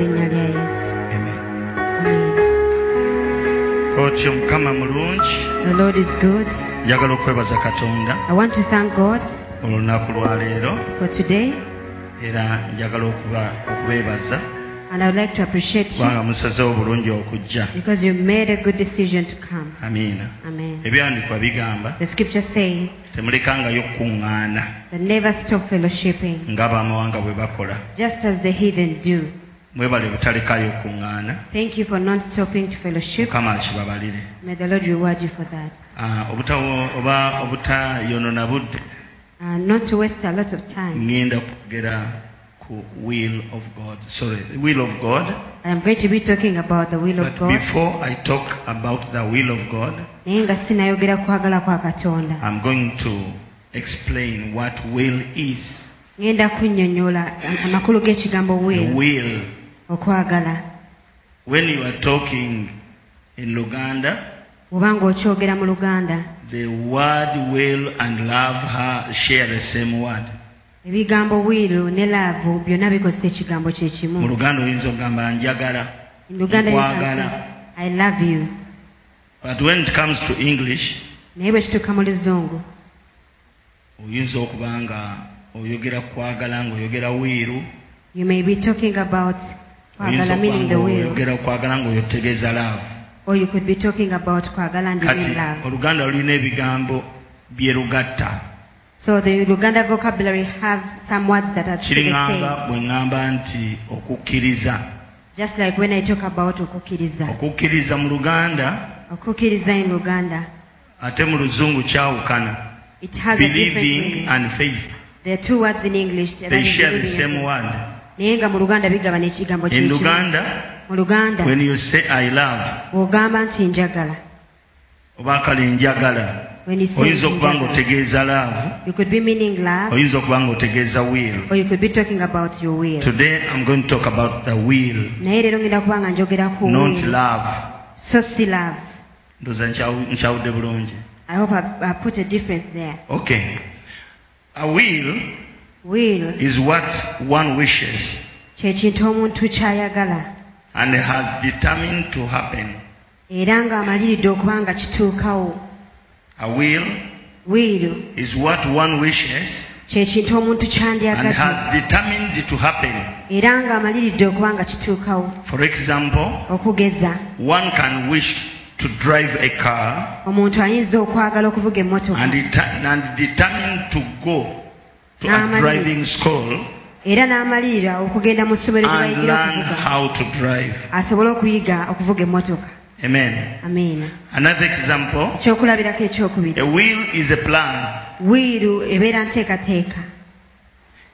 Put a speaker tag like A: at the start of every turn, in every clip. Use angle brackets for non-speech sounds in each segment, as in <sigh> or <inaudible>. A: linnya lya yesu
B: Amen.
A: Amen.
B: otyo mukama mulungi
A: the lord is good
B: njagala okwebaza katonda
A: i want to thank god
B: olunaku lwaleero
A: for today
B: era njagala okuba okubeebaza
A: and i would like to appreciate you
B: kubanga musazeewo bulungi okujja
A: because you made a good decision to come
B: amiina
A: amen
B: ebyandikwa bigamba
A: the scripture says
B: temulekangayo kukuŋŋaana
A: that never stop fellowshipping
B: ng'abamawanga bwe bakola
A: just as the heathen do
B: mwebale butalekayo kuŋŋaana
A: thank you for not stopping to fellowship
B: mukama akibabalire
A: may the lord reward you for that
B: Ah, obutawo- oba obutayonona budde
A: uh, not to waste a lot of time
B: ŋŋenda kugera ku will of god sorry the will of god
A: i am going to be talking about the will
B: but
A: of god
B: before i talk about the will of god
A: naye nga sinayogera kwagala kwa katonda
B: i'm going to explain what will is
A: ŋŋenda kunnyonnyola amakulu g'ekigambo
B: the
A: will
B: will
A: okwagala
B: when you are talking in luganda
A: oba ng'okyogera mu luganda
B: the word will and love ha- share the same word
A: ebigambo wiiru ne laavu byonna bikozesa ekigambo kye kimu
B: mu luganda oyinza okugamba njagala
A: In Luganda you can
B: nkwagala.
A: say, i love you
B: but when it comes to english
A: naye bwe kituuka mu luzungu
B: oyinza okuba nga oyogera kwagala ngaoyogera wiiru
A: you may be talking about
B: oyinza
A: kwagala meaning the will
B: oyogera okwagala ngaoyotegeeza laavu
A: or you could be talking about kwagala and you
B: kati
A: mean love
B: oluganda lulina ebigambo byerugatta
A: so the luganda vocabulary have some words that are the
B: kiriŋŋamba
A: same
B: bwe ŋŋamba nti okukkiriza
A: just like when i talk about okukkiriza
B: okukkiriza mu luganda
A: okukkiriza in luganda
B: ate mu luzungu kyawukana
A: it has a different
B: believing
A: meaning.
B: and faith
A: there are two words in english that
B: they
A: are
B: share the
A: believing and
B: same
A: faith.
B: word
A: naye nga mu luganda bigaba n'ekigambo
B: in
A: kyekimu.
B: luganda
A: mu luganda
B: when you say i love
A: bw'ogamba nti njagala
B: oba kale njagala
A: when you say
B: oyinza okuba
A: njagala,
B: ngaotegeeza laavu
A: you could be meaning love
B: oyinza okuba ngaotegeeza will
A: or you could be talking about your will
B: today i'm going to talk about the will
A: naye leero ngenda kuba nga njogera ku
B: not
A: will,
B: love
A: so si love
B: ndooza nkyawu- nkyawudde bulungi
A: i hope I've, I've put a difference there
B: okay a will
A: will
B: is what one wishes
A: kyekintu omuntu ky'ayagala
B: and has determined to happen.
A: era ng'amaliridde okuba nga kituukawo
B: A will
A: wiiru
B: is what one wishes
A: kyekintu omuntu
B: and
A: kyandyagadde
B: has determined it to happen.
A: era ng'amaliridde okuba nga kituukawo
B: For example,
A: okugeza
B: one can wish to drive a car
A: omuntu ayinza okwagala okuvuga emmotoka
B: and, det- and determined to go to a
A: N'amalire.
B: driving school
A: era n'amalirira okugenda mu ssomero gye
B: and
A: bayigira
B: learn
A: okuvuga
B: how to drive.
A: asobole okuyiga okuvuga emmotoka
B: Amen.
A: amiina
B: Another example,
A: ekyokulabirako ekyokubiri
B: a will is a plan.
A: wiiru ebeera nteekateeka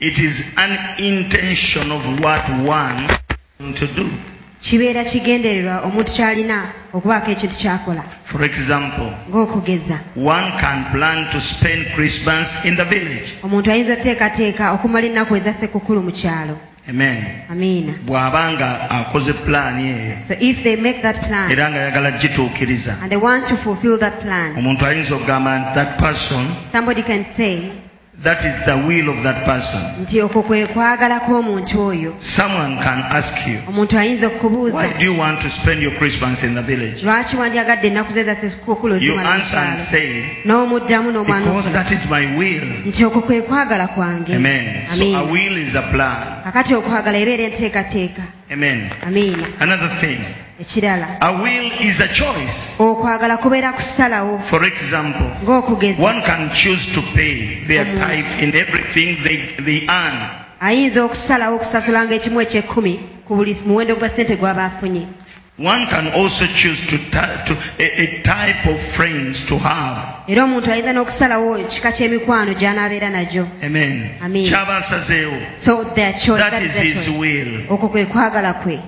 B: It is an intention of what one wants to do.
A: kibeera kigendererwa omuntu ky'alina okubaako ekintu ky'akola
B: For example,
A: ng'okugeza
B: One can plan to spend Christmas in the village.
A: omuntu ayinza oteekateeka okumala ennaku eza ssekukulu mu kyalo
B: Amen.
A: amiina
B: bw'abanga akoze pulaani eyo
A: so if they make that plan
B: era ng'ayagala gituukiriza
A: and they want to fulfill that plan
B: omuntu ayinza okugamba nti that person
A: somebody can say
B: that is the will of that person
A: nti okwo kwe kwagala kw'omuntu oyo
B: someone can ask you
A: omuntu ayinza okukubuuza
B: why do you want to spend your Christmas in the village
A: lwaki wandyagadde ennaku ze eza ssekukulu
B: you
A: zimala mu
B: answer and
A: kyalo
B: say
A: n'omuddamu
B: because
A: n'omwana
B: that is my will
A: nti okwo kwe kwagala kwange
B: amen so
A: Amiina.
B: a will is a plan
A: kakati okwagala ebeera enteekateeka
B: amen
A: amiina
B: another thing
A: ekirala
B: a will is a choice
A: okwagala kubeera kusalawo
B: for example
A: ng'okugeza
B: One can choose to pay
A: Mm-hmm.
B: their tithe in everything they, they earn.
A: ayinza okusalawo okusasulanga ekimu ekyekumi ku buli muwendo gwa ssente gw'aba afunye
B: One can also choose to, ti- to a, a type of friends to have.
A: era omuntu ayinza n'okusalawo ekika ky'emikwano gy'anaabeera nagyo
B: Amen.
A: Amen.
B: Chabasazewo.
A: so their choice,
B: That
A: that
B: is
A: their
B: his
A: choice.
B: will.
A: okwo kwe kwagala kwe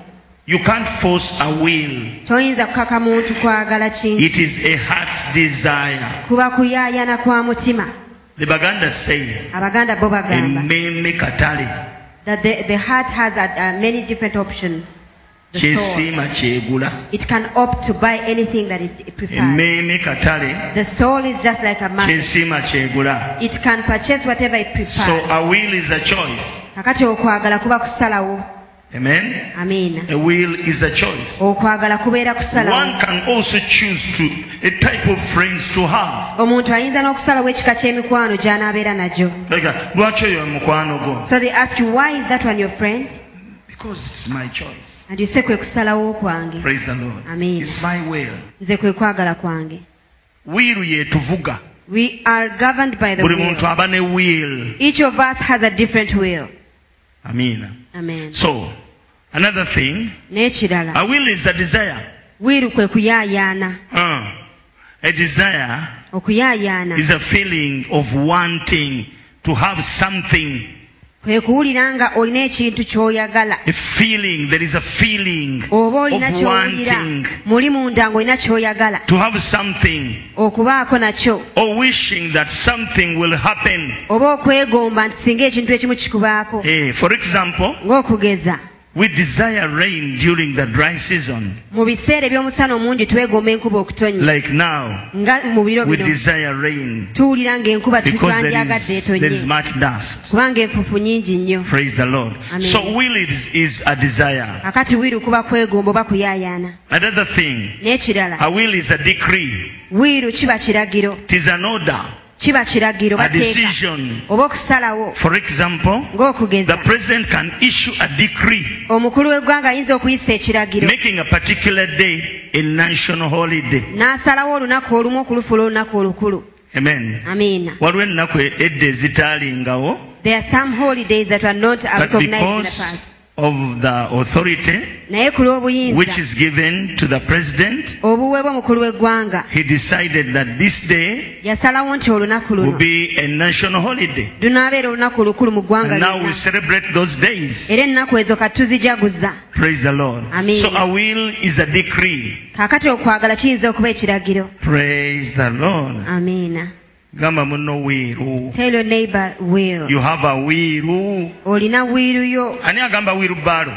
B: You can't force a will.
A: toyinza kukaka muntu kwagala kintu
B: It is a heart's desire.
A: kuba kuyaayana kwa mutima
B: The Baganda say,
A: abaganda bo bagamba
B: ememe katale
A: that the, the heart has uh, uh, many different options The soul.
B: kyesiima kyegula.
A: It can opt to buy anything that it it prefers.
B: Ememe katale
A: The soul is just like a market.
B: kyesiima kyegula.
A: It can purchase whatever it prefers.
B: So a will is a choice.
A: Kakati okwagala kuba kusalawo.
B: Amen.
A: amiina
B: A will is a choice.
A: okwagala kubeera
B: One
A: kusalawo
B: can also choose to a type of friends to have.
A: omuntu ayinza n'okusalawo ekika ky'emikwano gy'anaabeera nagyo
B: Like, uh, lwaki oyo mukwano gwo?
A: so they ask you why is that one your friend
B: Because it's my choice.
A: and you say kwe kusalawo kwange
B: Praise the Lord.
A: Amen.
B: It's my will.
A: nze kwe kwagala kwange
B: Will yetuvuga.
A: we are governed by the
B: Buli muntu
A: will
B: aba ne will.
A: each of us has a different will
B: Amina.
A: amen
B: So, another thing,
A: n'ekirala
B: a will is a desire.
A: wiiru kwe kuyaayaana
B: Uh, a desire
A: okuyaayaana
B: is a feeling of wanting to have something.
A: kwe kuwulira nga olina ekintu ky'oyagala
B: A feeling, there is a feeling
A: oba olina
B: of
A: ky'owulira
B: wanting
A: muli munda ng'olina ky'oyagala
B: to have something
A: okubaako nakyo
B: or wishing that something will happen.
A: oba okwegomba nti singa ekintu ekimu kikubaako
B: Eh, for example,
A: ng'okugeza
B: we desire rain during the dry season,
A: mu biseera eby'omusana omungi twegomba enkuba okutonya
B: like now.
A: nga mu biro
B: We
A: bino
B: desire rain
A: tuwulira ng'enkuba
B: because there
A: tutwandyagadde
B: is, there
A: etonye
B: is much dust.
A: kubanga enfufu nyingi nnyo
B: Praise the Lord.
A: Amen.
B: So will is, is a desire.
A: kakati wiiru kuba kwegomba oba kuyaayaana
B: Another thing,
A: n'ekirala
B: a will is a decree.
A: wiiru kiba kiragiro
B: It is an order,
A: kiba kiragiro
B: a
A: bateeka
B: decision.
A: oba okusalawo
B: For example,
A: ng'okugeza
B: the president can issue a decree
A: omukulu w'eggwanga ayinza okuyisa ekiragiro
B: making a particular day a national holiday.
A: n'asalawo olunaku olumu okulufuula olunaku olukulu
B: Amen.
A: amiina
B: waliwo ennaku edda ezitaalingawo
A: there are some holidays that were not
B: but
A: recognized in the
B: because
A: past
B: of the authority
A: naye ku
B: which
A: lw'obuyinza
B: is given to the president
A: obuweebwa omukulu w'eggwanga
B: he decided that this day
A: yasalawo nti olunaku
B: will
A: luno
B: be a national holiday
A: lunaabeera olunaku olukulu mu ggwanga
B: and now we
A: lyonna
B: celebrate those days
A: era ennaku ezo kati tuzijaguza
B: praise the lord
A: Amen.
B: so a will is a decree
A: kaakati okwagala kiyinza okuba ekiragiro
B: praise the lord
A: amiina
B: gamba muno wiru
A: tell your neighbor will
B: you have a wiru
A: olina wiiruyo
B: ani agamba wirubaalo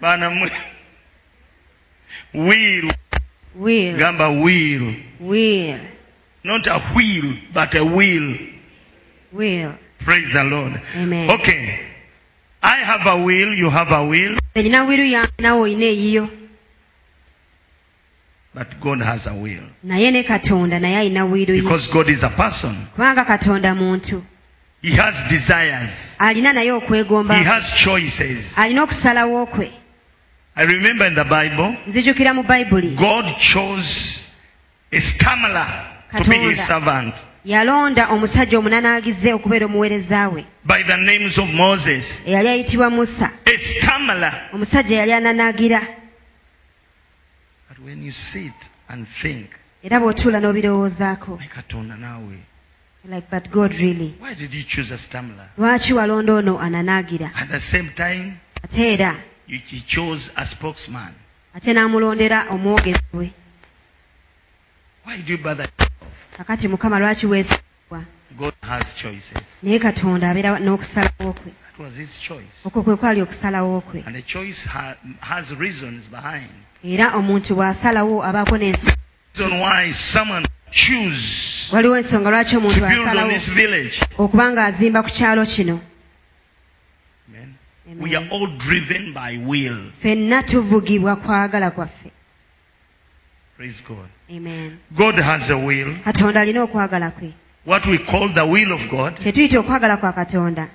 B: baana mwe wiru
A: will
B: gamba wiru
A: will
B: not a wheel but a wheel
A: will
B: praise the lord
A: amen
B: okay i have a will you have a will
A: nina wiiru yange nawe olina eyiyo
B: but god has a will
A: naye ne katonda naye alina wiiru ye
B: because god is a person
A: kubanga katonda muntu
B: he has desires
A: alina naye okwegomba
B: he has choices
A: alina okusalawo kwe
B: i remember in the bible
A: nzijukira mu bayibuli
B: god chose a stammerer to be
A: Katonda.
B: his servant
A: yalonda omusajja omunanaagize okubeera omuweereza we
B: by the names of moses
A: eyali ayitibwa musa
B: a stammerer
A: omusajja yali ananaagira
B: But when you sit and think,
A: era bw'otuula n'obirowoozaako
B: my katonda nawe,
A: like but god really
B: why did you choose a stammerer?
A: lwaki walonda ono ananaagira
B: At the same time,
A: ate era
B: you, you chose a spokesman.
A: ate n'amulondera omwogezi we
B: Why do you bother?
A: kakati mukama lwaki weesigwa
B: God has choices.
A: naye katonda abeera n'okusalawo kwe
B: That was his choice.
A: okwo kwe kwali okusalawo kwe
B: And the choice ha- has reasons behind.
A: era omuntu bw'asalawo abaako n'ensonga
B: Reason why someone choose
A: waliwo ensonga lwaki
B: to
A: omuntu
B: build on
A: asalawo
B: this village.
A: okuba ng'azimba ku kyalo kino
B: Amen.
A: Amen.
B: We are all driven by will.
A: ffenna tuvugibwa kwagala kwaffe
B: Praise God.
A: amen
B: God has a will.
A: katonda alina okwagala kwe
B: What we call the will of God
A: kye tuyita okwagala kwa katonda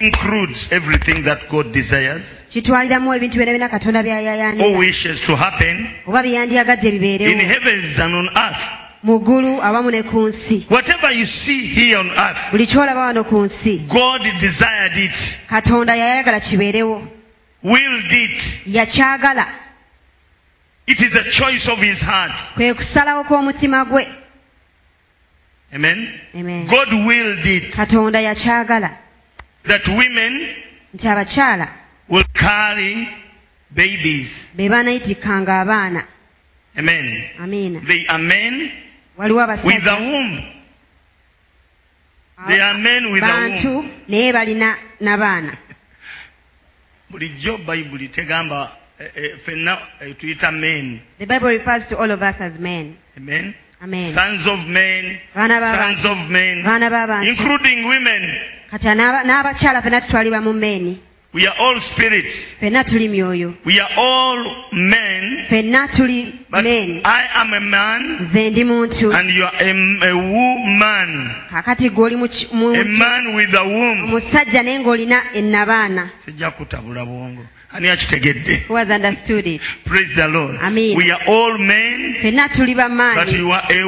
B: includes everything that God desires.
A: kitwaliramu ebintu byona byona katonda
B: or
A: byayayanira
B: wishes to happen
A: oba byeyandyagadde
B: in
A: bibeerewo
B: heavens and on earth.
A: mu ggulu awamu ne ku nsi
B: Whatever you see here on earth,
A: buli kyolaba wano ku nsi
B: God desired it,
A: katonda yayagala kibeerewo
B: willed it.
A: yakyagala
B: It is a choice of His heart.
A: kwe kusalawo kw'omutima gwe
B: Amen.
A: Amen.
B: God willed it
A: katonda yakyagala
B: that women
A: nti abakyala
B: will carry babies.
A: be baanayitikkanga abaana
B: Amen.
A: amiina
B: They are men
A: waliwo
B: with a
A: abasajja
B: womb. They are men with a womb.
A: bantu naye balina n'abaana
B: bulijjo bayibuli tegamba eh, eh, ffenna eh, tuyita men
A: the bible refers to all of us as men
B: amen
A: amen
B: sons of men
A: Baana b'abantu.
B: sons of men
A: baana b'abantu
B: including women.
A: kati n'aba- n'abakyala fena tutwalibwa mu meeni
B: We are all spirits.
A: ffenna tuli myoyo
B: We are all men.
A: ffenna tuli
B: But
A: men
B: I am a man
A: nze ndi muntu
B: and you are a, a woman.
A: kakati gweoli muki- mu-
B: A man with a womb.
A: omusajja naye ng'olina ennabaana
B: Sijja kutabula bwongo. Ani akitegedde?
A: Who has understood it
B: <laughs> Praise the Lord.
A: Amen.
B: We are all men
A: ffenna tuli
B: but
A: bamaanyi
B: you are a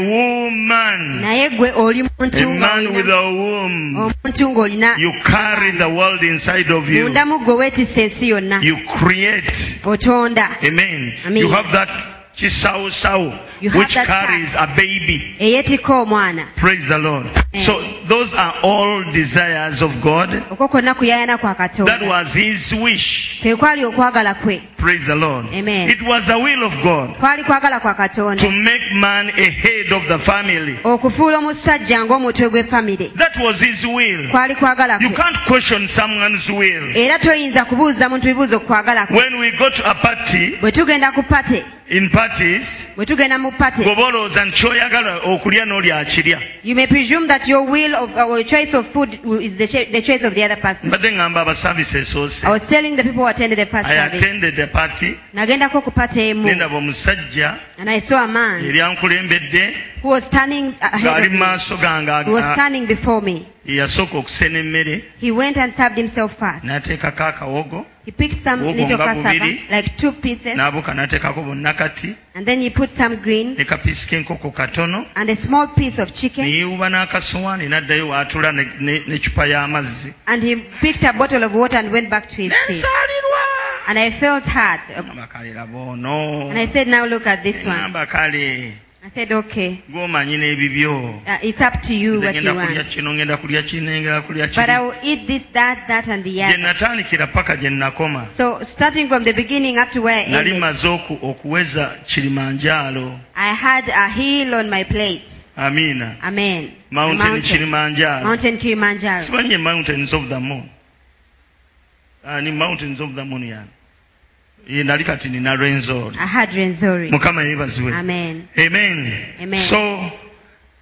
B: woman.
A: naye gwe oli muntu
B: Hmm. A man with
A: ng'olina-
B: a womb.
A: omuntu ng'olina
B: You carry the world inside of you.
A: mundamu gwe weetisse ensi yonna
B: You create.
A: otonda
B: Amen.
A: Amen.
B: You have that chisau
A: You
B: sau
A: have
B: which
A: that sack.
B: carries a baby.
A: eyeetika omwana
B: Praise the Lord.
A: Mm.
B: So those are all desires of God.
A: okwo kwonna kuyayana kwa
B: That
A: katonda
B: was his wish.
A: kwe kwali okwagala kwe
B: Praise the Lord.
A: Amen. Mm.
B: It was the will of God
A: kwali kwagala kwa
B: to
A: katonda
B: make man a head of the family.
A: okufuula omusajja ng'omutwe gw'effamire
B: That was his will.
A: kwali kwagala
B: You
A: kwe
B: can't question someone's will.
A: era toyinza kubuuza muntu bibuuzo ku kwagala kwe
B: When we go to a party,
A: bwe tugenda ku pate
B: in parties,
A: bwe tugenda mu pate
B: goba olowooza nti kyoyagala okulya n'olyakirya
A: you may presume that your will of, or your choice of food is the, cho- the choice of the other person
B: mbadde ngamba abasaavisi esoose
A: I was telling the people who attended the first
B: i
A: Oh, service Mm.
B: attended a party
A: nagendako ku pate emu
B: nendaba omusajja
A: and I saw a man
B: yeri ankulembedde
A: who was standing Mm. uh, ahead
B: ng'ali
A: of
B: mu
A: me
B: maaso gange
A: He was
B: aga-
A: standing before me.
B: yasooka okusena emmere
A: He went and served himself first.
B: n'ateekako akawogo
A: He picked some
B: Wogo
A: little
B: nga
A: cassava,
B: bubiri.
A: like two pieces,
B: n'abuuka n'ateekako bonnakati
A: and then he put some green
B: ne kapiisi k'enkoko katono
A: and a small piece of chicken,
B: neyeewuba n'akasowaani n'addayo waatula ne- ne- n'eccupa y'amazzi
A: and he picked a bottle of water and went back to his seat.
B: nensaalirwa
A: And I felt hurt.
B: amba kale laba ono
A: And I said, now look at this one.
B: amba kale
A: I said, okay,
B: gw'omanyi n'ebibyo
A: uh, it's up to you
B: nze
A: what you
B: ngenda kulya
A: want.
B: kino ngenda kulya kino ngenda kulya
A: But I
B: kino
A: will eat this, that, that, and the
B: gye
A: other.
B: natandikira paka gye nakoma
A: So starting from the beginning up to where I
B: nali
A: ended,
B: maze oku- okuweza kirimanjalo
A: I had a hill on my plate.
B: amiina
A: Amen. A
B: mountain kirimanjaro
A: Mountain Kilimanjaro.
B: simanyi ye mountains of the moon ani mountains of the moon yani Ye nali kati nina renzori
A: I had Renzori.
B: mukama yeebazibwe
A: Amen.
B: amen
A: Amen.
B: so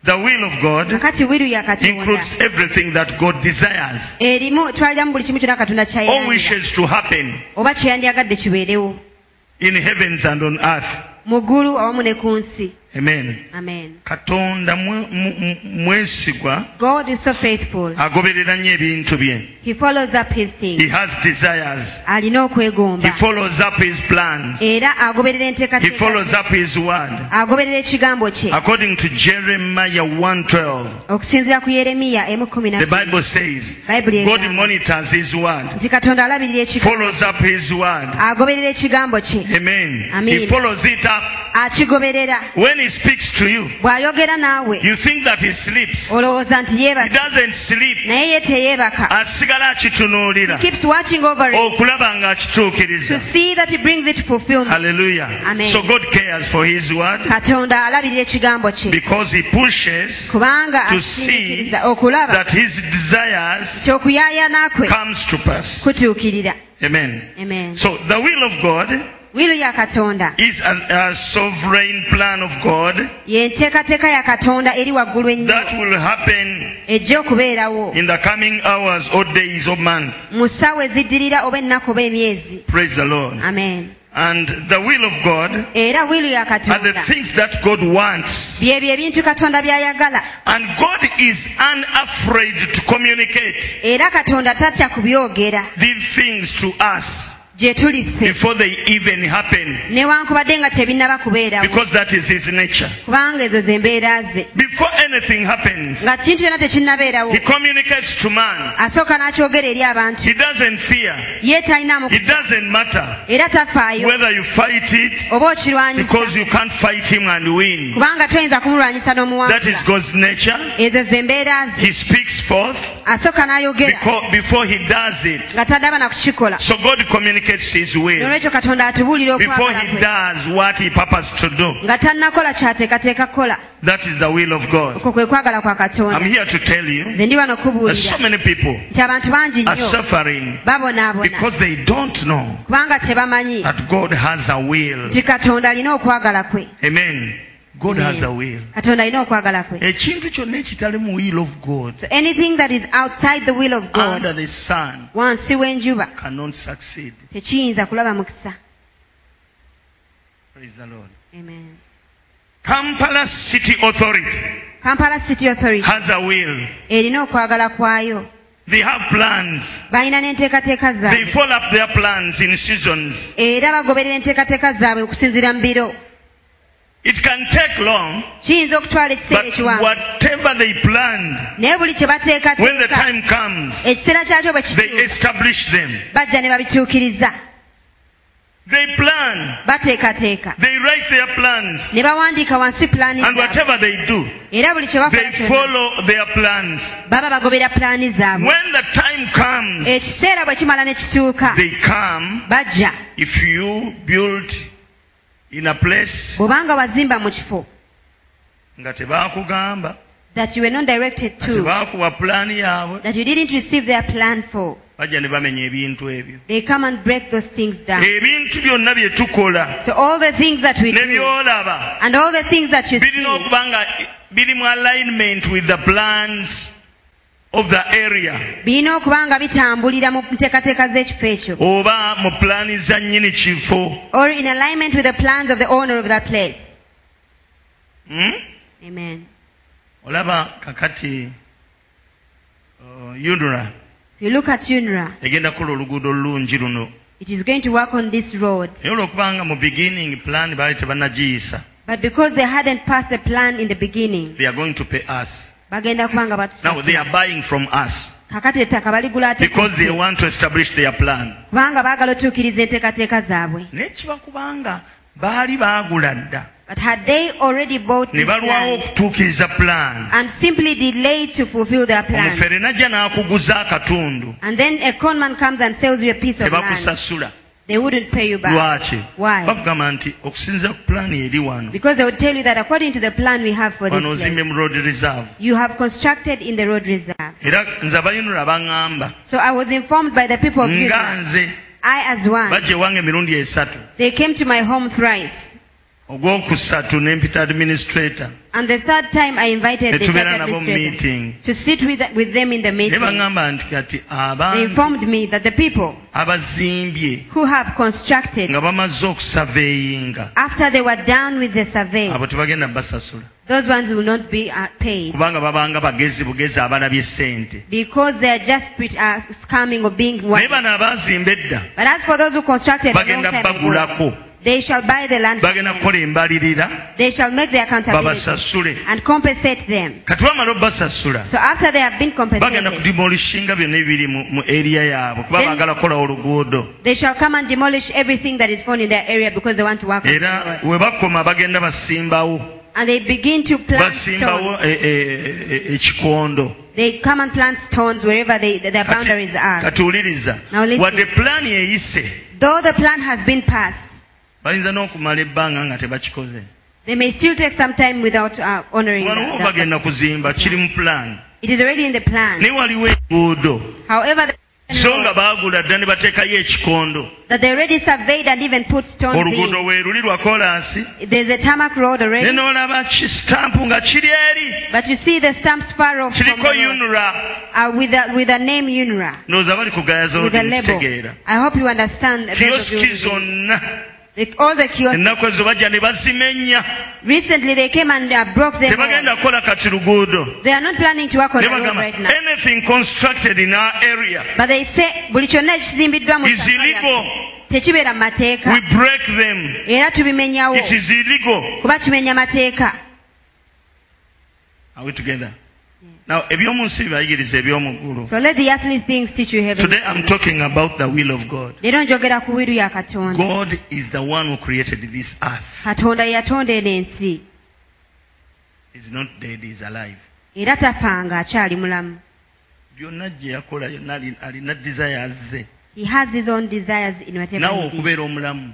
B: the will of god
A: kakati wiru ya E, katonda
B: includes everything that god desires
A: erimu twaliramu buli kimu kyonna katonda
B: or
A: kyayanira
B: wishes to happen
A: oba kyeyandyagadde kibeerewo
B: in heavens and on earth
A: mu ggulu awamu ne ku nsi
B: amen
A: amen
B: katonda mwe- mu- mu- mwesigwa
A: god is so faithful
B: agoberera nnyo ebintu bye
A: he follows up his
B: Ah. he
A: things
B: has desires
A: alina
B: he
A: okwegomba
B: follows up his plans
A: era agoberera
B: he
A: enteekateeka
B: follows up his word
A: agoberera ekigambo kye
B: According to Jeremiah 1:12,
A: okusinziira ku yeremiya emu kumi na
B: the Bible says,
A: bayibuli
B: God
A: egamba
B: monitors his word,
A: nti katonda alabirira ekigambo
B: follows up his word.
A: agoberera ekigambo kye
B: Amen.
A: Amen.
B: He follows it up.
A: akigoberera
B: When he speaks to you,
A: bw'ayogera naawe
B: you think that he sleeps.
A: olowooza nti
B: He
A: yeebaka
B: doesn't sleep.
A: naye ye teyeebaka
B: Asigala Oh, akitunuulira
A: keeps watching over it
B: okulaba
A: to
B: ng'akituukiriza.
A: see that it brings it to fulfillment.
B: Hallelujah.
A: Amen.
B: So God cares for his word
A: Katonda alabirira ekigambo kye
B: because he pushes
A: kubanga
B: to
A: asinzikiriza
B: see
A: okulaba
B: that his desires
A: ky'okuyaayana kwe
B: comes to pass.
A: kutuukirira.
B: Amen.
A: Amen.
B: So the will of God
A: Wiru ya Katonda
B: is a, a sovereign plan of God
A: ye nteekateeka ya Katonda eri waggulu ennyo
B: that will happen
A: ejja okubeerawo
B: in the coming hours or days or month.
A: mu ssaawa eziddirira oba ennaku oba emyezi.
B: Praise the Lord.
A: Amen.
B: And the will of God
A: Era wiru ya
B: are the
A: Katonda
B: things that God wants.
A: byebyo ebintu Katonda by'ayagala
B: And God is unafraid to communicate
A: era Katonda tatya kubyogera
B: these things to us
A: gye tuli ffe
B: before they even happen
A: newankubadde nga tebinnaba kubeerawo
B: because that is His nature.
A: kubanga ezo ze mbeera ze.
B: Before anything happens,
A: nga kintu kyonna tekinnabeerawo
B: He communicates to man.
A: asooka n'akyogera eri abantu
B: He doesn't fear.
A: ye talina mu
B: It doesn't matter
A: era tafaayo
B: whether you fight it
A: oba okirwanyisa
B: because you can't fight him and win.
A: kubanga toyinza kumulwanyisa
B: That is
A: n'omuwangula
B: God's nature.
A: ezo ze mbeera ze
B: He speaks forth
A: asooka n'ayogera
B: beco- before he does it.
A: nga tadaba na kukikola
B: So God communicates his will
A: nolwekyo katonda atubuulira
B: before
A: okwagala
B: he
A: kwe
B: does what he purposed to do.
A: nga tannakola kyateekateeka kukola
B: That is the will of God.
A: okwo kwe kwagala kwa katonda
B: I'm here to tell you
A: nze ndi wano
B: that so
A: okubuulira
B: many people
A: nti abantu bangi
B: are
A: nnyo
B: suffering
A: babonaabona
B: because they don't know
A: kubanga tebamanyi
B: that God has a will.
A: nti katonda alina okwagala kwe
B: Amen. god has a will
A: katonda alina okwagala kwe
B: ekintu kyonna ekitali mu will of god
A: so anything that is outside the will of
B: under
A: god
B: the sun
A: wansi w'enjuba
B: cannot succeed
A: tekiyinza kulaba mukisa
B: praise the lord
A: Amen.
B: kampala city authority
A: kampala city authority
B: has a will
A: erina okwagala kwayo
B: they have plans
A: balina n'enteekateeka
B: they
A: zaabwe
B: follow up their plans in seasons
A: era bagoberera enteekateeka zaabwe okusinziira mu biro
B: it can take long
A: kiyinza okutwala
B: but
A: ekiseera ekiwanvu
B: whatever they planned
A: naye buli kye
B: when the
A: bateekateeka
B: time comes
A: ekiseera kyakyo bwe
B: they
A: kituuka
B: establish them
A: bajja ne babituukiriza
B: they plan
A: bateekateeka
B: they write their plans
A: ne bawandiika wansi pulaani
B: and
A: zaabwe
B: whatever they do
A: era buli kye
B: they
A: bakola kyonna
B: follow their plans
A: baba bagobera pulaani zaabwe
B: when the time comes
A: ekiseera bwe kimala ne kituuka
B: they come
A: bajja
B: if you build in a place
A: bw'obanga wazimba mu kifo
B: nga tebakugamba
A: that you were not directed
B: nga
A: to
B: tebakuwa pulaani yaabwe
A: that you didn't receive their plan for
B: bajja ne bamenya ebintu ebyo
A: they come and break those things down
B: ebintu byonna bye tukola
A: so all the things that we
B: Eh, ne
A: do
B: byolaba
A: and all the things that you
B: birina
A: see
B: okuba nga biri mu alignment with the plans of the area
A: birina okuba nga bitambulira mu nteekateeka z'ekifo ekyo
B: oba mu pulaani za nnyini kifo
A: or in alignment with the plans of the owner of that place
B: Hmm?
A: amen
B: olaba kakati uh, unra
A: if you look at unra
B: egenda kukola oluguudo olulungi luno
A: it is going to work on this road
B: naye olwokubanga mu beginning plan baali tebanagiyisa
A: but because they hadn't passed the plan in the beginning
B: they are going to pay us
A: bagenda kuba nga
B: now they
A: batusasula
B: are buying from us
A: kakati ettaka baligula ate
B: because they
A: ku-
B: want to establish their plan
A: kubanga baagala otuukiriza enteekateeka zaabwe
B: naye kiba kubanga baali baagula dda
A: but had they already bought
B: ne
A: this
B: balwawo
A: land
B: okutuukiriza plan
A: and simply delayed to fulfill their plan
B: omufere najja n'akuguza akatundu
A: and then a conman comes and sells you a piece
B: ne
A: of land
B: bakusasula
A: they wouldn't pay you back
B: lwaki
A: Why?
B: bakugamba nti okusinza ku pulaani eri wano
A: because they would tell you that according to the plan we have for
B: wano
A: this
B: ozimbe
A: place
B: mu road reserve
A: you have constructed in the road reserve
B: era nze abayunula baŋŋamba
A: so i was informed by the people of
B: nga
A: Judah,
B: nze
A: i as one
B: bajja ewange emirundi esatu
A: they came to my home thrice
B: ogwokusatu nempita administrator
A: and the third time i invited
B: ne
A: the church
B: tubeera nabo mu
A: administrator
B: meeting
A: to sit with, with them in the
B: ne
A: meeting
B: baŋŋamba nti kati
A: they
B: abantu
A: informed me that the people
B: abazimbye
A: who have constructed
B: nga bamaze okusaveyinga
A: after they were done with the survey
B: abo tebagenda basasula
A: those ones will not be uh, paid
B: kubanga babanga bagezi bugezi abalabye sente
A: because they are just pre- uh, scamming or being
B: naye
A: wise.
B: bano abaazimba edda
A: But as for those who constructed a long
B: bagenda
A: time ago,
B: bagulako
A: they shall buy the land. from
B: bagenda
A: them.
B: kukola embalirira
A: They shall make their accountability
B: babasasule
A: and compensate them.
B: kati bamala obbasasula
A: So after they have been
B: bagenda
A: compensated,
B: kudimulishinga byonna ebiri mu mu eriya yaabwe kuba
A: Then-
B: baagala kukolawo oluguudo
A: they shall come and demolish everything that is found in their area because they want to work on
B: era
A: the road.
B: we bakoma bagenda basimbawo
A: And they begin to plant stones.
B: basimbawo e- e- e- ekikondo
A: They come and plant stones wherever they, their boundaries are.
B: katuwuliriza
A: Now listen.
B: wadde pulaani eyise
A: Though the plan has been passed,
B: bayinza n'okumala ebbanga nga tebakikoze
A: they may still take some time without uh, honoring that-
B: waliwo
A: that.
B: bagenda kuzimba kiri mu pulaani
A: It is already in the
B: naye
A: plan.
B: waliwo enguudo
A: However,
B: so
A: the
B: nga baagula dda ne bateekayo ekikondo
A: that they already surveyed and even put stones in.
B: oluguudo we luli lwa kolansi
A: There's a tarmac road
B: ne
A: already,
B: n'olaba kistampu nga kiri eri
A: but you see the stamps far off from the
B: kiriko
A: road,
B: unra
A: uh, with the with the name UNRWA,
B: ndowooza bali kugayaza
A: with the label.
B: olukitegeera
A: I hope you understand. those of you
B: kiyosiki
A: who didn't.
B: zonna
A: The- all the kiosks.
B: ennaku ezo bajja ne bazimenya
A: Recently, they came and uh, broke them.
B: tebagenda
A: all.
B: kukola kati luguudo
A: They are not planning to work on
B: Ne
A: the road
B: bagamba,
A: right now,
B: anything constructed in our area
A: but they say buli kyonna ekizimbiddwa mu
B: is
A: safari
B: illegal
A: yaffe tekibeera mu
B: we
A: mateeka
B: break them
A: era tubimenyawo
B: it is illegal
A: kuba kimenya mateeka.
B: are we together now ebyomu nsi bibayigiriza eby'omu ggulu
A: So let the earthly things teach you heaven.
B: today i'm talking about the will of god
A: Leero njogera ku wiru ya Katonda.
B: god is the one who created this earth
A: Katonda ye yatonda eno ensi
B: is not dead is alive
A: era tafanga akyali mulamu.
B: byonna gye yakola yonna ali- alina desires ze
A: He has his own desires in whatever
B: naawe
A: he did.
B: okubeera omulamu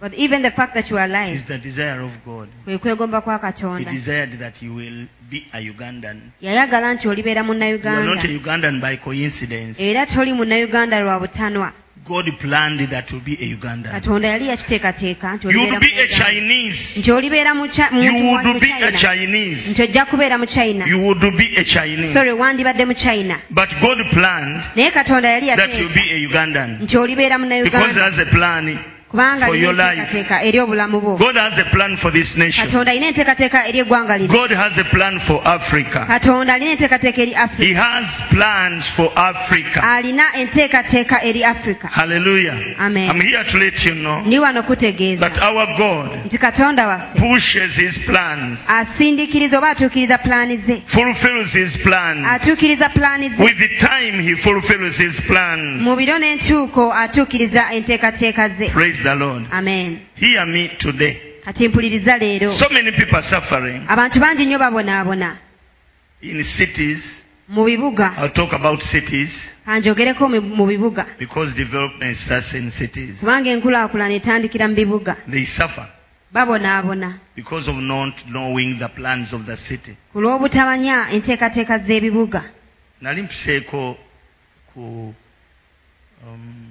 A: But even the fact that you are
B: it is
A: alive,
B: the desire of god
A: kwe kwegomba kwa
B: he
A: Katonda.
B: desired that you will be a ugandan
A: Yayagala nti olibeera
B: you are not a
A: munnayuganda
B: ugandan by coincidence
A: era toli munnayuganda lwa butanwa
B: God planned that you'll be a Ugandan.
A: katonda yali yakiteekateeka nti
B: You
A: olibeera
B: would
A: mu
B: be a
A: Uganda.
B: Chinese.
A: nti olibeera mu Chi- mu-
B: You
A: mu- mu
B: would be a
A: China.
B: Chinese.
A: nti ojja kubeera mu china
B: You would be a Chinese.
A: sorry wandibadde mu china
B: But God planned
A: naye katonda yali
B: that you'll
A: yateeka
B: be a Ugandan.
A: nti olibeera
B: Because He
A: munnauganda
B: has a plan.
A: kubanga
B: for
A: alina
B: your life.
A: enteekateeka eri obulamu bwo
B: God has a plan for this nation.
A: katonda alina enteekateeka eri eggwanga lino
B: God has a plan for Africa.
A: katonda alina enteekateeka eri
B: He
A: afurika
B: has plans for Africa.
A: alina enteekateeka eri afurika
B: Hallelujah.
A: Amen.
B: I'm here to let you know
A: ndi wano
B: that
A: kutegeeza
B: our God
A: nti katonda waffe
B: pushes His
A: Ah.
B: plans,
A: asindikiriza oba atuukiriza pulaani ze
B: fulfills His
A: Ah.
B: plans.
A: atuukiriza pulaani ze
B: With the time, He fulfills His plans.
A: mu biro n'entuuko atuukiriza enteekateeka ze
B: Praise the Lord.
A: amen
B: Hear me today.
A: kati mpuliriza leero
B: So many people are suffering
A: abantu bangi nnyo babonaabona
B: in cities.
A: mu bibuga
B: I'll talk about cities
A: kanjogereko mu- mu bibuga
B: because development starts in cities.
A: kubanga enkulaakulana etandikira mu bibuga
B: They suffer
A: babonaabona
B: because of not knowing the plans of the city.
A: ku lw'obutamanya enteekateeka z'ebibuga
B: nali mpiseeko ku um,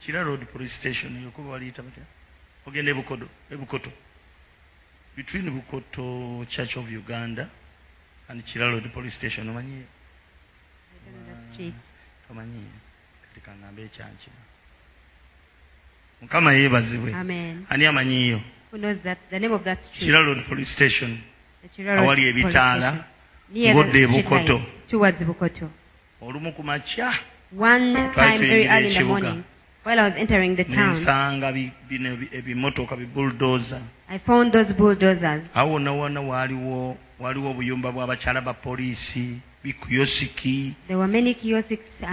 B: kira road police station yokuba waliyita batya ogenda ebukodo ebukoto between bukoto church of uganda and kira road police station omanyiyo tomanyiyo kati kaŋŋamba ekyankima mukama yeebazibwe
A: amen
B: ani amanyiyo
A: Who knows that the name of that street?
B: kira road police station
A: The Chirala
B: awali
A: Police
B: ebitaala,
A: Station. Near the
B: ng'odda
A: street
B: Bukoto.
A: lights, towards Bukoto.
B: olumu ku makya
A: One time very
B: tuyingira
A: early in the
B: ekibuga.
A: morning, while I was entering the E town,
B: nensanga bi- bino ebi- ebimotoka bibuldoza
A: I found those bulldozers.
B: awo wonawona waliwo waliwo obuyumba bw'abakyala ba poliisi bikuyosiki
A: There were many kiosks. uh, just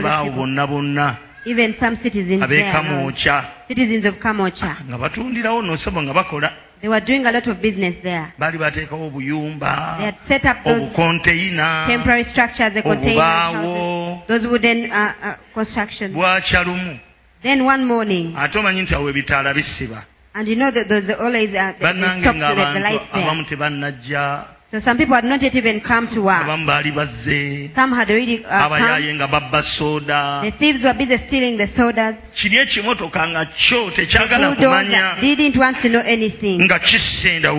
A: for the
B: baawo
A: people.
B: bonna bonna
A: Even some citizens there. around.
B: ab'ekamwokya
A: Citizens of Kamocha.
B: nga batundirawo nosebo nga bakola
A: They were doing a lot of business there.
B: baali
A: They
B: bateekawo obuyumba
A: had set up those
B: obukonteyina
A: temporary structures, the containers,
B: obubaawo
A: houses, those wooden uh, uh, constructions.
B: bwakya lumu
A: Then one morning,
B: ate omanyi nti awo ebitaala bisiba
A: And you know that there's always uh, the, the
B: bannange
A: stops so that the
B: ng'abantu
A: lights there.
B: abamu tebannajja
A: So some people had not yet even come to work.
B: abamu baali bazze
A: Some had already uh,
B: abayaaye
A: come.
B: nga babba sooda
A: The thieves were busy stealing the sodas.
B: kiri ekimotoka nga kyo
A: The
B: tekyagala kumanya
A: bulldozer didn't want to know anything.
B: nga kisenda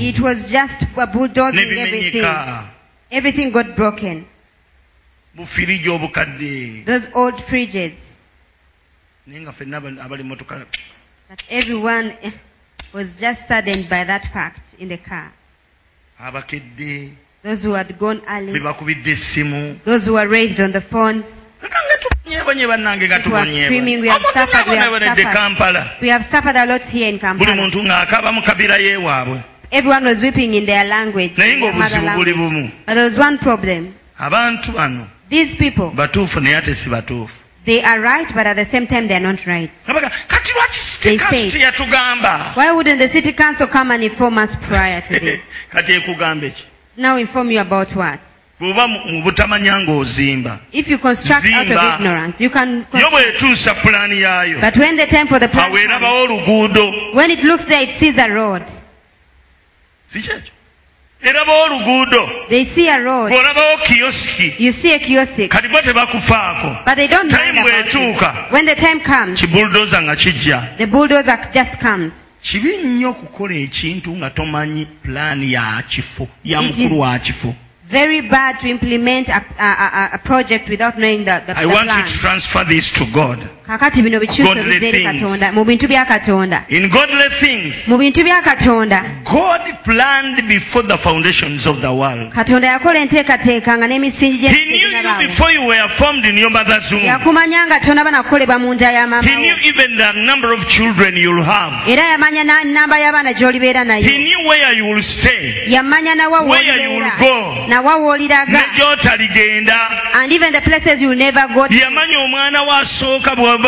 A: It was just a bulldozing everything.
B: nebimenyeka
A: Everything got broken.
B: bufiriji obukadde
A: Those old fridges
B: naye nga ffenna abali- abali motoka
A: that everyone eh, was just saddened by that fact in the car.
B: abakedde
A: Those who had gone
B: be
A: early,
B: bakubidde essimu
A: those who were raised on the phones.
B: Leka nga tubonyebonye bannange nga
A: People are screaming, we
B: tubonyebonye.
A: have
B: Abantu
A: suffered, we
B: bonna
A: have
B: bonedde
A: suffered.
B: kampala
A: We have suffered a lot here in
B: buli
A: Kampala.
B: muntu ng'akaaba mu kabira yeewaabwe
A: Everyone was weeping in their language.
B: naye
A: in their mother
B: ng'obuzibu buli
A: language.
B: bumu
A: But there was one problem.
B: abantu bano
A: These people,
B: batuufu naye ate si batuufu
A: they are right, but at the same time, they are not right.
B: Nga baga, kati lwaki
A: They
B: sitikasi
A: said-
B: teyatugamba
A: Why wouldn't the city council come and inform us prior to
B: <laughs>
A: this?
B: kati ekugamba eki
A: now inform you about what?
B: bw'oba mu mu butamanya ng'ozimba
A: If you construct out
B: Zimba.
A: of ignorance, you can.
B: yo
A: Construct.
B: bw'etuusa pulaani yaayo
A: But when the time for the plan
B: awo
A: comes,
B: erabawo oluguudo
A: when it looks there, it sees a road.
B: si kyekyo erabawo oluguudo
A: They see a road.
B: bw'orabawo kiyosiki
A: You see a kiosk,
B: kati bo tebakufaako
A: but they don't
B: Time
A: mind about
B: bw'etuuka.
A: it. When the time comes,
B: kibuludoza nga kijja
A: the bulldozer just comes.
B: kibi nnyo okukola ekintu nga tomanyi pulaani ya kifo ya
A: It
B: mukulu
A: is-
B: wa kifo
A: Very bad to implement a, a, a, a project without knowing the, the,
B: i
A: the
B: want you
A: plan.
B: to transfer this to god
A: kakati bino bikyuso
B: Godly
A: bizeeri
B: things.
A: katonda mu bintu bya katonda
B: in godly things
A: mu bintu bya katonda
B: god planned before the foundations of the world
A: katonda yakola enteekateeka nga n'emisingi
B: he knew you
A: gy'ekinabaawo
B: before you were formed in your mother's womb
A: yakumanya nga tonaba nakukolebwa mu nda ya
B: he knew
A: maamawo
B: even the number of children you'll have
A: era yamanya na- namba y'abaana gy'olibeera
B: He
A: nayo
B: knew where you will stay.
A: yamanya nawa
B: Where you
A: w'olibeera
B: will go.
A: nawa w'oliraga
B: Negyotaligenda.
A: and even the places you never go to
B: Yamanya omwana we asooka bw'aba-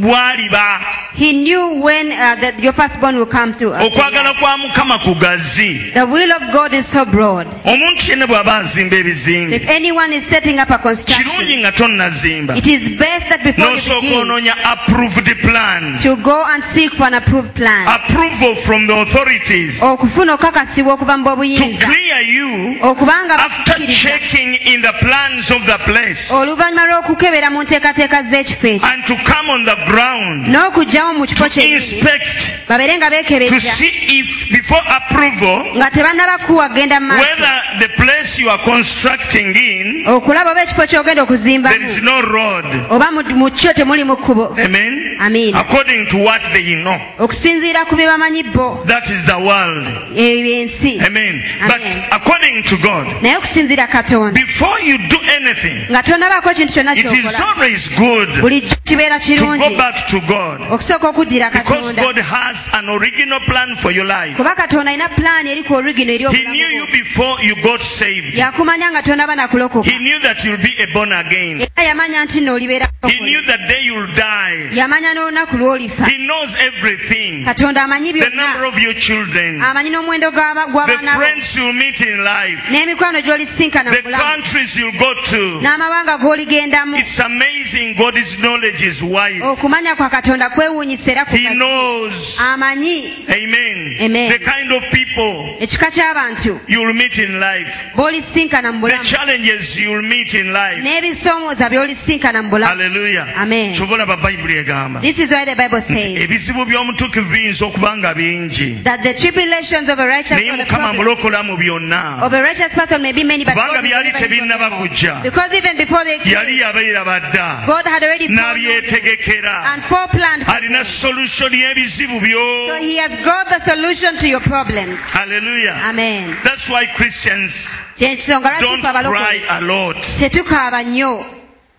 B: bw'aliba.
A: He knew when uh, that your firstborn will come to us.
B: okwagala kwa mukama kugazi
A: The will of God is so broad. So
B: omuntu yenna bw'aba nzimba
A: if
B: ebizimbe
A: anyone is setting up a
B: kirungi
A: construction,
B: nga tonnazimba
A: it is best that before you
B: n'osooka
A: begin
B: onoonya approved plan
A: to go and seek for an approved plan.
B: approval from the authorities
A: Oh, Okufuna okukakasibwa okuva mu
B: to
A: b'obuyinza.
B: clear you
A: Oh, Okubanga
B: after
A: bakukiriza.
B: checking in the plans of the place
A: oluvannyuma lw'okukebera mu nteekateeka z'ekifo ekyo
B: and to come on the ground
A: n'okugyawo mu kifo
B: to
A: kyennyini
B: inspect
A: babeere nga
B: to
A: beekebejja
B: see if before approval
A: nga tebannabakuwa genda mu maaso
B: whether the place you are constructing in
A: okulaba oba ekifo ky'ogenda
B: there is
A: okuzimbamu
B: no road
A: oba mu- mu kyo temuli mu kkubo
B: amen
A: Oh, Amen.
B: according to what they know
A: okusinziira ku bye bamanyi bo
B: that is the world
A: ebyo byensi
B: amen
A: Amen.
B: but according to god
A: naye okusinziira katonda
B: before you do anything
A: nga tonabaako ekintu kyonna
B: it is
A: kyokola
B: always good
A: bulijjo kibeera
B: to go
A: kirungi
B: back to god
A: okusooka okuddira
B: because
A: katonda
B: god has an original plan for your life
A: kuba katonda alina pulaani eri ku origino eri
B: he knew
A: obulamu
B: you
A: bwo.
B: before you got saved
A: yakumanya nga tonaba nakulokoka
B: he knew that you'll be a born again
A: era yamanya nti noolibeera
B: he knew the day you'll die
A: yamanya n'olunaku lw'olifa
B: he knows everything
A: katonda amanyi
B: the number
A: byonna
B: of your children
A: amanyi n'omuwendo gw'aba-
B: the
A: gw'abaana bo
B: friends you'll meet in life
A: n'emikwano gy'olisinkana mu
B: the
A: bulamu
B: countries you'll go to
A: n'amawanga g'oligendamu
B: It's amazing. God's knowledge is wide.
A: okumanya kwa katonda kwewuunyisa era ku
B: He knows.
A: amanyi
B: Amen.
A: Amen.
B: The kind of people
A: ekika ky'abantu
B: you'll meet in life,
A: b'olisinkana mu
B: the
A: bulamu
B: challenges you'll meet in life.
A: n'ebisoomooza by'olisinkana mu bulamu
B: Hallelujah.
A: Amen.
B: Kyobala babayibuli egamba.
A: this is why the bible says
B: Ebizibu by'omutuukivu biyinza okuba nga bingi.
A: that the tribulations of a righteous,
B: Naye
A: or the
B: Mukama
A: problems
B: mulokola mu byonna.
A: of a righteous person may be many but
B: Kubanga
A: God will
B: byali
A: deliver him
B: tebinnaba
A: from them all.
B: kujja.
A: because even before they
B: Yali
A: came
B: yabeera badda.
A: God had already foreknown them and
B: N'abyetegekera.
A: foreplanned for
B: Alina
A: them.
B: solution y'ebizibu
A: So
B: byo.
A: he has got the solution to your problems.
B: Hallelujah.
A: Amen.
B: That's why Christians
A: kyensonga lwaki
B: don't
A: fe
B: cry
A: abalokole
B: a lot.
A: tetukaaba nnyo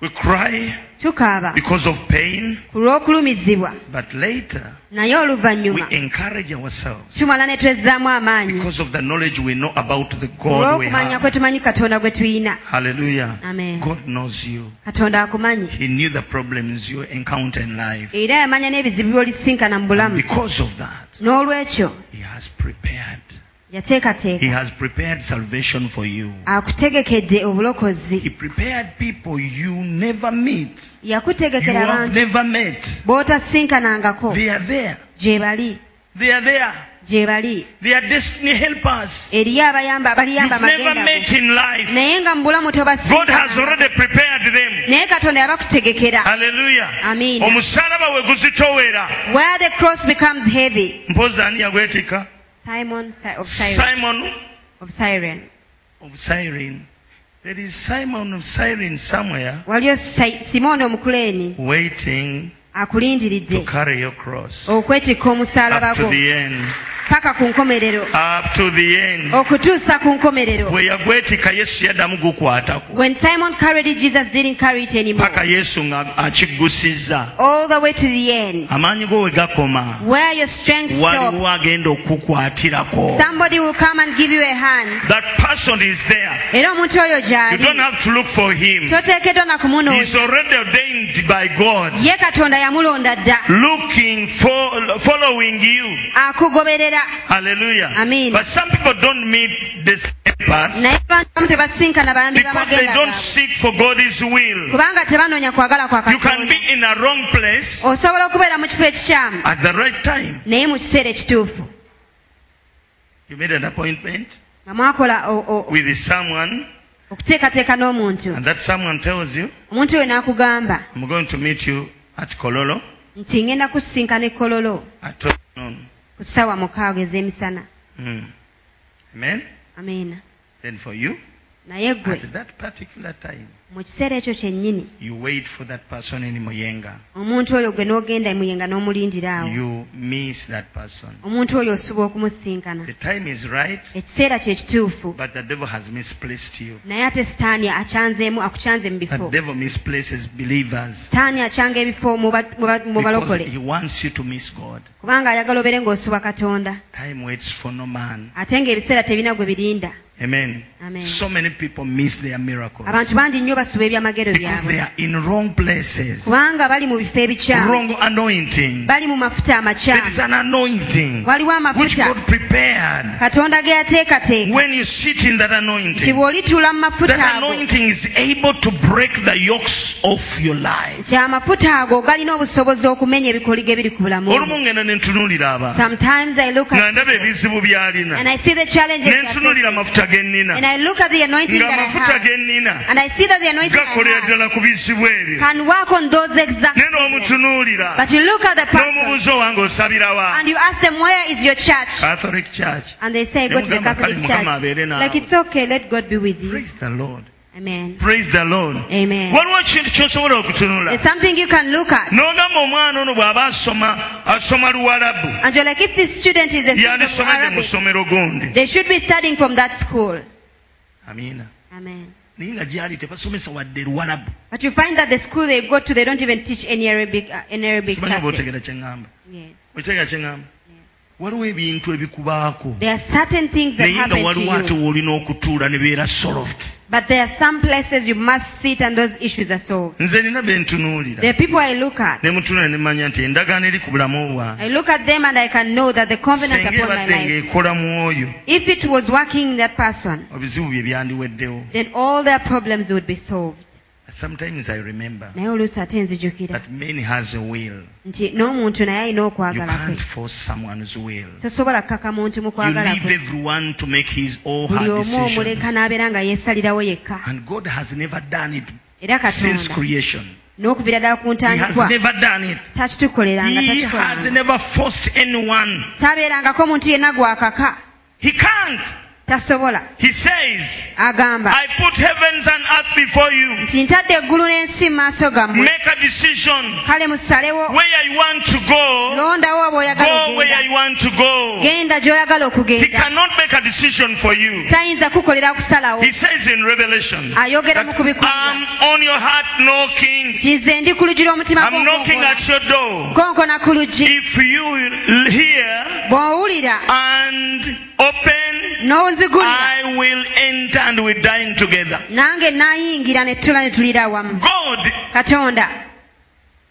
B: We cry
A: tukaaba
B: because of pain,
A: ku lw'okulumizibwa
B: but later
A: naye
B: we
A: oluvannyuma
B: encourage ourselves
A: tumala ne twezzaamu amaanyi
B: because of the knowledge we know about the
A: ku
B: God we
A: lw'okumanya kwe
B: have.
A: tumanyi katonda gwe tuyina
B: Hallelujah.
A: Amen.
B: God knows you.
A: katonda akumanyi
B: He knew the problems you encounter in life.
A: era yamanya n'ebizibu by'olisinkana mu bulamu
B: Because of that,
A: n'olwekyo
B: He has prepared. He
A: yateekateeka
B: has prepared salvation for you.
A: akutegekedde obulokozi
B: He prepared people you never meet. You
A: yakutegekera
B: have
A: bantu
B: never met.
A: b'otasinkanangako
B: They are there.
A: gye bali
B: They are there.
A: gye bali
B: They are destiny helpers.
A: eriyo abayamba
B: You've
A: abaliyamba
B: never
A: amagenda go.
B: met in life.
A: naye nga mu bulamu
B: God
A: tobasinkana.
B: has already prepared them.
A: naye katonda yabakutegekera
B: Hallelujah.
A: Amina.
B: Omusalaba we guzitowera.
A: where the cross becomes heavy
B: Mpozi ani yagwetika?
A: simon Si- of Cyrene-
B: Simon
A: of Cyrene.
B: of Cyrene. There is Simon of Cyrene somewhere
A: waliyo Si- simoni omukuleeni
B: waiting to
A: akulindiridde
B: carry your
A: Oh.
B: cross.
A: okwetikka omusalaba
B: Up to
A: gwo
B: the end.
A: paka ku nkomerero
B: Up to the end.
A: Oh. okutuusa ku nkomerero
B: We yagwetika Yesu yaddamu gukwatako.
A: when simon carried it jesus didn't carry it
B: Paka
A: anymore
B: Yesu nga akiggusiza.
A: all the way to the end
B: Amaanyi go we gakoma.
A: where your strength stops
B: Waliwo agenda okukukwatirako.
A: somebody will come and give you a hand
B: That person is there.
A: era omuntu oyo
B: You
A: gy'ali
B: don't have to look for him.
A: toteekeddwa na kumunoonya
B: He's already ordained by God,
A: ye katonda yamulonda dda
B: looking for following you.
A: akugoberera
B: Hallelujah.
A: Amen.
B: But some people don't meet this purpose
A: naye abantu abamu tebasinkana bayambi
B: because they
A: b'amagenda
B: don't
A: gaabwe
B: seek for God's will.
A: kubanga tebanoonya kwagala kwa
B: You can
A: katonda
B: be in a wrong place
A: osobola okubeera mu kifo ekikyamu
B: at the right time.
A: naye mu kiseera ekituufu
B: You made an appointment
A: nga mwakola o- o-
B: with someone,
A: okuteekateeka n'omuntu
B: and that someone tells you,
A: omuntu oyo n'akugamba
B: I'm going to meet you at Kololo
A: nti ngenda kusisinkana ekololo
B: at 12 noon.
A: ku ssaawa mukaaga ez'emisana
B: Hmm. Amen.
A: amiina
B: Then for you,
A: naye gwe
B: at that particular time,
A: mu kiseera ekyo kyennyini
B: you wait for that person in Moyenga.
A: omuntu oyo gwe n'ogenda emuyenga n'omulindira awo
B: you miss that person.
A: omuntu oyo osuba okumusinkana
B: The time is right,
A: ekiseera kye kituufu
B: but the devil has misplaced you.
A: naye ate sitaani akyanzeemu akukyanze mu
B: The
A: bifo
B: devil misplaces believers
A: sitaani akyanga ebifo mu ba- mu ba- mu
B: because
A: balokole
B: he wants you to miss God.
A: kubanga ayagala obeere ng'osuba katonda
B: Time waits for no man.
A: ate ng'ebiseera tebina gwe birinda
B: Amen.
A: Amen.
B: So many people miss their miracles
A: abantu bangi nnyo basuba ebyamagero
B: because they
A: byabwe
B: are in wrong places,
A: kubanga bali mu bifo ebikyamu
B: wrong anointing.
A: bali mu mafuta
B: There
A: amakyamu
B: is an anointing
A: waliwo
B: which
A: amafuta
B: God prepared.
A: katonda ge yateekateeka
B: When you sit in that
A: nti
B: anointing,
A: bw'olituula mu mafuta
B: that
A: ago
B: anointing is able to break the yokes of your life.
A: nti amafuta ago galina obusobozi okumenya ebikoligo ebiri ku bulamu
B: olumu ngenda nentunuulira abantu
A: sometimes i look
B: nga
A: at
B: ndaba ebizibu by'alina
A: and i see the challenges they are
B: nentunuulira
A: facing,
B: amafuta ge nnina
A: and i look at the anointing
B: nga
A: that I
B: amafuta
A: have,
B: ge nnina
A: and i see that the anointing I
B: gakolera
A: have
B: ddala ku bizibu ebyo
A: can work on those exact
B: ne
A: things.
B: n'omutunuulira
A: but you look at the person
B: n'omubuuza owange osabirawa
A: and you ask them where is your church
B: catholic church
A: and they say go to the
B: Nemugamba,
A: catholic
B: "Kale,
A: church
B: Ah. Mukama abeere naawe."
A: like it's okay let god be with you
B: praise the lord
A: amen
B: praise the lord
A: amen
B: waliwo ekintu kyosobola okutunula
A: there's something you can look at
B: n'ogamba omwana ono bw'aba asoma asoma luwalabu
A: and you're like if this student is a student of
B: yandisomedde mu
A: arabic
B: ssomero gundi
A: they should be studying from that school
B: amiina
A: amen
B: naye nga gyali tebasomesa wadde luwalabu
A: but you find that the school they go to they don't even teach any arabic uh, any arabic
B: simanyi oba
A: subject.
B: otegera kyeŋŋamba
A: yes
B: otegera kyeŋŋamba
A: yes
B: waliwo ebintu ebikubaako
A: There are certain things that
B: naye nga
A: happen
B: waliwo ate
A: to you,
B: woolina okutuula ne beera solved
A: but there are some places you must sit and those issues are solved.
B: nze nina be
A: There are
B: ntunuulira
A: people I look at.
B: ne mutunuulira ne mmanya nti endagaano eri ku bulamu
A: I
B: bwange
A: look at them and I can know that the covenant
B: senga
A: upon my
B: ebadde
A: life,
B: ng'ekola mu oyo
A: if it was working in that person,
B: ebizibu bye byandiweddewo
A: then all their problems would be solved.
B: sometimes i remember
A: naye oluusi ate nzijukira
B: that man has a will
A: nti n'omuntu naye alina
B: you
A: okwagala kwe
B: can't force someone's will
A: tosobola kkaka muntu mu
B: you
A: kwagala
B: leave
A: kwe
B: everyone to make his or
A: buli
B: her
A: omu omuleka
B: decisions
A: n'abeera nga yeesalirawo yekka
B: and god has never done it
A: era
B: since
A: katonda
B: creation
A: n'okuviira ddala ku
B: he has
A: ntandikwa
B: never done it
A: takitukoleranga
B: he has
A: takikoleranga
B: never forced anyone
A: tabeerangako muntu yenna gwakaka
B: he can't
A: tasobola
B: he says
A: agamba
B: i put heavens and earth before you
A: nti ntadde eggulu n'ensi mu maaso gammwe
B: make a decision
A: kale musalewo
B: where you want to go
A: londawo oba oyagala
B: go where
A: ogenda
B: you want to go
A: genda gy'oyagala
B: he
A: okugenda
B: cannot make a decision for you
A: tayinza kukolera kusalawo
B: He says in Revelation,
A: ayogera mu
B: that
A: kubikkulira
B: I'm on your heart knocking.
A: nti nze ndi ku luggi lw'omutima
B: I'm knocking at your door.
A: gonkona ku luggi
B: If you will hear
A: bw'owulira
B: and open,
A: n'onzigulira
B: I will enter and we dine together.
A: nange n'ayingira ne tutula ne tuliira wamu
B: God
A: katonda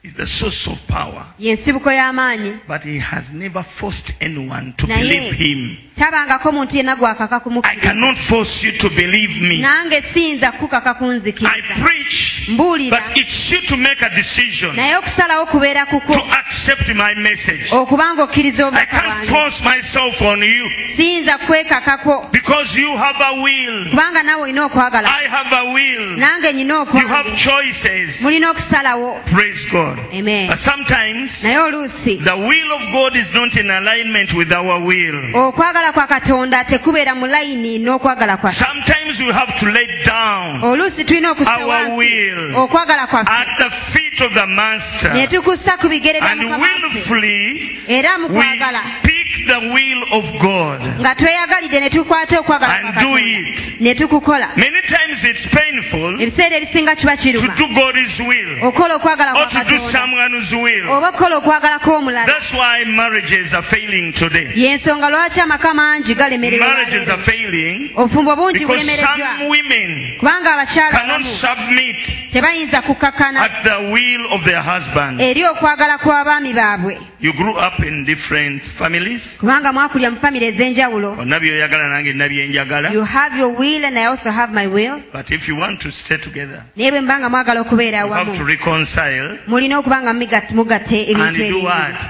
B: is the source of power,
A: yensibuko y'amaanyi
B: but He has never forced anyone to
A: Naye-
B: believe Him.
A: tabangako muntu yenna gwakaka
B: I
A: kumukkiriza
B: cannot force you to believe me.
A: nange siyinza kukaka
B: I
A: kunzikiriza
B: preach,
A: mbuulira
B: but it's you to make a decision
A: naye okusalawo kubeera
B: to
A: kukwo
B: accept my message.
A: okuba ng'okkiriza
B: I
A: obubaka
B: can't
A: bwange
B: force myself on you.
A: siyinza kwekakako
B: Because you have a will.
A: kubanga naawe olina okwagala
B: I have a will.
A: nange nyina
B: You have
A: okwange
B: choices.
A: mulina okusalawo
B: Praise God.
A: Amen.
B: But sometimes
A: naye oluusi
B: the will of God is not in alignment with our will.
A: okwagala kwa katonda tekubeera mu layini n'okwagala kwaffe
B: Sometimes we have to lay down
A: oluusi tulina okussa
B: Our
A: wansi
B: will.
A: okwagala kwaffe
B: at the feet of the
A: ne
B: Master
A: tukussa ku bigere bya
B: and
A: mukama waffe
B: willfully
A: era mu
B: we
A: kwagala
B: pick the will of God.
A: nga tweyagalidde ne tukwata okwagala kwa
B: And do
A: Katonda,
B: it. Hmm?
A: ne tukukola
B: Many times it's painful to
A: ebiseera ebisinga kiba kiruma
B: do God's will
A: okola okwagala
B: or
A: kwa
B: to do
A: katonda
B: someone's will.
A: oba okukola okwagala kw'omulala
B: That's why marriages are failing today.
A: y'ensonga lwaki amaka mangi galemererwa
B: marriages are
A: olwaleero.
B: failing
A: obufumbo bungi
B: because some
A: bulemereddwa
B: women
A: kubanga abakyala
B: cannot
A: abamu
B: submit
A: tebayinza kukkakana
B: at the will of their husband.
A: eri okwagala kw'abaami baabwe
B: You grew up in different families.
A: kubanga mwakulya mu famire ez'enjawulo
B: Onna byoyagala nange nna byenjagala.
A: you have your will and i also have my will
B: But if you want to stay together,
A: naye bwe mba nga mwagala okubeera
B: you have to
A: awamu
B: reconcile
A: mulina okuba nga mugat- mugatte
B: and
A: ebintu
B: do what?
A: ebingi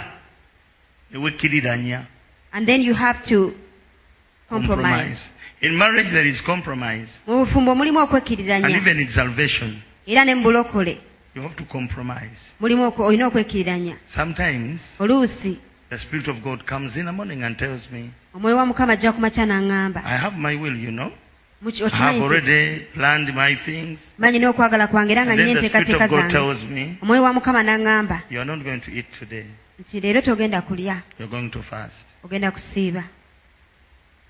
B: Ewekkiriranya,
A: and then you have to compromise
B: Compromise. In marriage there is compromise.
A: mu bufumbo mulimu
B: And
A: okwekkiriranya
B: even in salvation,
A: era ne mu bulokole
B: you have to compromise.
A: mulimu okwe- olina okwekkiriranya
B: Sometimes
A: oluusi
B: the Spirit of God comes in the morning and tells me,
A: omwoyo wa mukama ajja kumakya n'aŋŋamba
B: I have my will, you know.
A: Muki-
B: I have
A: okimanyi nti
B: already planned my things.
A: manyi n'okwagala kwange era nga
B: And
A: nnina
B: then the Spirit
A: enteekateeka
B: of God
A: zange
B: tells me,
A: omwoyo wa mukama n'aŋŋamba
B: You are not going to eat today.
A: nti leero togenda kulya
B: You're going to fast.
A: ogenda kusiiba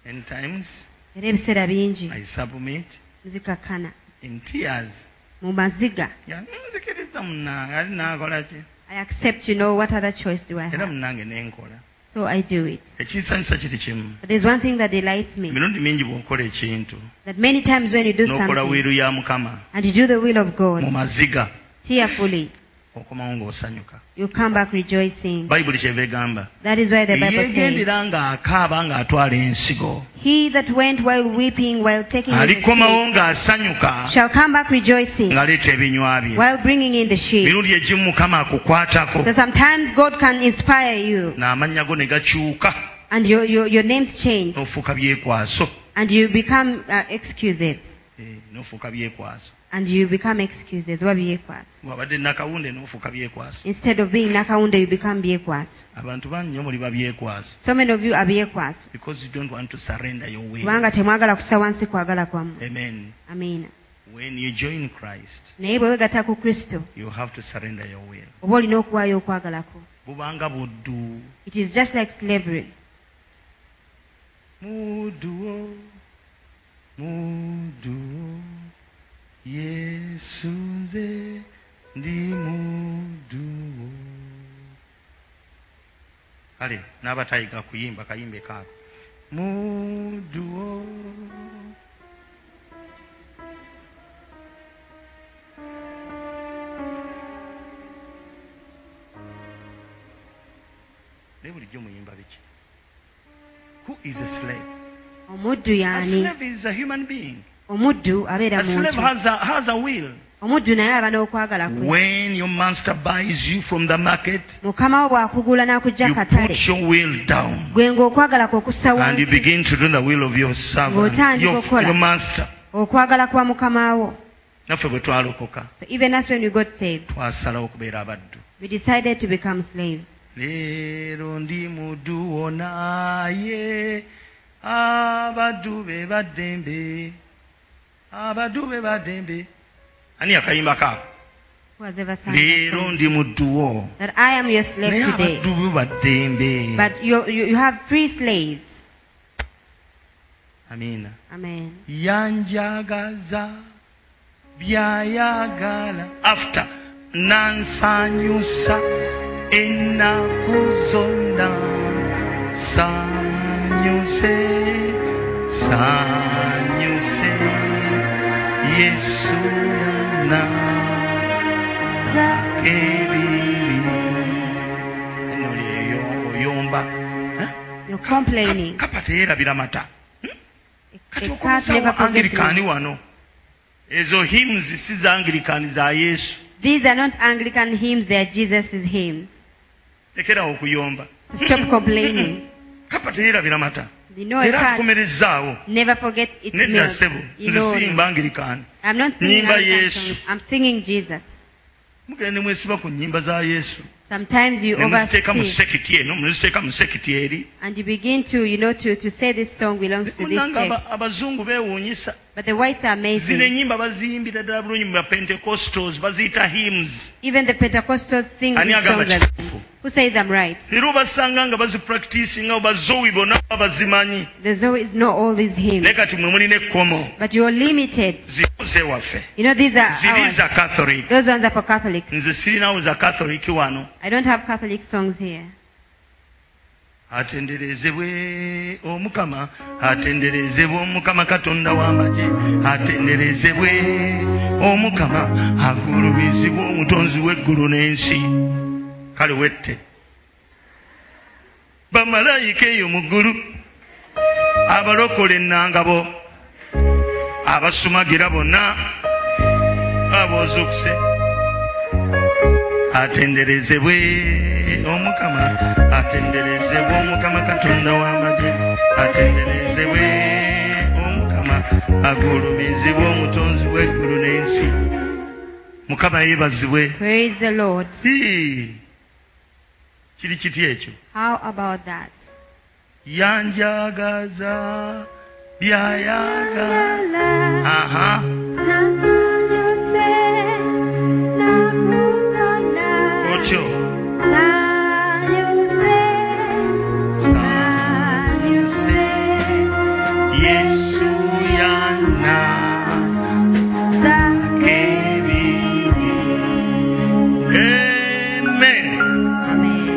B: Many times
A: era ebiseera bingi
B: I submit
A: nzikakkana
B: in tears.
A: mu maziga
B: Yeah, nzikiriza munnange ali naakola ki
A: i accept you know what other choice do i
B: era
A: have
B: munnange nenkola
A: So I do it.
B: ekinsanyusa kiri kimu
A: But there's one thing that delights me
B: emirundi mingi bw'okola ekintu
A: that many times when you Mm. do
B: n'okola
A: something
B: wiiru ya mukama
A: and you do the will of
B: mu
A: God
B: maziga
A: tearfully,
B: okomawo ng'osanyuka
A: you come back rejoicing.
B: bayibuli kyeva egamba
A: That is why the Bible says,
B: eyeegendera ng'akaaba ng'atwala ensigo
A: He that went while weeping, while taking in the
B: alikomawo
A: sheep,
B: ng'asanyuka
A: shall come back rejoicing
B: ng'aleeta ebinywa bye
A: while bringing in the sheep.
B: mirundi egimu mukama akukwatako
A: So sometimes God can inspire you
B: n'amannya go ne gakyuka
A: and your, your, your names change
B: n'ofuuka byekwaso
A: and you become uh, excuses.
B: Eh, n'ofuuka byekwaso
A: And you become excuses. oba byekwaso.
B: bw'abadde nakawunde n'ofuuka byekwaso
A: Instead of being nakawunda, you become byekwaso.
B: abantu bangi nyo muli babyekwaso
A: So many of you are byekwaso.
B: because you don't want to surrender your way
A: kubanga temwagala kusa wansi kwagala
B: Eh.
A: kwammwe
B: amen
A: amiina
B: when you join christ
A: naye bwe weegatta ku kristo
B: you have to surrender your will
A: oba olina okuwaayo okwagalako
B: bubanga buddu
A: it is just like slavery
B: mudduwo mudduwo yesu nze ndi mudduwo kale n'abatayiga kuyimba kayimbe kaako mudduwo naye bulijjo muyimba biki who is a slave
A: omuddu
B: A
A: yaani
B: slave is a human being.
A: omuddu abeera
B: A slave
A: muntu
B: has a, has a will.
A: omuddu naye aba n'okwagala kwe
B: When your master buys you from the market,
A: mukama wo bw'akugula n'akugja
B: you
A: katale
B: put your will down
A: gwe ng'okwagala kwe okussa
B: and you
A: wansi
B: begin to do the will of your servant,
A: Ng'otandika
B: your,
A: okukola.
B: your master.
A: okwagala kwa mukama wo
B: naffe bwe twalokoka
A: so even us when we got saved
B: twasalawo okubeera abaddu
A: we decided to become slaves
B: leero ndi muddu wo naye abaddu be baddembe abaddu be baddembe ani akayimba kaako
A: Who has ever sung that
B: leero
A: song?
B: ndi muddu wo
A: that i am your
B: naye
A: slave today
B: abaddu bo baddembe
A: but you, you, you have free slaves
B: amiina
A: amen
B: yanjagaza byayagala after nansanyusa ennaku zonna sanyuse sanyuse yesu yana ebibi enoli oyomba
A: You're complaining.
B: kapa teyeerabira mata kati
A: A cat never
B: okozesa
A: forgets
B: angirikaani
A: me.
B: wano ezo himuzi si zangirikaani za yesu
A: These are not Anglican hymns, they are Jesus' hymns.
B: lekerawo okuyomba
A: So
B: <laughs>
A: stop complaining.
B: kapa teyeerabira mata
A: You know, a
B: era
A: cat
B: atukomerezaawo
A: never forgets its
B: nedda
A: milk.
B: ssebo
A: You
B: nze
A: know,
B: siyimba angirikaani
A: I'm not singing
B: Nyimba
A: Anglican
B: Yesu.
A: songs. I'm singing Jesus.
B: mugenda ne mwesiba ku nnyimba za yesu
A: Sometimes you
B: ne muziteeka mu
A: oversee
B: sekiti eno ne muziteeka mu sekiti eri
A: and you begin to, you know, to, to say this song belongs to this
B: munanga
A: sect.
B: abazungu beewuunyisa
A: But the whites are
B: zino
A: amazing.
B: ennyimba baziyimbira ddala bulungi mu bapentecostals baziyita hims
A: Even the Pentecostals sing
B: Ani
A: these
B: agamba
A: songs. as-
B: kituufu?
A: Who says I'm right?
B: era obasanga nga bazipracticinga obazuwi bonna babazimanyi
A: There's always no all these hymns.
B: naye kati mwe mulina ekkomo
A: But you're limited.
B: zikoze waffe
A: You know, these are
B: ziri
A: ours.
B: za catholic
A: Those ones are for Catholics.
B: nze sirinawo za catholic wano
A: I don't have Catholic songs here.
B: atenderezebwe omukama atenderezebwe omukama katonda w'amagye atenderezebwe omukama agulumizibwe omutonzi w'eggulu n'ensi kale wette bamalayika eyo mu ggulu abalokola ennangabo abasumagira bonna aboozukuse atenderezebwe omukama atenderezebwe omukama katonda w'amagye atenderezebwe omukama agulumizibwe omutonzi w'eggulu n'ensi mukama yeebazibwe
A: Praise the Lord.
B: Hii. kiri kiti ekyo
A: How about that?
B: yanjagaza byayagala aha otyo sanyuse yesu yana Amen.
A: Amen.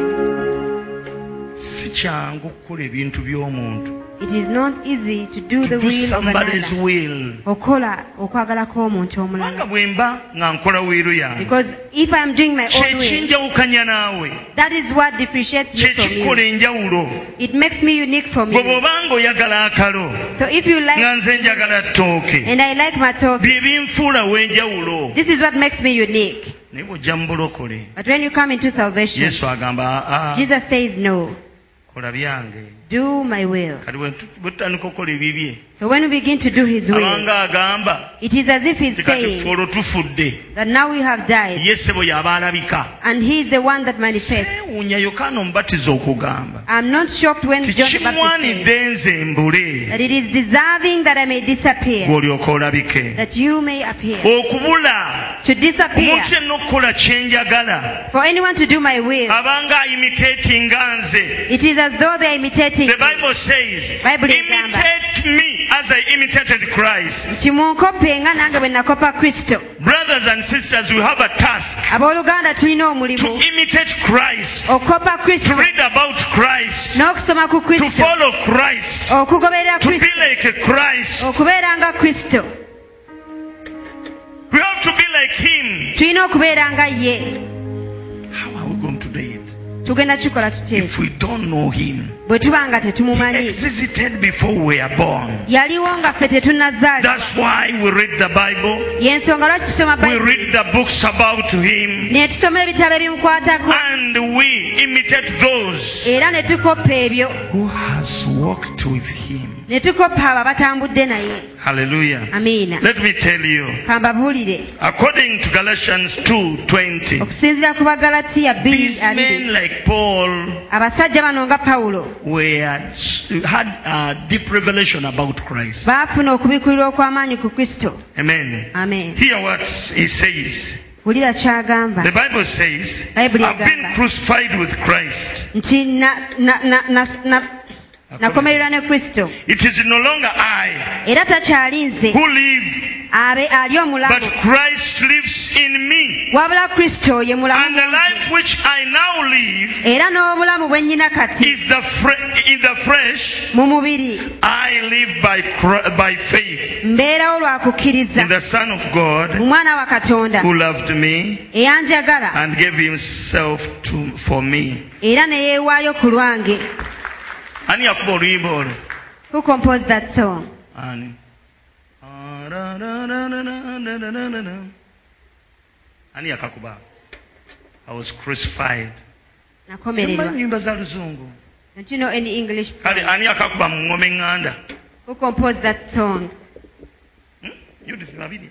B: Si kyangu okukola ebintu by'omuntu
A: it is not easy to do
B: to
A: the
B: do
A: will of
B: somebody's
A: another
B: will
A: okola okwagala kw'omuntu
B: kubanga
A: omulala
B: bwe mba nga nkola weero yange
A: because if i am doing my own will
B: kyekinjawukanya naawe
A: that is what differentiates me from
B: kyekikola
A: you
B: enjawulo
A: it makes me unique from
B: bwe
A: you
B: bwobanga oyagala akalo
A: so if you
B: nga
A: like
B: nze njagala ttooke
A: and i like matoke
B: bye binfuula w'enjawulo
A: this is what makes me unique
B: naye bw'ojja mu bulokole
A: but when you come into salvation
B: yesu agamba aa
A: jesus says no
B: kola byange
A: do my will
B: kati bwe- bwe tutandika okukola ebibye
A: so when we begin to do his will
B: abanga agamba
A: it is as if he's
B: tikati ffe
A: saying
B: olwo tufudde
A: that now we have died
B: ye ssebo y'aba alabika
A: and he is the one that manifests
B: seewuunya yokaana omubatiza okugamba
A: i'm not shocked when john the Baptist says
B: tikimwanidde nze mbule
A: that it is deserving that i may disappear
B: gw'olyoka olabike
A: that you may appear
B: okubula
A: to disappear
B: omuntu yenna okukola kyenjagala
A: for anyone to do my will
B: abanga ayimiteeti nga nze
A: It is as though they are imitating.
B: the bible says
A: Bible egamba.
B: imitate me as i imitated christ
A: nti munkope nga nange bwe nakopa kristo
B: brothers and sisters we have a task
A: abooluganda tulina
B: to
A: omulimu
B: imitate christ
A: okopa kristo
B: to read about christ
A: n'okusoma ku
B: to
A: kristo
B: follow christ
A: okugoberera
B: to be
A: kristo
B: like
A: Oh.
B: christ
A: okubeera nga kristo
B: we have to be like him
A: tulina okubeera nga ye
B: how are we going to do it
A: tugenda kukikola tutya
B: if we don't know him
A: bwe tuba nga
B: he
A: tetumumanyi
B: existed before we were born
A: yaliwo nga ffe tetunnazaalibwa
B: that's why we read the bible
A: yensonga lwaki tusoma
B: we
A: bayibuli
B: read the books about him
A: ne tusoma ebitabo ebimukwatako
B: Ah. and we imitate those
A: era ne tukopa ebyo
B: who has walked with him.
A: ne tukopa abo abatambudde naye
B: Hallelujah.
A: amiina
B: Let me tell you,
A: kambabuulire
B: according to Galatians 2:20,
A: okusinziira ku bagalatiya
B: these men
A: 2
B: like Paul
A: abasajja bano nga pawulo
B: were had a deep revelation about Christ.
A: baafuna okubikulirwa okw'amaanyi ku kristo
B: Amen.
A: amen
B: Hear what he says.
A: wulira kyagamba
B: The Bible says, I've
A: Bible
B: been
A: egamba.
B: crucified with Christ.
A: nti na- na- na- na- na- nakomererwa ne kristo
B: It is no longer I
A: era takyali nze
B: who live,
A: abe ali
B: but
A: omulamu
B: Christ lives in me.
A: wabula kristo ye
B: And
A: mulamu
B: the life which I now live
A: era n'obulamu bwe nnyina kati
B: is the fre- in the flesh
A: mu mubiri
B: I live by cr- by faith
A: mbeerawo lwa
B: in
A: kukkiriza
B: the Son of
A: mu
B: God
A: mwana wa katonda
B: who loved me
A: eyanjagala
B: and gave himself to for me.
A: era ne yeewaayo ku lwange
B: Ani yakuba oluyimba olwo?
A: who composed that song
B: Ani? Ani yakakuba? I was crucified.
A: nakomererwa
B: Temumanyi nyimba za luzungu.
A: Don't you know any English song?
B: Kale ani yakakuba mu ngoma eŋŋanda?
A: Who composed that song?
B: Hmm? Judith Babirye.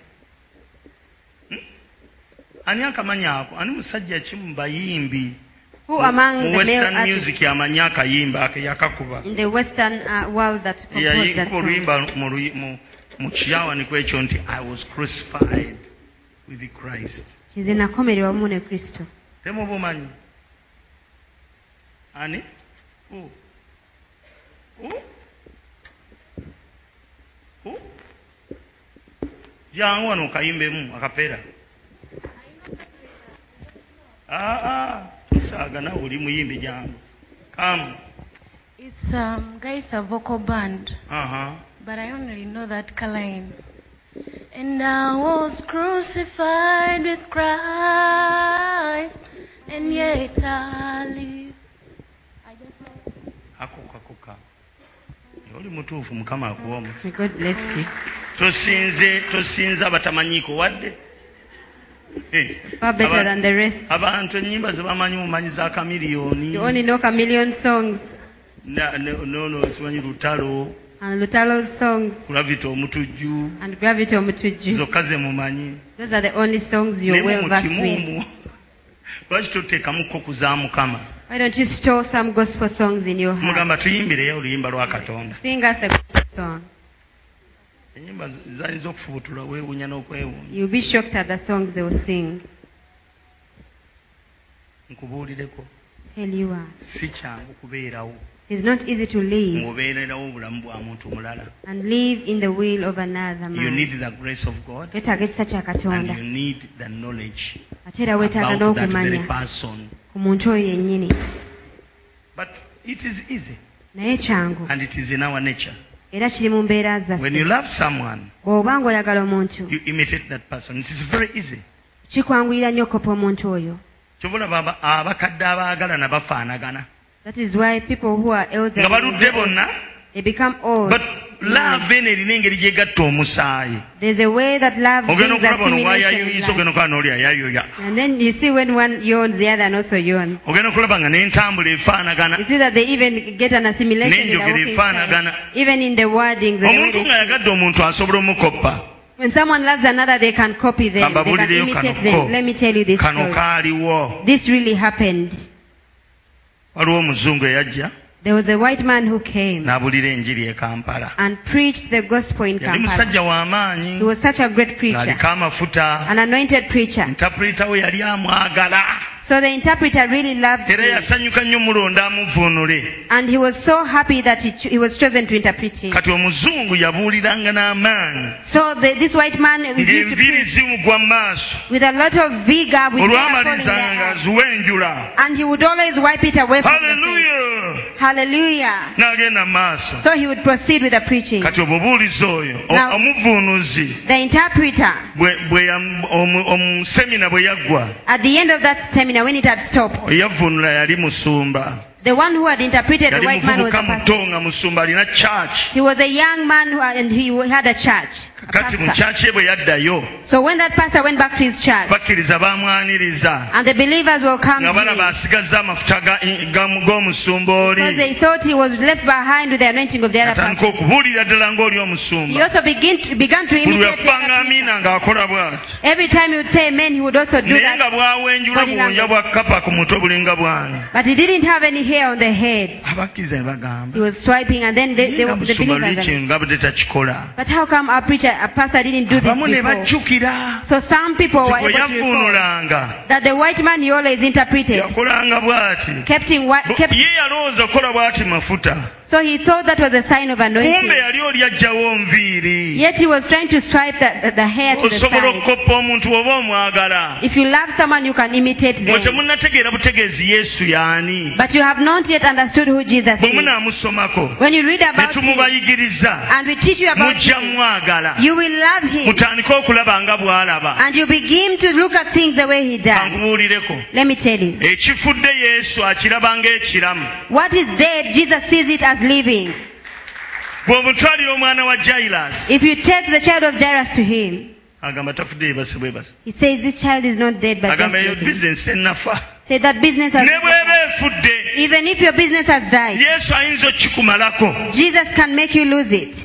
B: Hmm? Ani akamanya ako? Ani musajja ki mu bayimbi?
A: Who among the male
B: mu western
A: artists
B: music amanyi akayimba ako eyakakuba
A: in the Western uh, world that composed that
B: yayikuba
A: song?
B: oluyimba mu luyi- mu- mu kiyawaniku ekyo nti i was crucified with christ
A: Nze nakomererwa wamu ne Kristo.
B: temubumanyi ani Who? Who? Who? jangu wano okayimbemu akapeera Ah, aa tosaagana oli muyimbi jangu kamu
C: It's um, guys a vocal band,
B: aha
C: but I only know that Kalain. And I was crucified with Christ, and yet I live. I just know.
B: akukakuka oli mutuufu mukama akuwa
A: May
B: omusi
A: God bless you.
B: tosinze tosinze abatamanyiiko wadde Eh,
A: Far better
B: aba-
A: than the rest.
B: abantu ennyimba ze bamanyi mumanyi za
A: You only
B: kamiliyoni
A: know chameleon songs
B: Na- ne- nono simanyi lutalo
A: and Lutalo's songs
B: kulavita omutujju
A: and Gravity Omutuju.
B: zokka ze mumanyi
A: Those are the only songs
B: naye
A: you're well versed with.
B: mumutimuumu <laughs> lwaki toteekamuko ku za mukama
A: Why don't you store some gospel songs in your heart?
B: mugamba tuyimbireyo oluyimba lwa katonda
A: Sing us a gospel song.
B: ennyimba z- zayinza okufubutula weewunya n'okwewuunya
A: You'll be shocked at the songs they will sing.
B: nkubuulireko
A: Tell you what.
B: si kyangu kubeerawo
A: It's not easy to live
B: ng'obeererawo obulamu bwa muntu mulala
A: and live in the will of another
B: you
A: man.
B: need the grace of god
A: weetaaga ekisa kya
B: and
A: katonda
B: you need the knowledge
A: ate era weetaaga
B: about that
A: n'okumanya
B: very person
A: ku muntu oyo yennyini
B: but It is easy
A: naye kyangu
B: and it is in our nature.
A: era kiri mu mbeera
B: When you
A: zaffe
B: love someone,
A: bw'oba ng'oyagala omuntu
B: you imitate that person. It is very easy.
A: kikwanguyira nnyo okopa omuntu oyo
B: kyobulaba aba- abakadde abaagalana bafaanagana
A: that is why people who are
B: nga baludde
A: elder
B: bonna
A: they become old
B: but love eno erina engeri gyegatta omusaayi
A: there's a way that love
B: ogenda
A: brings
B: okulaba ono
A: assimilation in
B: wayayoyisa
A: life.
B: ogenda okulaba n'oli ayayoya
A: and then you see when one yawns the other and also yawns
B: ogenda okulaba nga n'entambula efaanagana
A: You see that they even get an assimilation in
B: N'enjogera
A: their walking
B: efaanagana.
A: style, even in the wordings. and the way
B: omuntu
A: they speak.
B: ng'ayagadde omuntu asobola omukoppa
A: When someone loves another, they can copy them. They can
B: Kababulireyo
A: imitate
B: kano ko.
A: them. Let me tell you this
B: kano
A: story.
B: kaaliwo
A: This really happened.
B: waliwo omuzungu eyajja
A: There was a white man who came
B: n'abulira enjiri e kampala
A: and preached the gospel in
B: yali
A: Kampala.
B: musajja w'amaanyi
A: He was such a great preacher,
B: ng'aliko amafuta
A: an anointed preacher.
B: intapulita we yali amwagala
A: So the interpreter really loved
B: era
A: him.
B: yasanyuka nnyo mulonda amuvuunule
A: And he was so happy that he, cho- he was chosen to interpret him.
B: kati omuzungu yabuuliranga n'amaanyi
A: So the, this white man used to
B: ng'enviiri
A: preach
B: zimugwa mu maaso
A: with a lot of vigor, with hair falling
B: olwamalizanga
A: down.
B: ng'azuwa enjula
A: And he would always wipe it away from the face.
B: haleluya
A: Hallelujah.
B: n'agenda mu maaso
A: So he would proceed with the preaching.
B: kati obubuulizi oyo o-
A: Now-
B: omuvuunuzi
A: The interpreter,
B: bwe- bwe yam- omu- omusemina bwe yaggwa
A: at the end of that seminar, when it had
B: Oh,
A: stopped,
B: eyavuunula yali musumba
A: the one who had interpreted the
B: yali
A: white man was a
B: muvubuka
A: pastor.
B: muto nga musumba alina church
A: He was a young man who, uh, and he had a church. A
B: kati mu
A: pastor.
B: church ye bwe yaddayo
A: So when that pastor went back to his church,
B: bakkiriza baamwaniriza
A: and the believers were come to
B: nga balaba
A: him,
B: asigazza amafuta ga- ga- g'omusumba
A: because
B: oli
A: they thought he was left behind with the anointing of the other
B: atandika
A: pastor.
B: okubuulira ddala ng'oli omusumba
A: He also begin to, began to
B: buli
A: imitate the
B: lweyafanga
A: other
B: amiina
A: preacher.
B: ng'akola bw'ati
A: Every time he would say amen, he would also do
B: naye nga
A: that.
B: bwawenjula
A: Body language.
B: buwunja bwa kkapa ku mutwe bulinga bwange
A: But he didn't have any hair on the head.
B: abakkiriza ne bagamba
A: He was swiping, and then they, they,
B: "Naye nga
A: were the
B: musumba luli
A: believers.
B: kino nga bwe tetakikola
A: But how come our preacher, our pastor didn't do
B: abamu ne
A: this before?
B: bajjukira
A: So some people
B: nti
A: were
B: bwe
A: able to recall
B: yavuunulanga
A: that the white man he always interpreted
B: yakolanga bw'ati
A: kept in white,
B: Bo-
A: kept,
B: ye yalowooza kukola bw'ati mafuta
A: so he thought that was a sign of
B: kumbe
A: anointing.
B: yali oli ajjawo nviiri
A: Yet he was trying to swipe the, the, the hair to the
B: osobola
A: side.
B: okukoppa omuntu oba omwagala
A: If you love someone, you can imitate
B: mwe
A: them.
B: temunnategeera butegeezi yesu yaani
A: But you have not yet understood who Jesus
B: bwe
A: is.
B: munaamusomako
A: When you read
B: ne
A: about him
B: tumubayigiriza
A: and we teach you about
B: mujja
A: him,
B: mwagala
A: you will love him
B: mutandike okulaba nga bw'alaba
A: and you begin to look at things the way he does.
B: kankubuulireko
A: Let me tell you.
B: ekifudde yesu akiraba ng'ekiramu
A: What is dead, Jesus sees it as living.
B: bw'omutwalira omwana wa jairasi
A: If you take the child of Jairus to him,
B: agamba tafudde yebase bwebase
A: he says, This child is not dead, but just
B: agamba eyo
A: sleeping.
B: bizinensi ennafa
A: Say that business has
B: ne bw'eba efudde
A: even if your business has died,
B: yesu ayinza okukikumalako
A: Jesus can make you lose it.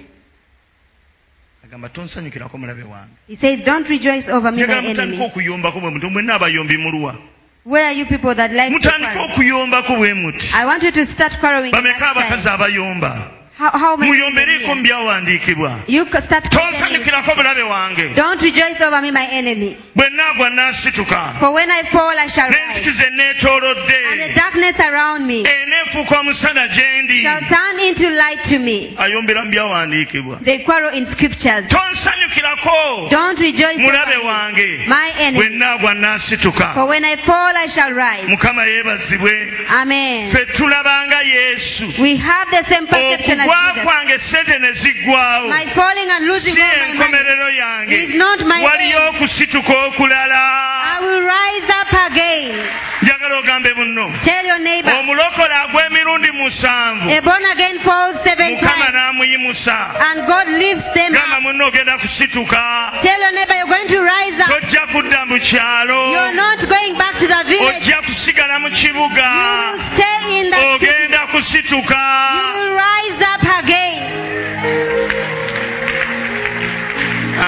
B: agamba tonsanyukirako mulabe wange
A: He says, Don't rejoice over me, my
B: njagala mutandika
A: enemy.
B: okuyombako bwe muti mwenna abayombi muluwa
A: Where are you people that like to
B: mutandika
A: quarrel?
B: okuyombako bwe muti
A: I want you to start quarreling. in
B: bameka
A: that
B: abakazi
A: time.
B: abayomba
A: How, how many
B: muyombereeko
A: here?
B: mu byawandiikibwa
A: You ca- start quarreling.
B: tonsanyukirako bulabe wange
A: Don't rejoice over me, my enemy.
B: bwe naagwa n'asituka
A: For when I fall, I shall rise.
B: n'enzikiza enneetoolodde
A: And the darkness around me
B: eneefuuka Eh, omusana gye ndi
A: shall turn into light to me.
B: ayombera mu byawandiikibwa
A: They quarrel in scriptures.
B: tonsanyukirako
A: Don't rejoice
B: mulabe
A: over me,
B: wange
A: my
B: bwe
A: enemy.
B: naagwa n'asituka
A: For when I fall, I shall rise.
B: mukama yeebazibwe
A: Amen.
B: ffe tulabanga yesu
A: We have the same perception as
B: okugwa
A: Jesus.
B: kwange sente ne ziggwawo
A: My falling and losing
B: si
A: all my money.
B: enkomerero yange
A: It is not my
B: waliyo
A: end.
B: okusituka okulala
A: I will rise up again.
B: njagala ogambe bunno
A: Tell your neighbor,
B: omulokole agw'emirundi musanvu
A: a born again falls seven
B: mukama
A: times,
B: n'amuyimusa
A: and God lifts them
B: gamba
A: up.
B: munno ogenda kusituka
A: Tell your neighbor you're going to rise up.
B: tojja kudda mu kyalo
A: You're not going back to the village.
B: ojja kusigala mu kibuga
A: You will stay in
B: Oh,
A: the city.
B: ogenda kusituka
A: You will rise up again.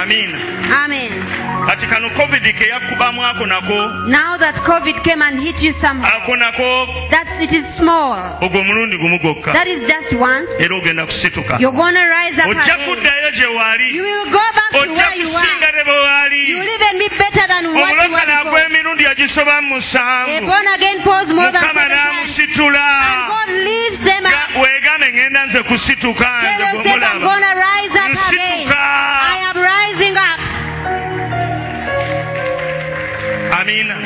B: amiina
A: Amen.
B: kati kano covid ke yakkubamu ako nako
A: Now that COVID came and hit you somehow,
B: ako nako
A: that's it is small.
B: ogwo omulundi gumu gwokka
A: That is just once.
B: era ogenda kusituka
A: You're gonna rise up
B: ojja
A: again.
B: kuddayo gye
A: eh. You
B: wali
A: will go back to
B: ojja
A: where you
B: kusinga
A: were.
B: ne bwe wali
A: You will even be better
B: Oh,
A: than what you
B: omulokale
A: were before.
B: agw'emirundi yagisoba mu
A: A
B: musanvu
A: born again falls more than
B: mukama
A: seven times.
B: n'amusitula
A: And God leaves them
B: Ga-
A: up.
B: weegambe ngenda nze kusituka
A: Tell
B: nze
A: yourself, I'm
B: gwemulaba
A: gonna rise up again.
B: nsituka
A: I am rising up.
B: amiina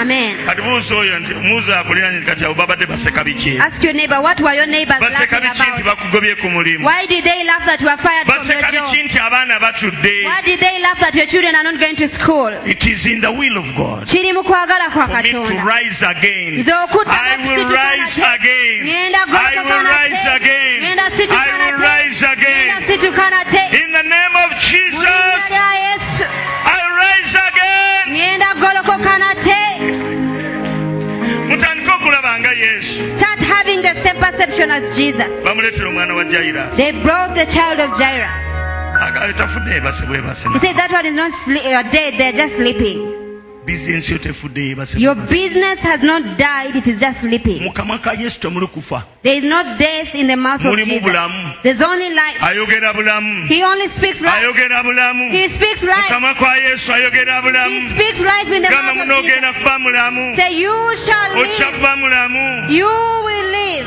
A: Amen.
B: kati buuza oyo nti omuwuzi akuliranye kati abo babadde baseka biki
A: Ask your neighbor, what were your neighbors
B: baseka
A: laughing
B: biki nti
A: about?
B: bakugobye ku mulimu
A: Why did they laugh that you are fired from
B: baseka
A: your
B: biki
A: job?
B: nti abaana batudde
A: Why did they laugh that your children are not going to school?
B: it is in the will of god
A: kiri mu kwagala kwa
B: for me to
A: katonda
B: rise again.
A: Nze okuddamu
B: I will
A: okusituka
B: rise
A: nate.
B: again.
A: Ngenda
B: I will
A: golokokana
B: rise
A: te.
B: again.
A: Ngenda situka
B: I will
A: nate.
B: rise
A: Genda
B: again.
A: situka nate
B: In the name of
A: mu linnya
B: Jesus,
A: lya yesu
B: I rise again.
A: ŋŋenda golokoka nate
B: mutandike okulaba nga yesu
A: start having the same perception as jesus
B: bamuleetera omwana wa jairasi
A: they brought the child of jairus
B: tafudde ebase bwebase
A: he said that one is not sli- uh, dead they're just sleeping
B: bizinensi yo tefudde yebase
A: your business has not died it is just sleeping
B: mukamwa ka yesu temuli kufa
A: there is no death in the mouth of
B: Mulimu
A: jesus
B: bulamu.
A: there's only life
B: ayogera bulamu
A: he only speaks life
B: ayogera bulamu
A: he speaks life
B: mukamwa kwa yesu ayogera
A: he
B: bulamu
A: speaks life in the
B: gamba
A: mouth of jesus
B: munoogenda kuba mulamu
A: say you shall
B: ojja
A: live
B: kuba mulamu
A: you will live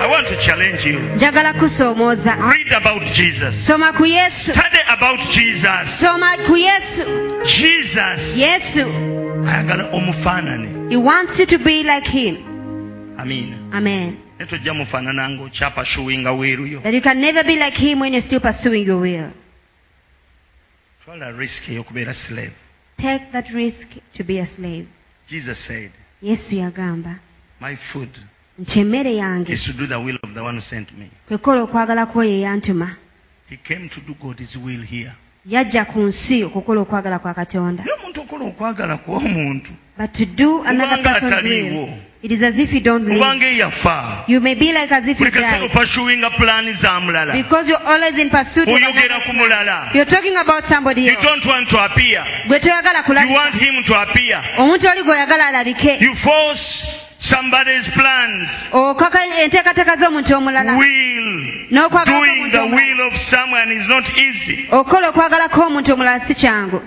B: I want to challenge you.
A: njagala kusoomooza
B: Read about Jesus.
A: soma ku yesu
B: Study about Jesus.
A: soma ku yesu
B: Jesus.
A: yesu
B: ayagala omufaanane
A: he wants you to be like him
B: amiina
A: amen
B: ne tojja mufaanana ng'okyapashuwinga weeruyo
A: That you can never be like him when you're still pursuing your will.
B: twala risk ey'okubeera slave
A: Take that risk to be a slave.
B: jesus said
A: Yesu yagamba
B: my food
A: nti emmere yange
B: is to do the will of the one who sent me
A: kwe kukola okwagala kw'oyo eyantuma
B: he came to do god's will here
A: yajja ku nsi okukola okwagala kwa katonda
B: naye omuntu okola okwagala kw'omuntu
A: but to do another
B: Kubanga
A: person's
B: ataliiwo.
A: will it is as if you don't live
B: kubanga eyafa
A: you may be like as if you
B: buli kasera
A: die
B: opashuwinga pulaani za mulala
A: because you're always in pursuit of
B: oyogera
A: another
B: ku mulala
A: you're talking about somebody
B: you
A: else
B: don't want to appear
A: gwe toyagala
B: you
A: kulaba
B: want him to appear
A: omuntu oli gweoyagala alabike
B: You force somebody's plans,
A: okaka enteekateeka z'omuntu omulala
B: will,
A: n'okwagala
B: doing
A: kw'omuntu
B: the
A: omulala
B: will of someone is not easy.
A: okukola okwagala kw'omuntu omulala si kyangu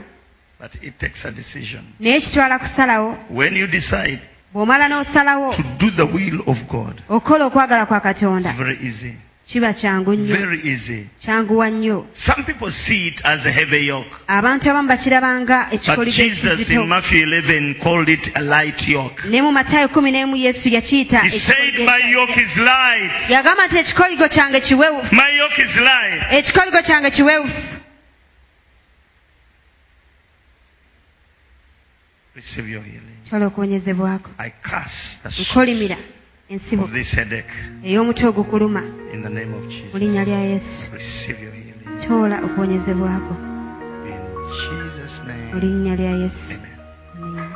B: But it takes a decision.
A: naye kitwala kusalawo
B: When you decide
A: bw'omala n'osalawo
B: to do the will of God,
A: okukola okwagala kwa katonda
B: it's very easy.
A: kiba kyangu nnyo
B: Very easy.
A: kyanguwa nnyo
B: Some people see it as a heavy yoke.
A: abantu abamu bakiraba nga
B: But
A: ekikolibwa
B: Jesus
A: ekizito
B: in Matthew 11 called it a light yoke.
A: ne mu matayo kumi n'emu yesu yakiyita
B: He said,
A: ekikoligo
B: My
A: ekyange."
B: yoke is light.
A: yagamba nti ekikoligo kyange kiweewufu
B: My yoke is light.
A: ekikoligo kyange kiweewufu
B: Receive your healing.
A: kyola okuwonyezebwako
B: I curse the source
A: nkolimira ensibo
B: of this headache
A: ey'omuti ogukuluma
B: in the name of
A: mu linnya
B: Jesus.
A: lya yesu
B: Receive your healing.
A: toola okuwonyezebwako
B: In Jesus'
A: mu
B: name.
A: linnya lya yesu
B: Amen.
A: Amen.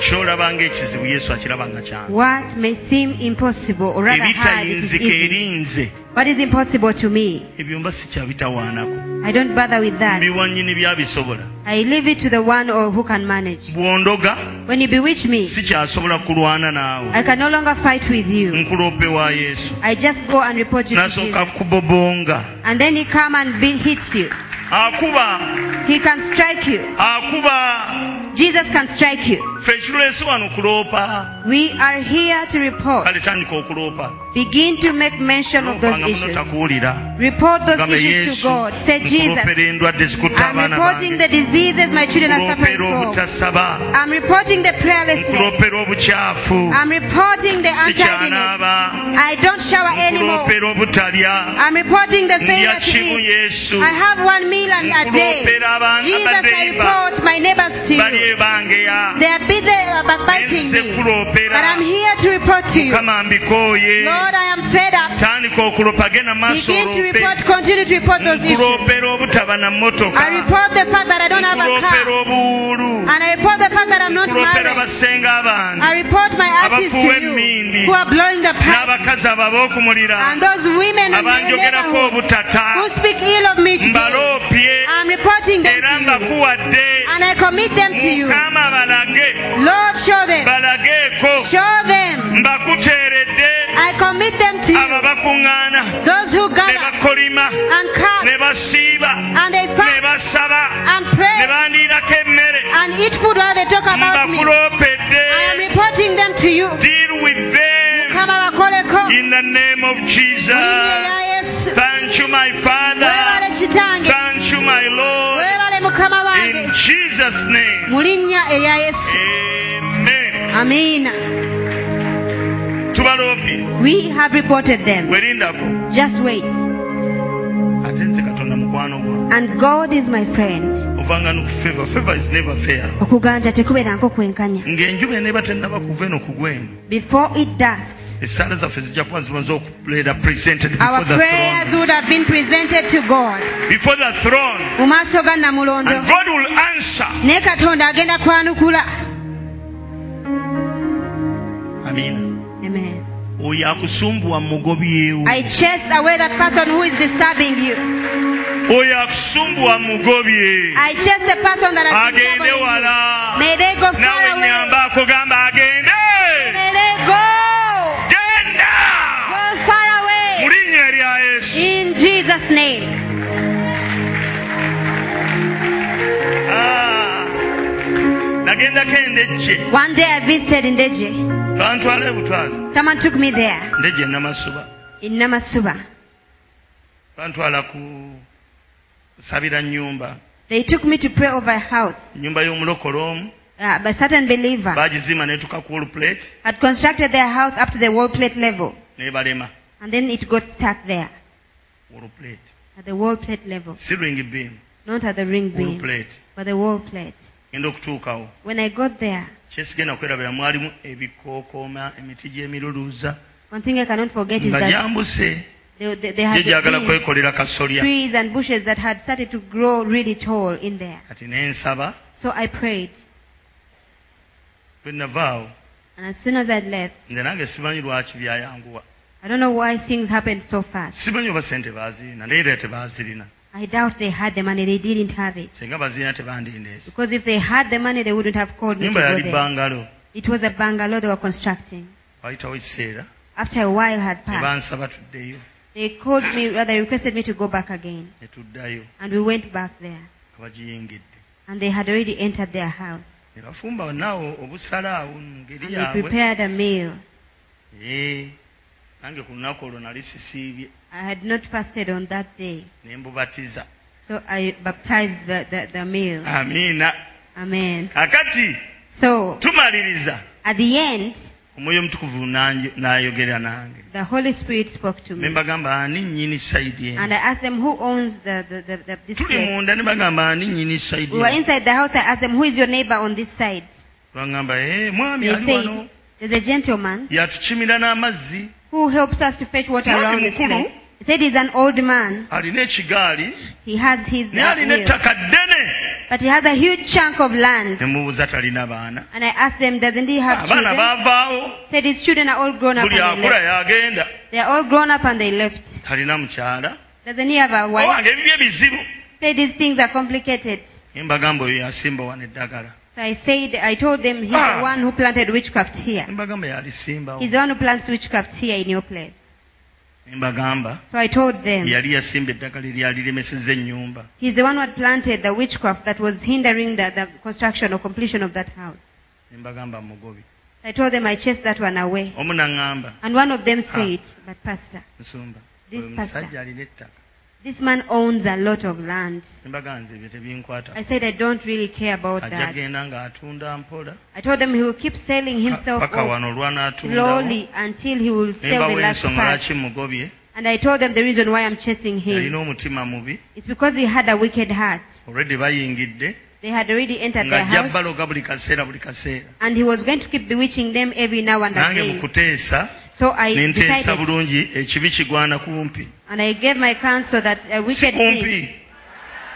B: kyolabanga ekizibu yesu akirabanga kyangu
A: What may seem impossible or rather hard it is
B: ebitayinzika
A: easy.
B: eri nze
A: What is impossible to me,
B: ebyo mba sikyabitawaanako
A: I don't bother with that.
B: biwanyini byabisobola
A: I leave it to the one or who can manage.
B: bwondoga
A: When you bewitch me,
B: sikyasobola kulwana
A: I
B: naawe
A: can no longer fight with you.
B: nkulope wa yesu
A: I just go and report you to
B: n'asooka
A: Jesus.
B: kubobonga
A: And then he come and be, hits you.
B: akuba
A: He can strike you.
B: akuba
A: Jesus can strike you.
B: ffe ekituleese wano kuloopa
A: We are here to report.
B: kale tandika okuloopa
A: Begin to make mention of those
B: olopanga muno
A: issues.
B: takuwulira
A: Report those
B: gambe
A: issues to
B: yesu
A: God. Say, Jesus,
B: nkuloopera endwadde zikutta
A: I'm
B: abaana
A: reporting the
B: bange
A: diseases my children are suffering
B: nkuloopera
A: from.
B: obutasaba
A: I'm reporting the prayerlessness.
B: nkuloopera obukyafu
A: I'm reporting the untidiness.
B: sikyanaaba
A: I don't shower anymore.
B: nkuloopera obutalya
A: I'm reporting the
B: ndya
A: failure to
B: kimu
A: eat.
B: yesu
A: I have one meal and a day. Jesus,
B: Nkuloopera abantu
A: I
B: abaddeyiba.
A: report my neighbors to
B: bali
A: you.
B: ebangeya
A: They are busy about biting
B: enzize
A: me. But
B: kuloopera
A: I'm here to report to you. Lord,
B: mukama mbikooye
A: I am fed up.
B: tandika okulopa genda maaso
A: Begin to
B: oloope
A: report, continue to report those issues.
B: nkuloopera obutaba na mmotoka
A: I report the fact that I don't have a
B: nkuloopera
A: car.
B: obuwuulu
A: And I report the fact that I'm not
B: nkuloopera
A: married.
B: basenga abange
A: I report my artists
B: Abafuuwa
A: to
B: emmindi.
A: you who are blowing the pipe.
B: n'abakazi abo ab'okumulira
A: And those women in my
B: abanjogerako
A: neighborhood
B: obutata
A: who speak ill of me today,
B: mbaloopye
A: I'm reporting them
B: era
A: to you.
B: mbakuwadde
A: And I commit them to you.
B: mukama balage
A: Lord, show them.
B: balageeko
A: Show them.
B: mbakuteeredde
A: I commit them to
B: abo
A: you.
B: bakuŋŋaana
A: Those who
B: ne
A: gather
B: bakolima
A: and
B: ne
A: cut
B: basiiba
A: and they
B: ne
A: fast
B: basaba
A: and
B: ne
A: pray
B: bandiirako emmere
A: and eat food while they talk about me. I
B: mbakuloopedde
A: am reporting them to you.
B: deal with them
A: Kama bakoleko.
B: in the name of
A: Mu linnya
B: Jesus
A: lya Yesu.
B: Thank you, my
A: weebale
B: Father.
A: kitange
B: Thank you, my Lord.
A: weebale mukama wange
B: In Jesus' name.
A: mu linnya erya yesu
B: Amen.
A: amiina
B: tubaloopye
A: we have reported them
B: werindako
A: just wait
B: ate nze katonda mukwano gwa
A: and god is my friend
B: ovanga nokufeva feva is never fair
A: okuganja tekubeerangako kwenkanya
B: ng'enjuba eneeba tennaba kuva eno kugwenu
A: before it dusks
B: essaala zaffe zijja kuba zimaze okuleeta presented
A: our
B: before the
A: prayers
B: throne
A: would have been presented to god
B: before the throne
A: mu maaso ga namulondo
B: and god will answer
A: naye katonda agenda kwanukula
B: amina
A: Amen.
B: oyo akusumbuwa mugobyewo
A: i chase away that person who is disturbing you
B: oyo akusumbuwa mugobye
A: i chase the person that has been
B: agende
A: troubling you.
B: wala
A: may they go far
B: nawe
A: away
B: nyamba akugamba agende
A: may they go
B: genda
A: go far
B: mu
A: away
B: linnya erya yesu
A: in jesus name
B: Ah, nagendako endejje
A: one day i visited in deje
B: bantwala ebutwazi
A: someone took me there
B: ndejje namasuba
A: in namasuba
B: bantwala ku sabira nyumba
A: They took me to pray over a house.
B: nyumba y'omulokole omu
A: Uh, but certain believer
B: bagizimba netuka ku olupulate
A: had constructed their house up to the wall plate level,
B: nebalema
A: and then it got stuck there
B: olupulate
A: at the wall plate level,
B: si ring beam
A: not at the ring beam,
B: olupulate
A: but the wall plate.
B: genda okutuukawo
A: When I got there,
B: kyesigenda kwerabira mwalimu ebikookooma emiti gy'emiluluuza
A: one thing I cannot forget is
B: nga
A: that
B: gyambuse
A: they, they, they
B: gye
A: had
B: gyagala
A: been
B: kwekolera kasolya
A: trees and bushes that had started to grow really tall in there.
B: kati nensaba
A: So I prayed,
B: bwe navaawo
A: and as soon as I left,
B: nze nange simanyi lwaki byayanguwa
A: I don't know why things happened so fast.
B: simanyi oba sente baazirina neera tebaazirina
A: I doubt they had the money. They didn't have it.
B: singa bazirina tebandindeesi
A: Because if they had the money, they wouldn't have called me to
B: nyumba
A: go
B: yali
A: there.
B: bangalo
A: It was a bungalow they were constructing.
B: wayitawo ekiseera
A: After a while had
B: ne
A: passed,
B: bansaba tuddeyo
A: they called me, rather requested me to go back again.
B: ne tuddayo
A: And we went back there.
B: nga bagiyingidde
A: And they had already entered their house.
B: ne bafumba naawo obusalaawo mu ngeri
A: And they
B: yaabwe
A: prepared a meal.
B: Eh, nange ku lunaku olwo nali sisiibye
A: I had not fasted on that day.
B: ne mbubatiza
A: So I baptized the, the, the meal.
B: Ah. amiina
A: Amen.
B: kakati
A: So
B: tumaliriza
A: at the end,
B: omwoyo omutukuvu nanjo- n'ayogera nange
A: the Holy Spirit spoke to
B: ne
A: me.
B: mbagamba ani nnyini sayidi
A: And
B: eno
A: I asked them who owns the, the, the, the, this
B: tuli
A: place.
B: munda ne bagamba ani nnyini sayidi
A: We were inside the house. I asked them who is your neighbor on this side.
B: bagamba "Eh, mwami
A: They
B: ali wano
A: said, there's a gentleman
B: yatukimira n'amazzi
A: who helps us to fetch water
B: Mwami
A: around this
B: mukulu.
A: place. He said he's an old man.
B: alina ekigaali
A: He has his
B: naye
A: uh,
B: alina
A: will,
B: ettaka ddene
A: but he has a huge chunk of land.
B: nemubuuza talina baana
A: And I asked them, doesn't he have
B: abaana
A: children?
B: baavaawo
A: Said his children are all grown up
B: buli
A: and they
B: akula
A: left.
B: yagenda
A: They are all grown up and they left.
B: talina mukyala
A: Doesn't he have a wife?
B: owange ebibyo ebizibu
A: Said these things are complicated.
B: embagamba oyo yasimba wano eddagala
A: So I said, I told them he's
B: Ah.
A: the one who planted witchcraft here.
B: embagamba yalisimbawo
A: He's the one who plants witchcraft here in your place.
B: embagamba
A: So I told them
B: yali yasimba eddagala eryalimeseza ennyumba
A: he's the one who had planted the witchcraft that was hindering the, the construction or completion of that house.
B: embagamba mugobi
A: I told them I chased that one away.
B: omu naŋŋamba
A: And one of them
B: Ah.
A: said, But Pastor,
B: nsumba
A: This
B: oyo musajja
A: pastor.
B: alina ettaka
A: this man owns a lot of land.
B: embagamba nze ebyo tebinkwata
A: I said, I don't really care about
B: ajja
A: that.
B: genda ng'atunda mpola
A: I told him he will keep selling himself
B: paka
A: off
B: wano olwanaatundawo
A: slowly until he will sell the
B: nembawo
A: last
B: ensonga
A: part.
B: laki mugobye
A: And I told them the reason why I'm chasing
B: yalina
A: him.
B: omutima mubi
A: It's because he had a wicked heart.
B: olwedi bayingidde
A: They had already entered their
B: ng'ajja
A: house.
B: baloga buli kaseera buli kaseera
A: And he was going to keep bewitching them every now and
B: nange mu
A: again.
B: kuteesa
A: So I
B: ne nteesa
A: decided,
B: bulungi ekibi kigwana kumpi
A: and I gave my counsel that a
B: si
A: wicked
B: kumpi
A: thing,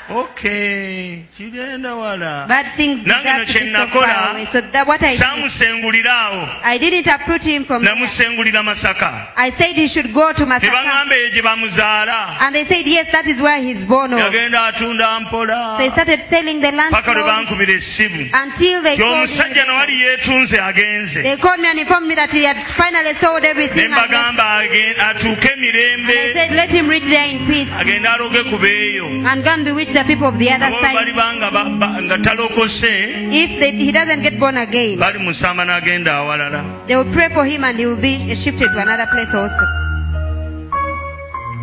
B: okay kigenda wala
A: bad things
B: Nange no
A: deserve to
B: kye
A: be so
B: nakola,
A: far away. So that what I did
B: samusengulira awo
A: I didn't uproot him from there.
B: namusengulira masaka
A: I said he should go to
B: ne
A: Masaka.
B: baŋŋamba eyo gye bamuzaala
A: And they said, yes, that is where he's born of. So
B: yagenda atunda mpola
A: he started selling the land
B: paka lwe
A: slowly
B: bankubira essimu
A: until they called me.
B: y'omusajja newali yeetunze agenze
A: They called me and informed me that he had finally sold everything. And,
B: ne
A: left.
B: mbagamba age- atuuke
A: and I
B: emirembe
A: said, let him reach there in peace
B: agende aloge ku beeyo
A: and go and bewitch the people of the other
B: abo bali
A: side.
B: banga ba- ba- nga talokose
A: If they, he doesn't get born again,
B: bali musamba n'agenda awalala
A: they will pray for him and he will be shifted to another place also.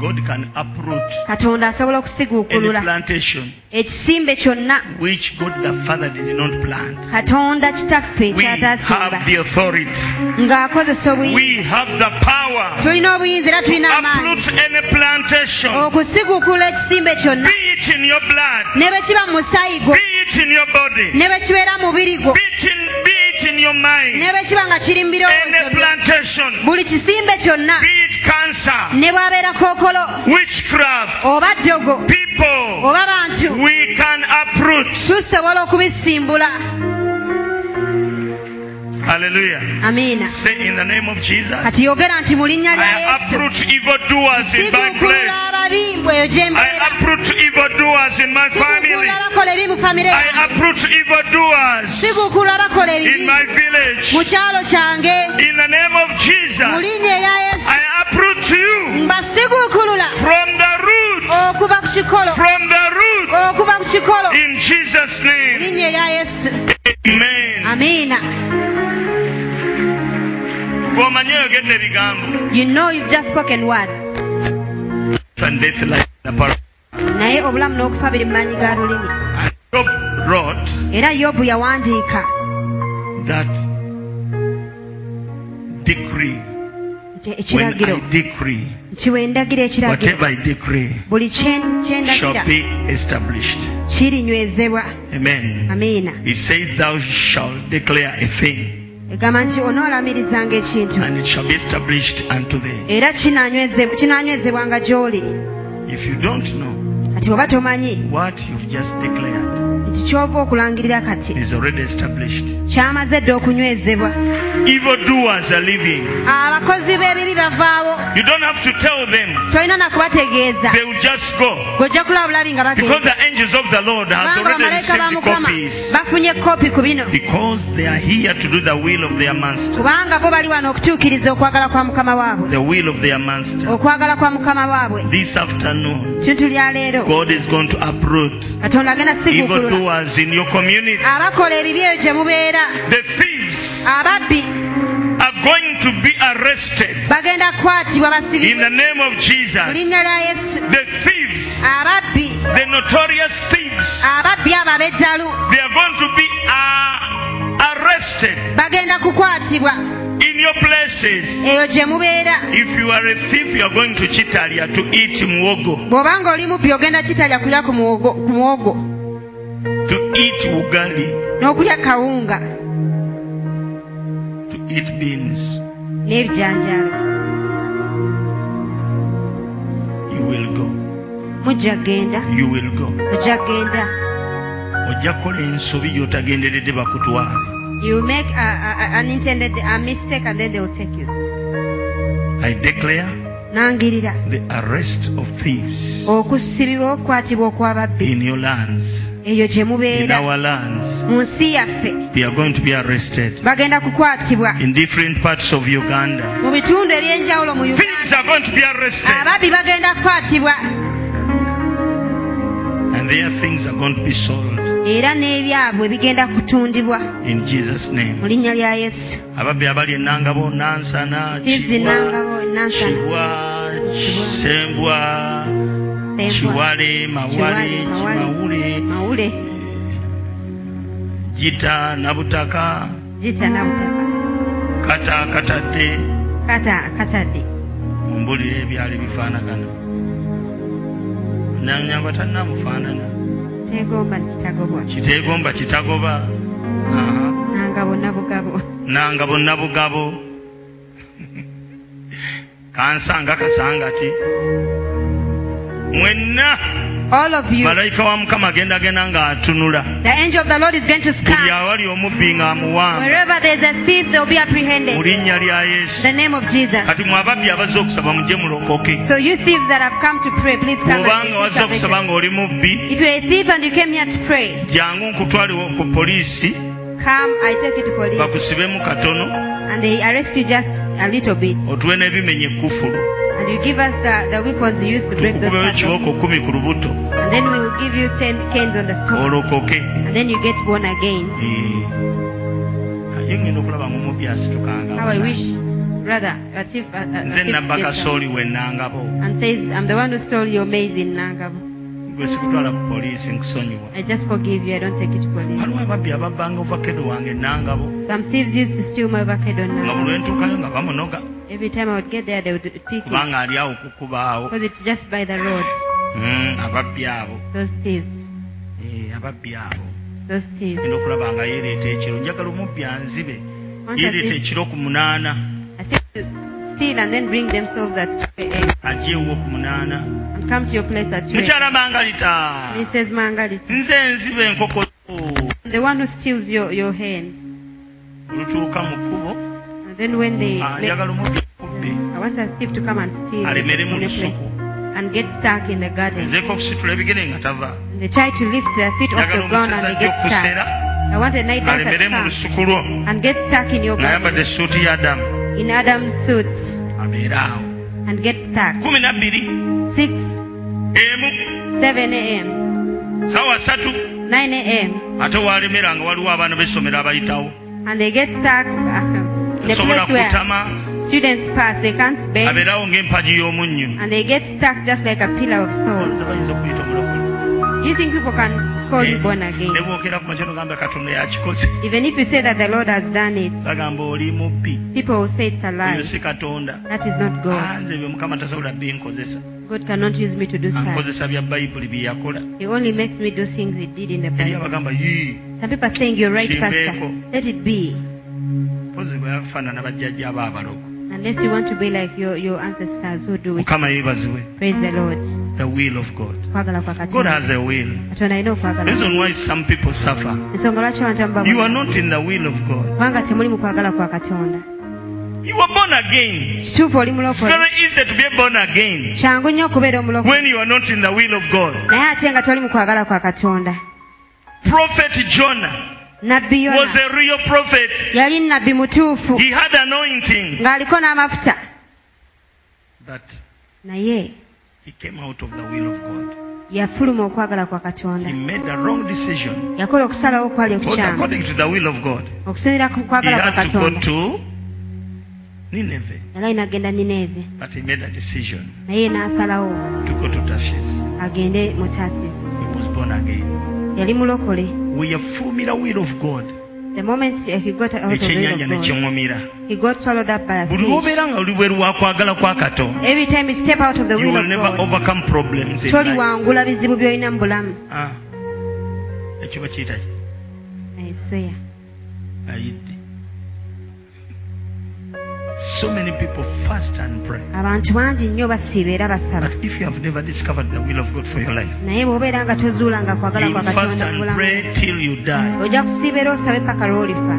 B: God can uproot
A: katonda asobola
B: any
A: okusiguukulula
B: plantation
A: ekisimbe kyonna
B: which God the Father did not plant.
A: katonda kitaffe
B: We
A: kyatasimba
B: have the authority.
A: ng'akozesa obuyinza
B: We have the power
A: tulina obuyinza era
B: to
A: tulina amaanyi
B: uproot any
A: Oh.
B: plantation.
A: okusiguukula ekisimbe kyonna
B: Be it in your blood.
A: ne bwe kiba mu musaayi
B: Be
A: gwo
B: it in your body.
A: ne bwe kibeera mu mubiri gwo
B: Be it in, be it in your mind.
A: ne bwe kiba nga kiri mu birowoozo byo
B: Any plantation.
A: buli kisimbe kyonna
B: Be it cancer.
A: ne bw'abeera kookolo
B: Witchcraft.
A: oba ddogo
B: People.
A: oba bantu
B: We can uproot.
A: tusobola okubisimbula
B: Hallelujah.
A: amiina
B: Say in the name of Jesus.
A: kati yogera nti mu linnya lya
B: I
A: yesu
B: uproot evildoers in my
A: siguukulula
B: place.
A: ababi bweyo gye mbeera
B: I uproot evildoers in my family.
A: siguukulula abakola ebi mu famire
B: I uproot evildoers
A: siguukulula abakola ebibi
B: in my
A: mu
B: village.
A: kyalo kyange
B: In the name of
A: mu
B: Jesus,
A: linnya erya yesu
B: I uproot you
A: mbasiguukulula
B: from the root,
A: okuva ku kikolo
B: from the root,
A: okuva ku kikolo
B: in Jesus'
A: mu
B: name.
A: linnya erya yesu
B: Amen.
A: amiina
B: Bw'omanyi oyogedde ebigambo.
A: you know you've just spoken words
B: And death like the parrot.
A: naye obulamu n'okufa biri mu maanyi ga lulimi
B: And Job wrote
A: era yobu yawandiika
B: that decree,
A: nti
B: when
A: ekiragiro
B: I decree,
A: nti wendagira ekiragiro
B: whatever I decree
A: buli kye- kye ndagira
B: shall be established.
A: kirinywezebwa
B: Amen.
A: amiina
B: He said, Thou shalt declare a thing,
A: egamba nti onoolamirizanga ekintu
B: and it shall be established unto thee.
A: era kinanywezebwa- kinanywezebwanga gy'oli
B: If you don't know
A: kati oba tomanyi
B: what you've just declared
A: nti ky'ova okulangirira kati
B: is already established,
A: kyamaze dda okunywezebwa
B: evildoers are living.
A: abakozi b'ebibi bavaawo
B: You don't have to tell them,
A: tolina nakubategeeza
B: they will just go.
A: gweojja kulaba bulabi nga
B: Because
A: bagenda
B: the angels of the Lord have
A: kubanga
B: already
A: bamalayika ba
B: received
A: mukama
B: copies.
A: bafunye ekopi ku bino
B: Because they are here to do the will of their master.
A: kubanga bo bali wano okutuukiriza okwagala kwa mukama waabwe
B: The will of their master.
A: okwagala kwa mukama waabwe
B: This afternoon,
A: kintu lya leero
B: God is going to uproot
A: katonda agenda siguukulula
B: evildoers in your community.
A: Ah. abakola ebibi eyo gye mubeera
B: The thieves
A: ababbi
B: are going to be arrested
A: bagenda kukwatibwa
B: in
A: basibibwe
B: the name of
A: mu
B: Jesus.
A: linnya lya yesu
B: The
A: Ah.
B: thieves,
A: ababbi
B: the notorious thieves,
A: ababbi abo ab'eddalu
B: they are going to be uh, arrested
A: bagenda kukwatibwa
B: in your places.
A: eyo gye mubeera
B: If you are a thief, you are going to Chitalia to eat muogo,
A: bw'oba ng'oli mubbi ogenda kitalya kulya ku muwogo- ku muwogo
B: to eat ugali,
A: n'okulya kawunga
B: to eat beans.
A: n'ebijanjaalo
B: You will go.
A: mujja kgenda
B: You will go.
A: ojja kgenda
B: ojja kukola ensobi gy'otagenderedde bakutwale.
A: you make a, a, a, an intended a mistake and then they will take you
B: I declare
A: nangirira
B: the arrest of thieves
A: okusibibwa okukwatibwa okw'ababbi
B: in your lands,
A: eyo gye
B: in
A: mubeera
B: our lands.
A: mu nsi yaffe
B: They are going to be arrested
A: bagenda kukwatibwa
B: in different parts of Uganda.
A: mu bitundu ebyenjawulo mu
B: Thieves
A: uganda
B: are going to be arrested,
A: ababbi bagenda kukwatibwa
B: and their things are going to be sold
A: era n'ebyabwe bigenda kutundibwa
B: in Jesus'
A: mu
B: name.
A: linnya lya yesu
B: ababbi abali enangabo nansana
A: Thieves ennangabo,
B: kiwa
A: Nansana.
B: Kiwa, sembwa
A: Sembwa,
B: kiwale mawale
A: Kiwale, Mawale,
B: kimawule
A: mawule
B: jita nabutaka
A: gita nabutaka
B: kata katadde
A: kata katadde
B: mumbulira ebyali bifaanagana nanyamba tannamufaanana
A: tegomba kitagobwa
B: kiteegomba kitagoba Aha.
A: nanga bonna bugabo
B: nanga bonna bugabo <laughs> kansanga kasangati mwenna
A: all of you
B: malayika wa mukama agenda genda ng'atunula
A: the angel of the lord is going to
B: buli
A: scan
B: awali omubbi ng'amuwamba
A: wherever there is a thief they will be
B: mu
A: apprehended
B: linnya lya yesu
A: the name of jesus
B: kati mwe ababbi abazze okusaba mujje mulokoke
A: so you thieves that have come to pray please come
B: obanga
A: and
B: wazze
A: receive
B: okusaba
A: salvation.
B: ng'oli mubbi
A: if you're a thief and you came here to pray
B: jangu nkutwaliwo ku poliisi
A: come i take you to police
B: bakusibemu katono
A: and they arrest you just a little bit
B: otuwe n'ebimenye kufulu
A: and you give us the, the weapons you used to break those
B: tukukubewo
A: shackles
B: ekiwoko kumi ku lubuto
A: and then we'll give you 10 canes on the
B: Oh,
A: stomach
B: olokoke
A: and then you get born again
B: Eh, naye Hmm. ngenda okulaba mu mubbi
A: how i wish
B: asitukangaoba
A: Brother, Latif, uh, uh,
B: nze
A: Latif
B: nabba
A: Jason,
B: kasooli we nangabo
A: and says, I'm the one who stole your maize in Nangavu.
B: gwe sikutwala ku poliisi nkusonyiwa
A: I just forgive you, I don't take it to police.
B: waliwo ababbi ababbanga ovakedo wange nangabo
A: Some thieves used to steal my avocado
B: nga
A: now.
B: buli lwentuukayo nga bamunoga
A: Every time I would get there, they would pick it
B: kubanga ali awo kukubaawo
A: because it's just by the road.
B: Mm, ababbi abo
A: Those thieves,
B: Eh, ababbi abo
A: those thieves.
B: genda okulaba nga yeereeta ekiro njagala omubbi anzibe
A: Once I
B: yeereeta
A: think,
B: ekiro ku munaana
A: I think to steal and then bring themselves at 2 a.m.
B: ajja ewuwo ku munaana
A: and come to your place at 2 a.m.
B: mukyala bangalita
A: Mrs. Mangalit,
B: nze nziba enkoko
A: the one who steals your, your hand.
B: olutuuka mu kkubo
A: And then when they
B: ah,
A: make,
B: njagala omubbi akubbe
A: I want a thief to come and steal
B: alemere mu
A: from your place
B: lusuku
A: and get stuck in the garden.
B: nzeeko okusitula ebigere nga tava
A: And They try to lift their feet off
B: njagala
A: the ground
B: omuseza
A: and
B: ajja
A: they get
B: okusera
A: stuck. I want a night dancer
B: alemere
A: to
B: mu
A: come
B: lusuku lwo
A: and get stuck in your
B: ng'ayambadde
A: garden
B: essuuti ya adamu
A: in Adam's suit
B: abeera awo
A: and get stuck.
B: kumi nabbiri
A: 6,
B: emu
A: 7 a.m.,
B: sawa satu
A: 9 a.m.
B: ate waalemera nga waliwo abaana b'essomero abayitawo
A: and they get stuck uh, in the
B: osobola
A: place where
B: kutama
A: students pass. They can't bend
B: abeerawo ng'empagi y'omunnyu
A: and they get stuck just like a pillar of
B: Nze
A: salt.
B: bayinza okuyita omulokole
A: You think people can call you born
B: ne
A: again?
B: bwokera ku makya nogamba katonda yakikoze
A: Even if you say that the Lord has done it,
B: bagamba oli mubbi
A: people will say it's a
B: oyo
A: lie.
B: si katonda
A: That is not
B: Ah,
A: God.
B: nze byo mukama tasobola binkozesa
A: God cannot use me to do such.
B: ankozesa bya bayibuli bye yakola
A: He only makes me do things He did in the
B: eri
A: Bible.
B: abagamba yii
A: Some people are saying you're right, Pastor.
B: Shimbeko.
A: Let it be.
B: mpozi bwe yafaanana bajjajja aba abalogo
A: Unless you want to be like your, your ancestors who do it.
B: mukama yeebaziwe
A: Praise the Lord.
B: the will of god
A: Kwagala kwa Katonda.
B: god has a will
A: Katonda alina okwagala.
B: reason why some people suffer
A: Ensonga lwaki abantu
B: you are
A: abamu
B: not in the will of god
A: kubanga temuli mu kwagala kwa Katonda.
B: you were born again
A: Kituufu oli
B: it's
A: mulokole.
B: very easy to be born again
A: Kyangu nnyo okubeera omulokole.
B: when you are not in the will of god
A: Naye ate nga toli mu kwagala kwa Katonda.
B: prophet jonah
A: Nabbi
B: was
A: Yona
B: a real prophet
A: yali nabbi mutuufu
B: he had anointing
A: ng'aliko n'amafuta.
B: but
A: Naye
B: he came out of the will of god
A: yafuluma okwagala kwa Katonda.
B: he made the wrong decision
A: Yakola okusalawo okwali
B: But
A: okukyamu.
B: according to the will of god
A: Okusinziira ku
B: he
A: kwagala kwa
B: had to go
A: Katonda.
B: to nineveh
A: Yali alina agenda Nineve.
B: but he made a decision
A: Naye n'asalawo.
B: to go to tarshish
A: agende mu Tarsis.
B: he was born again
A: Yali mulokole.
B: weyefulumira will of god
A: The moment eh, he got out of the
B: ekyennyanja
A: God,
B: nekiŋumira
A: he got swallowed up by a
B: buli
A: fish.
B: lwobeera nga oli bweru wakwagala kwa katonda
A: Every time you step out of the
B: you
A: will
B: will
A: of
B: never
A: God,
B: overcome problems in
A: toli
B: life.
A: wangula bizibu by'olina mu bulamu.
B: Ah. ekyo bakiyita ki?
A: I swear.
B: ayidde so many people fast and pray
A: Abantu bangi nnyo basiiba era basaba.
B: but if you have never discovered the will of god for your life
A: Naye bw'obeera nga tozuulanga kwagala
B: you
A: kwa
B: fast
A: Katonda mu
B: and
A: bulamu.
B: pray till you die
A: Ojja kusiiba era osabe paka lw'olifa.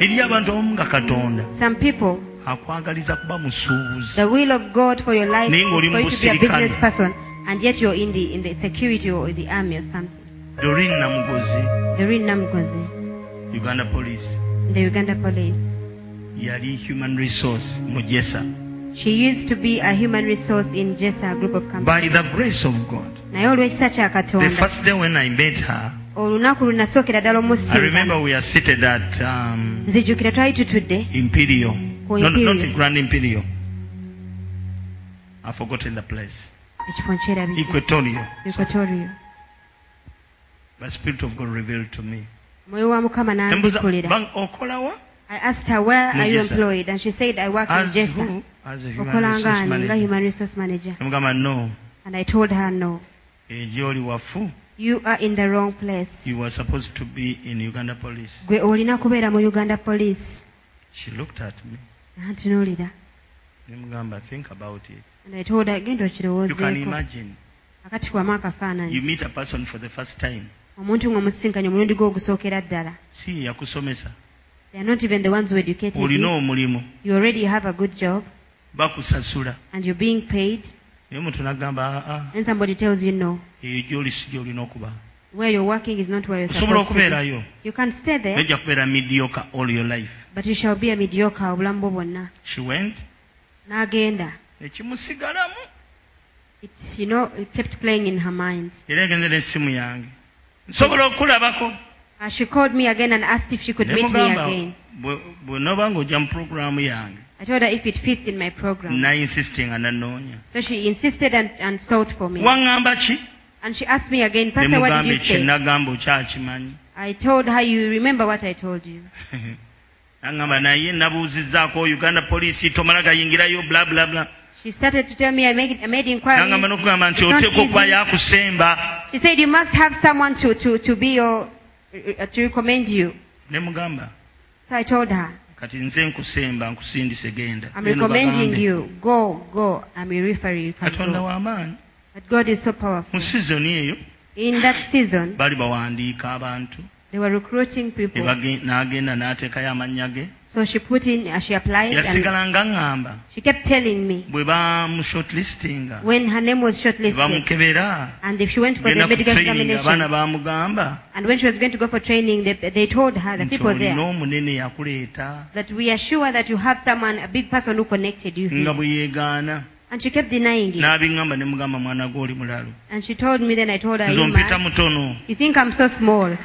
B: eri abantu abamu nga katonda
A: Some people,
B: akwagaliza kuba musuubuzi
A: the will of God for your life is
B: Naye ng'oli
A: for
B: mu
A: you to be a
B: busirikale.
A: business person and yet you're in the, in the security or the army or something.
B: dorin namugozi
A: The real Namugozi,
B: uganda police
A: the Uganda police.
B: yali human resource mugesa
A: She used to be a human resource in Jessa Group of Companies.
B: by the grace of god
A: Naye olw'ekisa kya
B: the
A: Katonda,
B: first day when i met her
A: olunaku lunasookera ddala
B: i remember
A: omusisinkana.
B: we are seated at um,
A: Nzijukira twali tutudde
B: imperial
A: Ku
B: no,
A: Imperial.
B: not grand imperial i forgotten the place
A: ekifo nkyerabidde.
B: equatorial
A: Equatorio.
B: the spirit of god revealed to me
A: Omwoyo wa Mukama
B: Nembuza,
A: n'anzikulira.
B: "Bang- okolawa
A: I asked her, where
B: Mu
A: are you
B: Jessa.
A: employed? And she said, I work in
B: as who
A: Jessa.
B: as a human
A: Okolanga
B: resource
A: ani nga
B: manager
A: human resource manager.
B: namugamba no
A: And I told her, no.
B: egyoli wafu
A: You are in the wrong place.
B: You were supposed to be in Uganda police.
A: Gwe olina kubeera mu Uganda Police.
B: She looked at me.
A: N'antunuulira.
B: Nemugamba, think about it.
A: And I told her, genda
B: You can
A: okirowoozeeko.
B: imagine.
A: Akati kwamu
B: You
A: akafaananyi.
B: meet a person for the first time.
A: omuntu ng'omusisinkanye omulundi gwe ogusookera ddala
B: Si yakusomesa.
A: they are not even the ones who educated
B: Olina
A: you.
B: omulimu.
A: you already have a good job
B: Bakusasula.
A: and you're being paid
B: Naye omuntu n'agamba, "Ah, ah,
A: and somebody tells you no
B: eyo gy'oli si gy'olina okuba.
A: where you're working is not where you're
B: Osobola
A: supposed to be.
B: okubeerayo.
A: you can stay there
B: Nojja kubeera mediocre all your life.
A: but you shall be a mediocre obulamu bwo bwonna
B: She went.
A: n'agenda
B: Ekimusigalamu.
A: It's, you know, it kept playing in her mind
B: Era yagenze n'essimu yange. Nsobola okulabako.
A: Uh, she called me again and asked if she could meet me
B: Nemugamba,
A: again
B: bwe- bw'onoobanga ojja mu puroguramu yange.
A: I told her if it fits in my program.
B: nainsistinga nanoonya
A: So she insisted and, and sought for me.
B: waŋŋamba ki
A: And she asked me again,
B: ne
A: Pastor, what did
B: mugamba
A: you say?
B: kyenagamba okyakimanyi <laughs>
A: I told her, you remember what I told you.
B: naŋŋamba naye nabuuzizzaako uganda poliisi tomala gayingirayo bla bla bla
A: She started to tell me I made, I made
B: naŋŋamba
A: inquiries.
B: n'okugamba nti
A: It's not
B: oteeka okuba
A: easy.
B: yakusemba
A: She said, you must have someone to, to, to be your, uh, to recommend you.
B: ne mugamba
A: So I told her,
B: kati nze nkusemba nkusindise genda
A: I'm
B: Genda
A: recommending
B: obagambe.
A: you. Go, go. I'm a referee. You can
B: katonda
A: go.
B: w'amaanyi
A: But God is so
B: mu
A: powerful.
B: sizoni eyo
A: In that season,
B: baali bawandiika abantu
A: they were recruiting
B: ne
A: people.
B: bage- n'agenda n'ateekayo amannya ge
A: So she put in, uh, she applied, and
B: yasigala nga ŋŋamba
A: she kept telling me
B: bwe bamushortlistinga
A: when her name was
B: ne
A: shortlisted,
B: bamukebera
A: and if she went for
B: genda
A: the
B: ku
A: medical
B: training abaana
A: examination,
B: bamugamba
A: and when she was going to go for training, they, they told her, the
B: nti
A: people
B: olina
A: there,
B: omunene yakuleeta
A: that we are sure that you have someone, a big person who connected you
B: nga
A: here.
B: bwe yeegaana
A: And she kept denying it.
B: n'abiŋŋamba ne mugamba mwana gw'oli mulalo
A: And she told me, then I told her,
B: nze
A: you,
B: ompita
A: must.
B: mutono
A: you think I'm so small.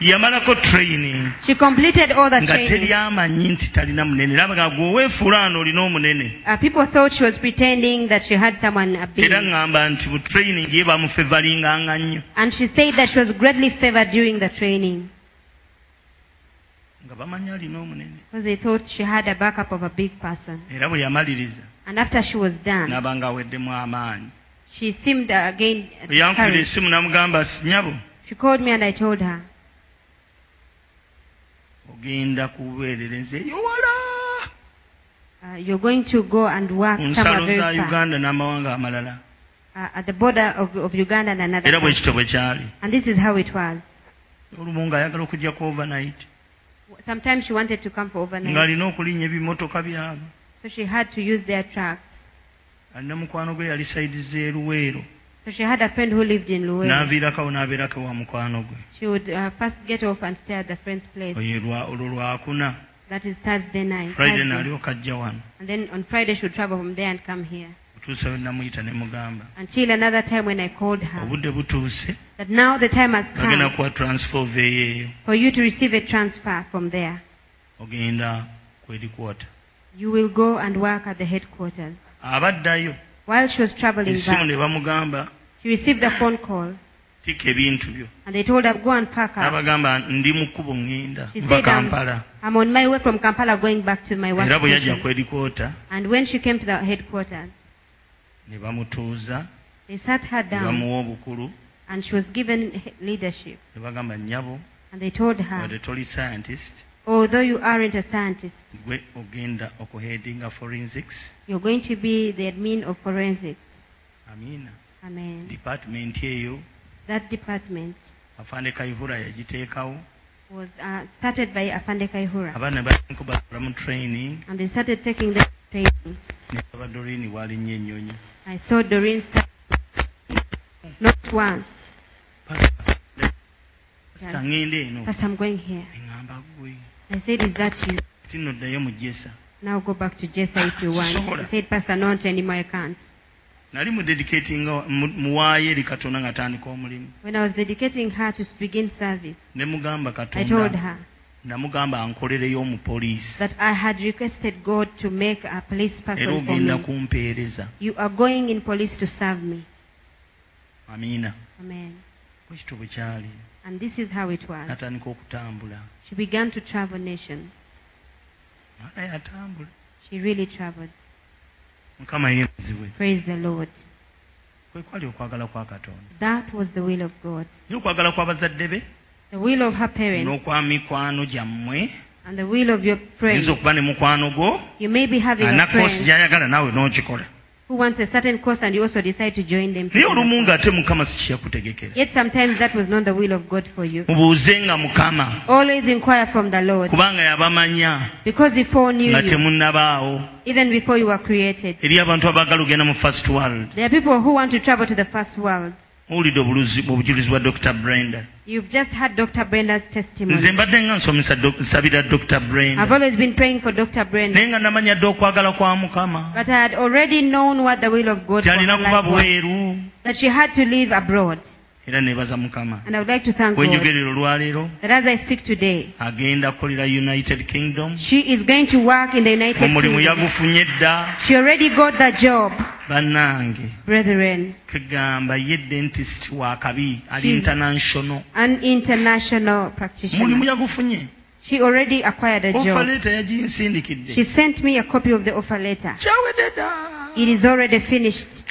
B: yamalako training
A: She completed all the
B: nga
A: training.
B: teryamanyi nti talina munene era baga gwe oweefulaano olina omunene
A: Uh, people thought she was pretending that she had someone a big.
B: era ŋŋamba nti bu training ye bamufevalinganga nnyo
A: And she said that she was greatly favored during the training
B: nga bamanyi alina omunene
A: because they thought she had a backup of a big person.
B: era bwe yamaliriza
A: And after she was done,
B: n'aba ng'aweddemu amaanyi
A: she seemed uh, again
B: bwe yankubira
A: discouraged.
B: essimu namugamba sinyabo
A: She called me and I told her,
B: ogenda kubuweerereza eyowala
A: uh, You're going to go and work
B: ku
A: somewhere
B: nsalo za
A: very far
B: uganda n'amawanga amalala
A: uh, at the border of, of Uganda and another.
B: era bwe
A: country."
B: kityo bwe kyali
A: And this is how it was.
B: olumu ng'ayagala okujja ku overnight
A: Sometimes she wanted to come for overnight,
B: ng'alina okulinnya ebimotoka byabo
A: so she had to use their trucks.
B: alina mukwano gwe yali saidi z'eruweero
A: So she had a friend who lived in Luwero.
B: n'aviirakawo n'abeerako wa mukwano gwe
A: She would uh, first get off and stay at the friend's place.
B: Oyo lwa- olwo lwakuna
A: That is Thursday night.
B: friday
A: Thursday.
B: n'alyoka ajja wano
A: And then on Friday she would travel from there and come here.
B: otuusa we namuyita ne mugamba
A: Until another time when I called her
B: obudde butuuse
A: that now the time has
B: bagenda
A: come
B: kuwa transfer veeyo eyo
A: for you to receive a transfer from there.
B: ogenda kwerikwota
A: You will go and work at the headquarters.
B: abaddayo
A: While she was traveling
B: essimu ne
A: back,
B: bamugamba
A: she received a phone call
B: tikka ebintu byo
A: and they told her, go and pack up.
B: n'abagamba ndi mu kkubo ŋŋenda
A: She
B: va
A: said, I'm,
B: kampala
A: I'm on my way from Kampala going back to my work
B: era bwe yajja
A: station.
B: kwerikwota
A: And when she came to the headquarters,
B: ne bamutuuza
A: they sat her
B: ne
A: down
B: bamuwa obukulu
A: and she was given he- leadership.
B: ne bagamba nnyabo
A: And they told
B: wadde
A: her,
B: toli scientist
A: although you aren't a scientist,
B: gwe ogenda okuheadinga forensics
A: you're going to be the admin of forensics.
B: amiina
A: Amen.
B: dipatimenti eyo
A: That department
B: afande kaihura yagiteekawo
A: was uh, started by Afande Kaihura,
B: abaana bakubatula mu training
A: and they started taking the training.
B: ne abadorini walinnya ennyonyi
A: I saw Doreen start not once.
B: pasita ŋŋenda eno
A: First, I'm going here.
B: eŋŋamba gwe
A: I said, "Is that you?"
B: ti noddayo mu jesa
A: Now go back to Jessa if you want. He said, "Pastor, not anymore. I can't."
B: nali mudedicatinga muwaayo eri katonda nga atandika omulimu
A: When I was dedicating her to begin service,
B: ne mugamba
A: I told
B: katonda
A: her
B: namugamba ankolereyo omupoliisi
A: that I had requested God to make a police
B: era
A: person for
B: ogenda
A: me.
B: kumpeereza
A: You are going in police to serve me.
B: amiina
A: Amen.
B: bwekito bwe kyali
A: And this is how it was.
B: n'atandika okutambula
A: She began to travel nations.
B: mwana yatambula
A: She really traveled.
B: mukama yeeziwe
A: Praise the Lord.
B: kwe kwali okwagala kwa katonda
A: That was the will of God.
B: ye okwagala kw'abazadde be
A: The will of her parents
B: n'okwa mikwano gyammwe
A: and the will of your friends.
B: oyinza okuba ne mukwano gwo
A: You may be having a
B: ana koosi
A: friend
B: gy'ayagala naawe n'okikola
A: who wants a certain course and you also decide to join them.
B: naye olumu ng'ate mukama si kyeyakutegekera
A: Yet sometimes that was not the will of God for you.
B: mubuuze nga mukama
A: Always inquire from the Lord
B: kubanga yabamanya
A: because He foreknew
B: nga
A: you
B: temunnabaawo
A: even before you were created.
B: eri abantu abaagala ogenda mu first world
A: There are people who want to travel to the first world.
B: owulidde obuluzi- obujulizi bwa dr brenda
A: You've just had Dr. Brenda's
B: nze
A: testimony.
B: mbadde nga nsomesa doc- nsabira dr
A: I've
B: brenda
A: always been praying for Dr. Brenda,
B: naye nga namanya dde okwagala kwa mukama
A: but I had already known what the will of God for
B: gyalina
A: her
B: kuba
A: life was.
B: bweru
A: that she had to live abroad.
B: era nebaza mukama
A: And I would like to thank God
B: wenjogerera olwaleero
A: that as I speak today,
B: agenda kukolera united kingdom
A: she is going to work in the United
B: omulimu
A: Kingdom.
B: yagufunye dda
A: She already got the job,
B: bannange
A: brethren.
B: kegamba ye dentist wakabi ali international
A: An international
B: mulimu
A: practitioner.
B: yagufunye
A: She already acquired a job.
B: ofaleta yaginsindikidde
A: She sent me a copy of the offer letter.
B: kyawedde dda
A: It is already finished.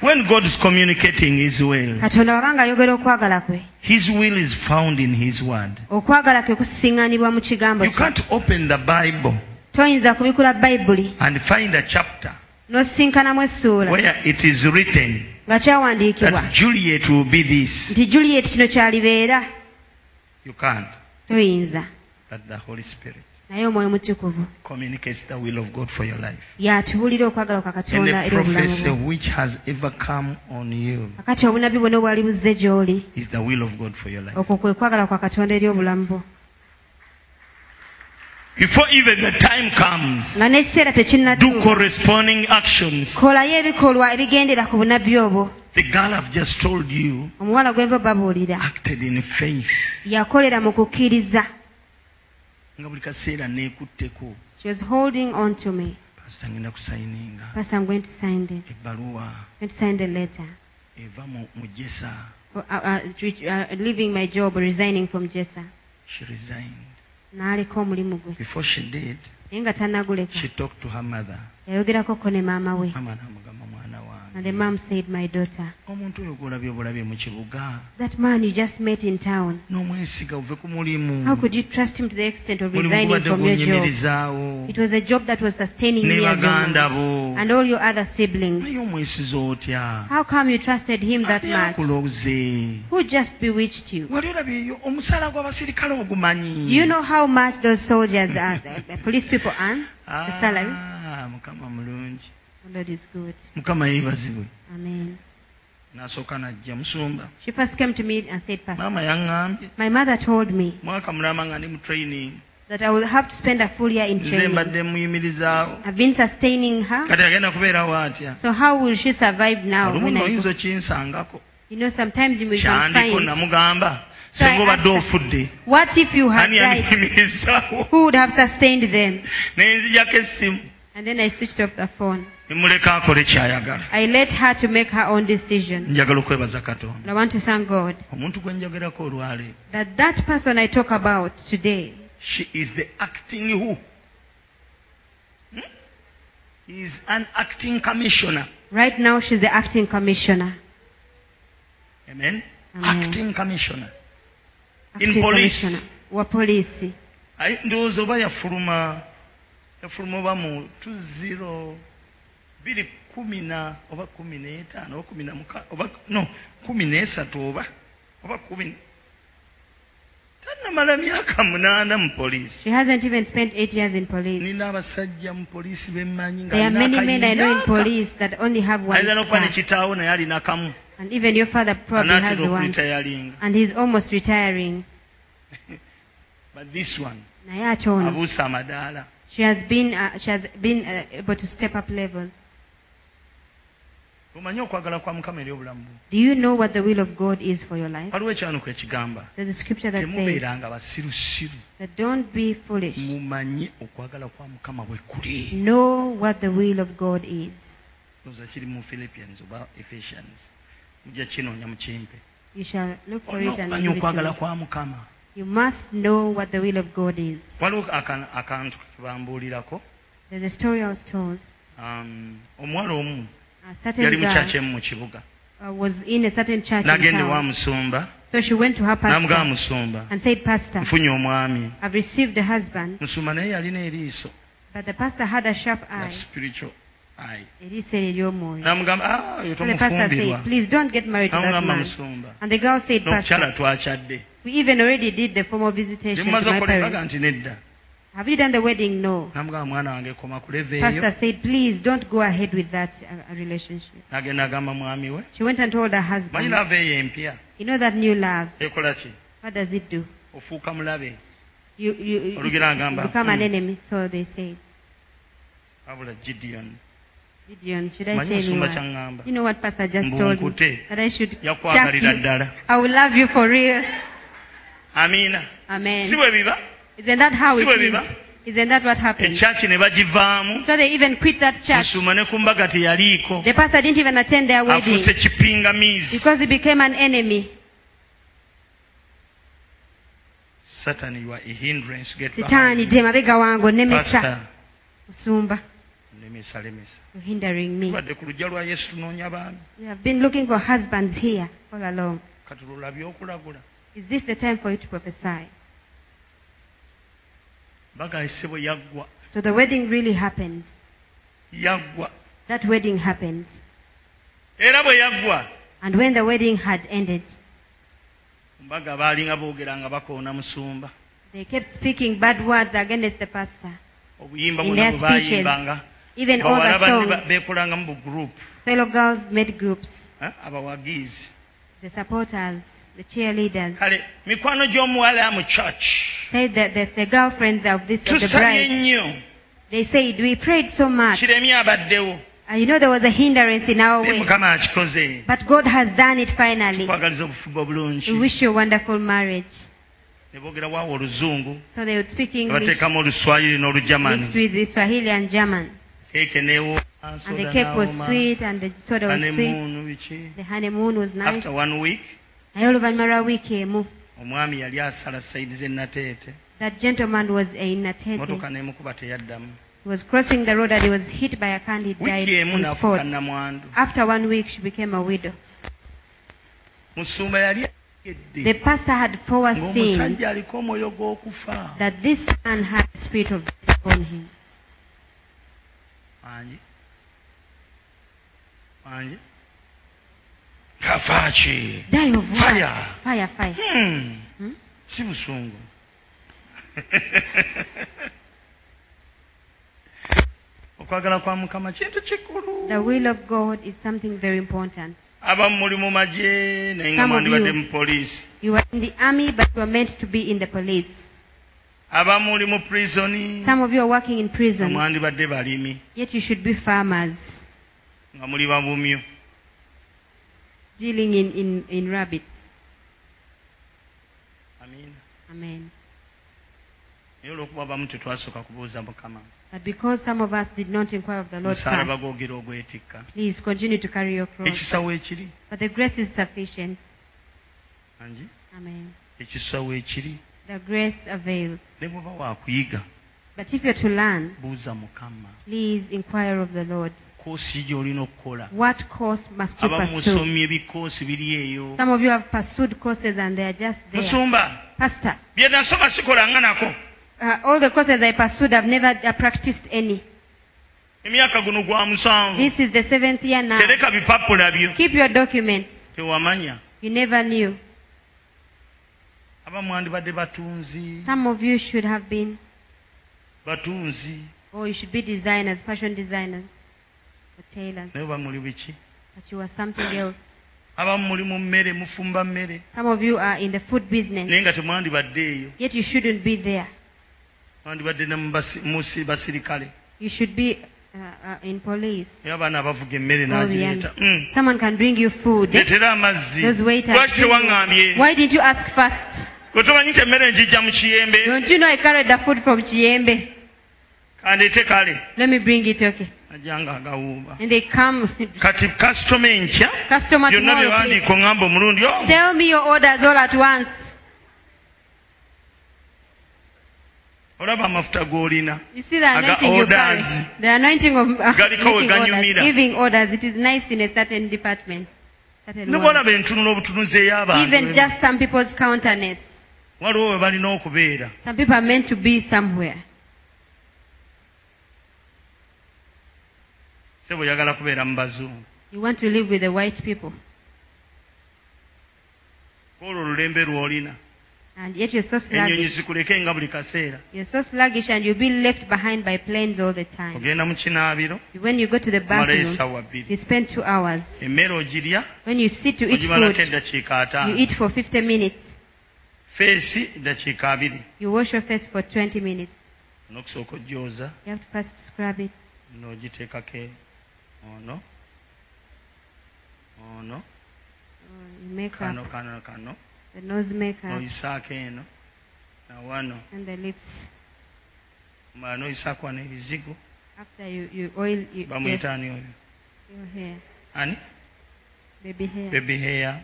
B: when god is communicating his will
A: katonda wabanga ayogera okwagala kwe
B: his will is found in his word
A: okwagala kwe kusiŋŋanibwa mu kigambo
B: you
A: kye
B: can't open the bible
A: toyinza kubikula bayibuli
B: and find a chapter
A: n'osinkanamu essuula
B: where it is written
A: nga kyawandiikibwa
B: that juliet will be this
A: nti juliet kino kyalibeera
B: you can't
A: toyinza
B: but the holy spirit
A: naye omwoyo mutukuvu
B: communicates the will of god for your life
A: yatubuulira okwagala kwa
B: and
A: katonda
B: the
A: era obulamu
B: prophecy
A: bwo.
B: which has ever come on you
A: kakati obunabi bwona obwali buzze gy'oli
B: is the will of god for your life
A: okwo kwe kwagala kwa katonda eri obulamu bwo
B: before even the time comes
A: nga n'ekiseera
B: do
A: tekinnatuuka
B: corresponding actions
A: kolayo ebikolwa ebigendera ku bunabbi obwo
B: the girl i've just told you
A: omuwala gwenva babuulira
B: acted in faith
A: yakolera mu kukkiriza
B: nga buli kaseera neekutteko
A: She was holding on to me.
B: pasita ngenda kusayininga
A: Pastor, I'm going to sign this.
B: ebbaluwa
A: I'm going to sign the letter.
B: eva mu mu jesa
A: Uh, uh, which, uh, leaving my job, resigning from Jessa.
B: she resigned
A: n'aleka omulimu gwe
B: before she did
A: naye nga tannaguleka
B: she talked to her mother
A: yayogerakoko ne maama we
B: mama namugamba mwana
A: and the
B: wange
A: mom said my daughter
B: omuntu oyo gwolabye obulabye mu kibuga
A: that man you just met in town
B: n'omwesiga uve ku mulimu
A: how could you trust him to the extent of
B: mulimu
A: resigning
B: gubadde
A: from your job
B: gunyimirizaawo
A: it was a job that was sustaining
B: ne
A: me as your
B: baganda
A: mom
B: bo
A: and all your other siblings
B: naye omwesiza otya
A: how come you trusted him that
B: Ani
A: much
B: akuloze
A: who just bewitched you
B: wali olabyeyo omusaala gw'abasirikale ogumanyi
A: do you know how much those soldiers
B: <laughs>
A: are, the police people earn the
B: Ah,
A: salary
B: mukama mulungi
A: The Lord is good.
B: mukama yeebazibwe
A: Amen.
B: n'asooka najja musumba
A: She first came to me and said, Pastor,
B: maama yaŋŋambye
A: my mother told me
B: mwaka mulama nga ndi mu training
A: that I will have to spend a full year in
B: nze
A: training. Ah.
B: mbadde muyimirizaawo
A: I've been sustaining her.
B: kati agenda kubeerawo atya
A: So how will she survive now?
B: olumu
A: When I
B: noyinza
A: go?
B: okinsangako
A: You know, sometimes you will
B: kyandiko
A: find.
B: namugamba
A: So I
B: singa obadde
A: asked her,
B: ofudde
A: What if you had
B: ani
A: died?
B: <laughs> yandiyimirizaawo
A: Who would have sustained them?
B: naye nzijako essimu
A: And then I switched off the phone.
B: nemuleka akole kyayagala
A: I let her to make her own decision.
B: njagala okwebaza katonda
A: And I want to thank God
B: omuntu gwe njagerako olwaleero
A: that that person I talk about today,
B: she is the acting who Hmm? He is an acting commissioner
A: right now she's the acting commissioner.
B: amen,
A: Amen.
B: acting commissioner In
A: Acting
B: police.
A: commissioner. Wa polisi.
B: aye ndowooza oba yafuluma yafuluma oba mu 20 biri kumi na oba kumi n'etaano oba kumi na muka oba no kumi n'esatu oba oba kumi tannamala myaka munaana mu
A: She
B: poliisi
A: hasn't even spent eight years in police.
B: nina abasajja mu poliisi bemmanyi nga
A: There are
B: alina
A: many men I know in
B: akayiyaaka.
A: police that only have one
B: ayinza n'okuba ne
A: star.
B: kitaawo naye alina kamu
A: And even your father probably has
B: anaatera
A: one.
B: okulitayalinga
A: And he's almost retiring.
B: but this one
A: Naye ate ono,
B: abuusa amadaala
A: She has been, uh, she has been uh, able to step up level.
B: omanyi okwagala kwa mukama eri obulamu bwo.
A: Do you know what the will of God is for your life?
B: waliwo ekyanuku ekigamba
A: There's a scripture that says
B: temubeeranga basirusiru
A: that don't be foolish.
B: mumanye okwagala kwa mukama bwe kuli
A: Know what the will of God is.
B: oza kiri mu philippians oba ephesians mujja kinoonya mukimpe
A: You shall look for
B: olina
A: it and
B: okumanya
A: give it to
B: okwagala
A: you.
B: kwa mukama
A: You must know what the will of God is.
B: waliwo aka- akantu kebambuulirako
A: There's a story I was told.
B: um, omuwala omu
A: A certain
B: yali mu
A: girl,
B: kyaki emu mu kibuga
A: uh, was in a certain church in
B: n'agenda
A: town.
B: ewa musumba
A: So she went to her
B: n'amugamba
A: pastor
B: musumba
A: and said, Pastor,
B: nfunye omwami
A: I've received a husband,
B: musumba naye yalina eriiso
A: but the pastor had a sharp
B: ya
A: eye.
B: spiritual eye
A: Eriiso ery'omwoyo.
B: n'amugamba "Ah, oyo
A: So the pastor
B: tomufumbirwa
A: said, Please don't get married to that
B: n'amugamba
A: man.
B: musumba
A: And the girl said,
B: n'okukyala
A: Pastor,
B: twakyadde
A: we even already did the formal visitation to
B: gyemumaze
A: my
B: okola ebaga
A: parents.
B: nti nedda
A: Have you done the wedding? No.
B: n'amugamba mwana wange koma kuleva eyo
A: Pastor said, Please don't go ahead with that uh, uh, relationship.
B: n'agenda agamba mwami we
A: She went and told her
B: manyi
A: husband,
B: lava eyo empya
A: You know that new love.
B: ekola ki
A: What does it do?
B: ofuuka mulabe
A: You, you, you, you
B: Olugero agamba,
A: become an
B: mm.
A: enemy, so they say.
B: wabula gideon
A: Gideon, should I
B: manyi
A: say
B: nsumba
A: anyone?
B: kyaŋŋamba
A: You know what Pastor just told me?
B: Mbunkute.
A: That I should chuck
B: yakwagalira
A: you.
B: ddala
A: I will love you for real.
B: amiina
A: Amen.
B: si bwe biba
A: Isn't that how it
B: Siwe
A: is?
B: biba.
A: Isn't that what happened?
B: ekyaki ne bagivaamu
A: So they even quit that church.
B: musuma ne ku mbaga teyaliiko
A: The pastor didn't even attend their wedding
B: afuuse kipingamiizi
A: because he became an enemy.
B: satan you are a hindrance get
A: Sitani, je mabega wangu
B: pastor
A: nemesa musumba.
B: lemesa lemesa
A: You're hindering me.
B: tubadde ku lujja lwa yesu tunoonya baami
A: You have been looking for husbands here all along.
B: katululabye okulagula
A: Is this the time for you to prophesy?
B: bagaise bwe yaggwa
A: So the wedding really happened.
B: yaggwa
A: That wedding happened.
B: era bwe yaggwa
A: And when the wedding had ended,
B: mbaga baalinga boogera nga bakoona musumba
A: they kept speaking bad words against the pastor.
B: obuyimba
A: In
B: bwonna
A: their
B: bwe
A: speeches.
B: baayimbanga
A: Even all
B: bawala
A: the
B: banne
A: songs,
B: ba- beekolangamu bu group
A: fellow girls made groups,
B: eh, abawagiizi
A: the supporters, the cheerleaders,
B: kale mikwano gy'omuwala mu church
A: said that the, the girlfriends of this of the
B: tusabye
A: bride,
B: nnyo
A: they said, we prayed so much.
B: kiremye abaddewo
A: And you know there was a hindrance in our
B: naye
A: way.
B: mukama akikoze
A: But God has done it finally.
B: tukwagaliza obufuba obulungi
A: We wish you a wonderful marriage.
B: ne boogera waawo oluzungu
A: So they would speak
B: ne
A: English
B: bateekamu oluswayiri n'olujamani
A: mixed with the Swahili and German.
B: keeke neewooma
A: And
B: soda
A: the cake was
B: n'awooma,
A: sweet and the soda was sweet.
B: banemuunu biki
A: The honeymoon was nice.
B: after one week
A: naye oluvannyuma lwa wiiki emu
B: omwami yali asala sayidi zenateete
A: that gentleman was in a tete.
B: motoka n'emukuba teyaddamu
A: He was crossing the road and he was hit by a car and he died
B: wiiki emu
A: on
B: n'afuka
A: spot.
B: namwandu
A: After one week, she became a widow.
B: musumba yali
A: The
B: ategedde
A: pastor had foreseen
B: ng'omusajja aliko omwoyo gw'okufa
A: that this man had the spirit of death upon him.
B: manje manje kafaaki
A: Die of what?
B: Fire.
A: Fire, fire.
B: Hmm,
A: Hmm?
B: si busungu <laughs> okwagala kwa mukama kintu
A: The
B: kikulu
A: will of God is something very important.
B: abamu muli mu magye naye nga
A: Some of you.
B: mwandibadde mu poliisi
A: You are in the army, but you are meant to be in the police.
B: abamu muli mu prisoni
A: Some of you are working in
B: nga
A: prison,
B: mwandibadde balimi
A: yet you should be farmers,
B: nga muli babumyo
A: dealing in, in, in rabbits.
B: amiina
A: Amen.
B: naye olw'okuba abamu tetwasooka kubuuza mukama
A: But because some of us did not inquire of the Lord
B: omusalaba
A: first,
B: gwogera ogwetikka
A: please continue to carry your cross.
B: ekisawo ekiri
A: But the grace is sufficient.
B: angi
A: Amen.
B: ekisawo ekiri
A: The grace avails.
B: ne bwe ba waakuyiga
A: But if you're to learn,
B: buuza mukama
A: please inquire of the Lord.
B: koosi gy'olina okukola
A: What course must you
B: abamu
A: pursue?
B: musomye ebikoosi biri eyo
A: Some of you have pursued courses and they are just there.
B: musumba
A: Pastor,
B: bye nasoma sikolanga nako
A: uh, all the courses I pursued, I've never uh, practiced any.
B: emyaka guno gwa musanvu
A: This is the seventh year now.
B: tereka bipapula byo
A: Keep your documents.
B: tewamanya
A: You never knew.
B: abamu wandibadde batunzi
A: Some of you should have been,
B: batunzi
A: or you should be designers, fashion designers, or tailors.
B: naye bamuli biki
A: But you are something else.
B: abamu muli mu mmere mufumba mmere
A: Some of you are in the food business,
B: naye nga temwandibadde eyo
A: yet you shouldn't be there.
B: mwandibadde ne mu basi- mu si- basirikale
A: You should be uh, uh, in police.
B: naye abaana abavuga emmere
A: All the young.
B: n'agireeta Mm.
A: Someone can bring you food.
B: leetera amazzi
A: Those waiters.
B: lwaki
A: bring you-
B: tewaŋŋambye
A: Why didn't you ask first?
B: gwe tomanyi nti emmere njijja mu kiyembe
A: Don't you know I carried the food from Chiembe?
B: kandeete kale
A: Let me bring it, okay?
B: ajja nga agawuuba
A: And they come. <laughs>
B: kati kasitoma enkya
A: Customer
B: byonna bye
A: tomorrow, please.
B: wandiika oŋŋamba omulundi o
A: Tell me your orders all at once.
B: olaba amafuta g'olina
A: You see the
B: Aga
A: anointing you carry.
B: orders.
A: The anointing of uh,
B: Galiko we
A: making orders,
B: ganyumira.
A: giving orders. It is nice in a certain department. Certain
B: ne
A: one.
B: bwolaba entunula obutunuzi
A: Even
B: ey'abantu
A: just some people's countenance.
B: waliwo we balina okubeera
A: Some people are meant to be somewhere.
B: se bwe oyagala kubeera mu bazungu
A: You want to live with the white people,
B: olwo olulembe lw'olina
A: and yet you're so
B: ennyonyi
A: sluggish.
B: zikuleke nga buli kaseera
A: You're so sluggish, and you'll be left behind by planes all the time.
B: ogenda mu kinaabiro
A: When you go to the
B: omalayo
A: bathroom,
B: essaawa bbiri
A: you spend two hours.
B: emmere ogirya
A: When you sit to eat
B: ogimalako
A: food,
B: eddakiika
A: you
B: ataano
A: eat for 50 minutes.
B: feesi eddakiika abiri
A: You wash your face for 20 minutes.
B: nokusooka ogyoza
A: You have to first scrub it.
B: n'ogiteekako ono ono
A: Uh, you make up
B: kano kano kano
A: the nose makeup
B: noyisaako eno nawano
A: and the lips.
B: mala noyisaako wano ebizigo
A: After you, you oil you,
B: bamuyita ani oyo
A: your hair,
B: ani
A: baby hair,
B: baby hair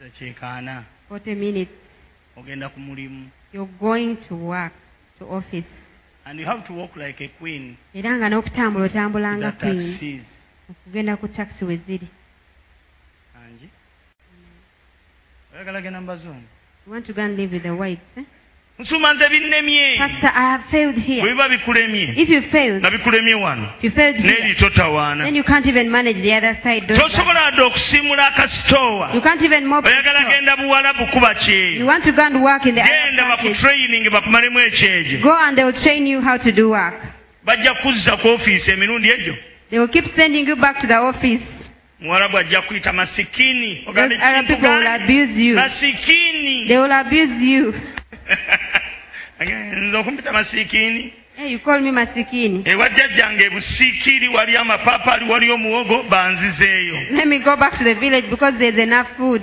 B: dakiika ana
A: 40 minutes.
B: ogenda ku mulimu
A: You're going to work, to office.
B: and you have to walk like a queen
A: Era nga n'okutambula
B: to the
A: otambulanga queen
B: taxis
A: okugenda ku taxi we ziri.
B: angi oyagala genda mbazooni
A: You want to go and live with the whites. Eh?
B: nsuma nze binnemye
A: Pastor, I have failed
B: bwe
A: here.
B: biba bikulemye
A: If you failed,
B: nga bikulemye wano
A: if you failed
B: n'eri
A: here,
B: totawaana
A: then you can't even manage the other side. don't you?
B: tosobola adde okusiimula akasitoowa
A: You can't even mop. the
B: oyagala
A: floor.
B: genda buwalabu kuba
A: You
B: kyeyo
A: want to go and work in the
B: genda
A: other countries.
B: bakutrayiningi bakumalemu ekyejo
A: Go and they'll train you how to do work.
B: bajja kuzza ku ofiisi emirundi egyo
A: They will keep sending you back to the office.
B: muwalabu ajja kuyita masikini
A: Those
B: ogambe
A: Arab
B: kintu
A: people will
B: gani
A: abuse you. They
B: masikini
A: will abuse you.
B: nze okumpita masikini E,
A: Hey, you call me masikini.
B: ewa jjajjange ebusiikiri wali amapaapali wali omuwogo banzizeeyo
A: Let me go back to the village because there's enough food.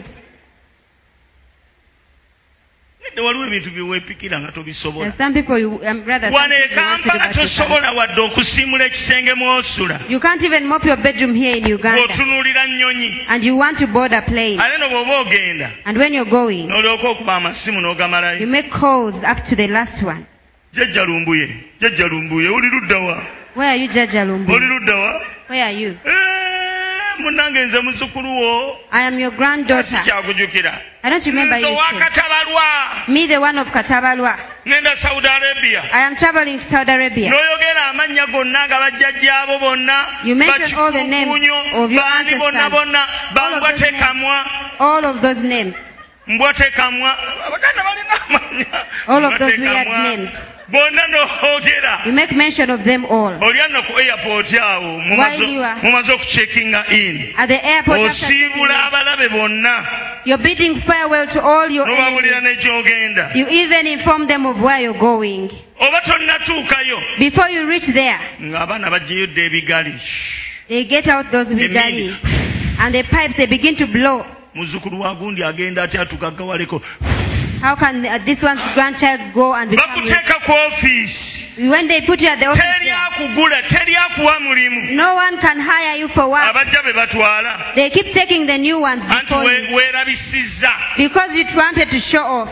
B: nedde waliwo ebintu byewepikira nga
A: There are
B: tobisobola
A: some people you, um, rather, some
B: wano
A: people you want to do,
B: ekampala
A: but you can't.
B: tosobola wadde okusiimula ekisenge mw'osula
A: You can't even mop your bedroom here in Uganda.
B: ng'otunuulira nnyonyi
A: And you want to board a plane.
B: ate no bw'oba ogenda
A: And when you're going,
B: n'olyoka okuba amasimu
A: you
B: n'ogamalayo
A: make calls up to the last one.
B: jjajja lumbuye jjajja lumbuye oli luddawa
A: Where are you, Jaja
B: oli
A: Lumbu?
B: luddawa
A: Where are you?
B: Eh, munnange nze muzukuluwo
A: I am your granddaughter.
B: sikyakujjukira
A: I don't remember
B: nze
A: you. said.
B: wakatabalwa
A: Me, the one of Katabalwa.
B: ŋenda saudi arabia
A: I am traveling to Saudi Arabia.
B: n'oyogera amannya gonna nga bajjajjaabo bonna
A: You mention all the names
B: bakikukunyo
A: of your
B: baani bonna
A: ancestors.
B: bonna
A: All of those
B: bambwatekamwa
A: All of those names.
B: mbwatekamwa abaganda balina amanya
A: All of those weird
B: Mbwatekamwa.
A: names.
B: bonna
A: You
B: n'oogera
A: make mention of them all.
B: olya nno ku airport awo mumaze-
A: While you are-
B: mumaze okucekinga in
A: At the airport, after checking
B: osiibula
A: in,
B: abalabe bonna
A: you're bidding farewell to all your
B: n'obabulira
A: enemies.
B: n'ekyogenda
A: You even inform them of where you're going.
B: oba tonnatuukayo
A: Before you reach there,
B: ng'abaana bajiyudde ebigali
A: they get out those
B: emindi
A: ridali and the pipes, they begin to blow.
B: muzzukulu wa gundi agenda atya tugaggawaleko
A: How can uh, this one's grandchild go and become rich?
B: bakuteeka ku ofiisi
A: When they put you at the office,
B: teri akugula teri akuwa mulimu
A: no one can hire you for work.
B: abajja be batwala
A: They keep taking the new ones
B: anti
A: before
B: we-
A: you
B: weerabisizza
A: because you wanted to show off.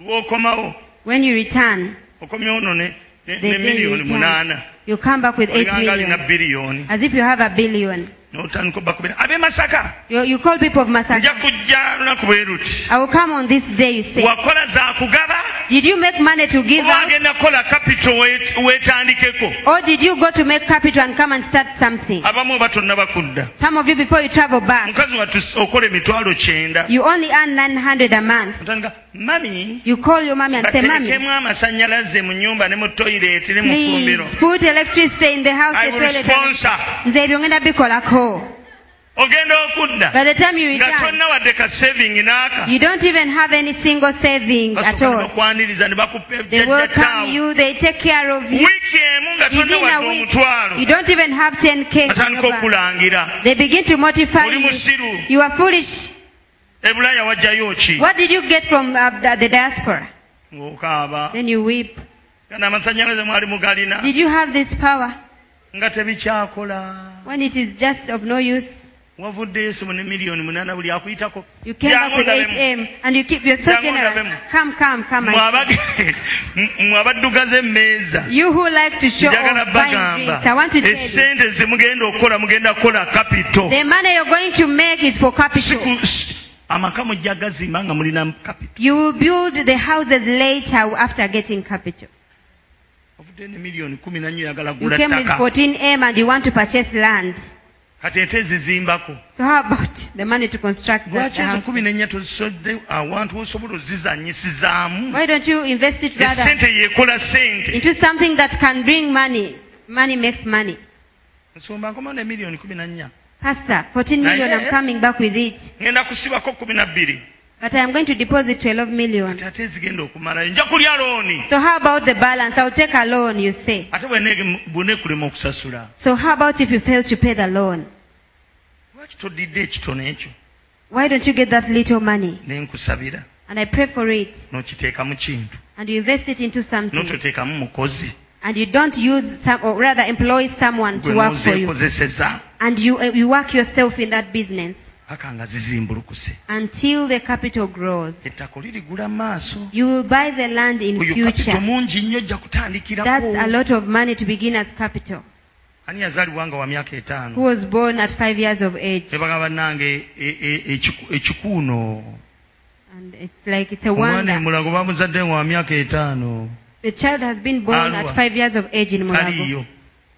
B: lwokomawo
A: When you return,
B: okomyewo no ne ne-
A: They say
B: ne
A: you
B: miliyoni
A: return.
B: munaana
A: you come back with 8
B: olinganga alina
A: million,
B: biliyoni
A: as if you have a billion.
B: n'otandika obakubira ab'e masaka
A: You, you call people of
B: nja
A: Masaka.
B: kujja lunaku bwe luti
A: I will come on this day, you say.
B: wakola zakugaba
A: Did you make money to give
B: oba
A: out?
B: agenda kukola kapito weetandikeko
A: Or did you go to make capital and come and start something?
B: abamu oba tonna bakudda
A: Some of you, before you travel back,
B: mukazi wattu okola emitwalo kyenda
A: Ah. you only earn 900 a month.
B: otandika mami
A: You call your mommy and say, Mommy,
B: baterekemu amasannyalaze mu nyumba ne mu toyireti ne mu fumbiro
A: please put electricity in the house,
B: I
A: the
B: will
A: toilet.
B: sponsor.
A: Nze ebyo ngenda bikolako.
B: ogenda okudda
A: By the time you
B: nga
A: return,
B: tonna wadde ka saving n'aka
A: you don't even have any single saving at
B: Basooka ne
A: all.
B: bakwaniriza ne bakupa
A: They welcome
B: ebijajjataawo
A: you, they take care of you.
B: wiiki emu nga tonna
A: Within
B: wadde
A: a week,
B: omutwalo
A: you don't even have 10k. in
B: batandika
A: your bank.
B: okulangira
A: They begin to mortify
B: oli
A: you.
B: musiru
A: You are foolish.
B: ebulaaya wajjayo ki
A: What did you get from uh, the, the diaspora?
B: ng'okaaba
A: Then you weep.
B: gana amasannyalaze mwali mugalina
A: Did you have this power
B: nga tebikyakola
A: when it is just of no use?
B: wavudde esimu ne miliyoni munaana buli akuyitako
A: You came back with 8 am and you keep, you're so
B: Jangu
A: generous.
B: ndabemu.
A: Come, come, come.
B: Mmwe <laughs>
A: I
B: abag- mmwe abaddugaza emmeeza
A: see. You who like to show
B: njagala
A: off buying
B: bagamba
A: drinks, I want to tell you.
B: essente zemugenda okukola mugenda kukola kapito
A: The money you're going to make is for capital.
B: Siku- s- amaka mujja gazimba nga mulina kapito
A: You will build the houses later after getting capital.
B: ovudde ne miliyoni kumi nanyo yagala
A: You
B: gula
A: came with
B: ttaka
A: 14 M and you want to purchase land.
B: kati ente ezizimbako
A: So how about the money to construct that
B: lwaki ezo
A: house?
B: kumi nenya tozisodde awantu wosobola ozizanyisizaamu
A: Why don't you invest it rather
B: essente yeekola sente
A: into something that can bring money? Money makes money.
B: nsumba nkomawo ne miliyoni kumi nannya
A: Pastor, 14 million, I'm coming back with it.
B: ŋenda kusibako kumi nabbiri
A: But I am going to deposit 12 million.
B: kati ate zigenda okumalayo nja kulya looni
A: So how about the balance? I'll take a loan, you say.
B: ate bwene- bwenekulema okusasula
A: So how about if you fail to pay the loan?
B: lwaki todidde ekitono ekyo
A: Why don't you get that little money?
B: ne nkusabira
A: And I pray for it.
B: n'okiteekamu kintu
A: And you invest it into something.
B: n'ototeekamu mukozi
A: And you don't use some, or rather employ someone
B: gwe
A: to work for you.
B: n'ozeekozeseza
A: And you, uh, you work yourself in that business
B: paka nga zizimbulukuse
A: until the capital grows.
B: ettako lirigula mu maaso
A: You will buy the land in
B: oyo kapito
A: future.
B: mungi nnyo ojja kutandikirako
A: That's a lot of money to begin as capital.
B: ani yazaalibwa nga wa myaka
A: Who
B: etaano
A: was born at five years of age.
B: ne bagamba bannange e- e- ekiku- ekikuuno
A: And it's like, it's a
B: omwana
A: wonder.
B: emulago bamuzadde nga wa myaka etaano
A: The child has been born
B: Alua.
A: at five years of age in Mulago.
B: taliiyo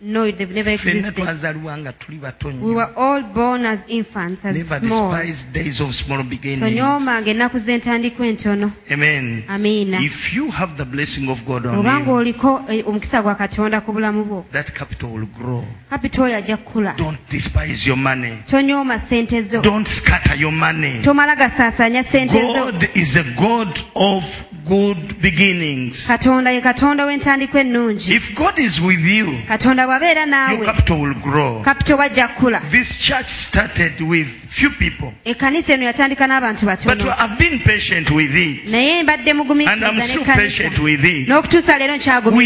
A: No, they've never
B: ffenna
A: existed.
B: twazaalibwa nga tuli bato
A: We
B: nnyo
A: were all born as infants, as
B: Never
A: small.
B: despise days of small beginnings.
A: tonyoomanga ennaku z'entandikwa entono
B: Amen.
A: amiina
B: If you have the blessing of God
A: obanga
B: on you,
A: oliko eh, omukisa gwa katonda ku bulamu bwo
B: that capital will grow.
A: kapita oyo ajja kukula
B: Don't despise your money.
A: tonyooma sente zo
B: Don't scatter your money.
A: tomala gasaasaanya sente zo
B: God is a God of good beginnings.
A: katonda ye katonda w'entandikwa ennungi
B: If God is with you,
A: katonda bw'abeera
B: your
A: naawe
B: capital will grow.
A: kapita oba ajja kukula
B: This church started with few people,
A: ekkanisa eno yatandika n'abantu
B: but
A: batono
B: I've been patient with it,
A: naye mbadde
B: and I'm
A: mugumikiriza
B: still
A: n'ekkanisa
B: patient with it.
A: n'okutuusa leero
B: We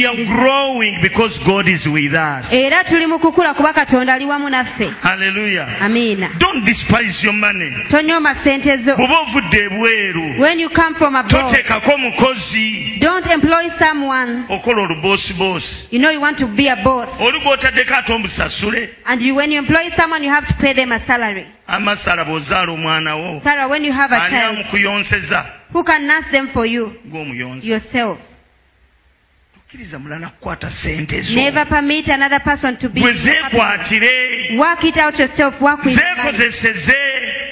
B: are
A: nkyagumikiriza
B: growing because God is with us.
A: era tuli mu kukula kuba katonda ali wamu naffe
B: Hallelujah.
A: amiina
B: Don't despise your money.
A: tonyooma sente zo
B: bw'oba ovudde ebweru
A: when you come from abroad
B: toteekako mukozi
A: Don't employ someone.
B: okola oluboosiboosi
A: You know you want to be a boss.
B: oli bw'otaddeko ate omusasule
A: And you, when you employ someone, you have to pay them a salary.
B: amasala bw'ozaala omwana wo
A: Sarah, when you have a
B: ani
A: child,
B: amukuyonseza
A: who can nurse them for you?
B: ng'omuyonzi
A: Yourself.
B: tokkiriza mulala kukwata sente zo
A: Never permit another person to be.
B: gwe zeekwatire
A: Work it out yourself. Work with the money.
B: zeekozeseze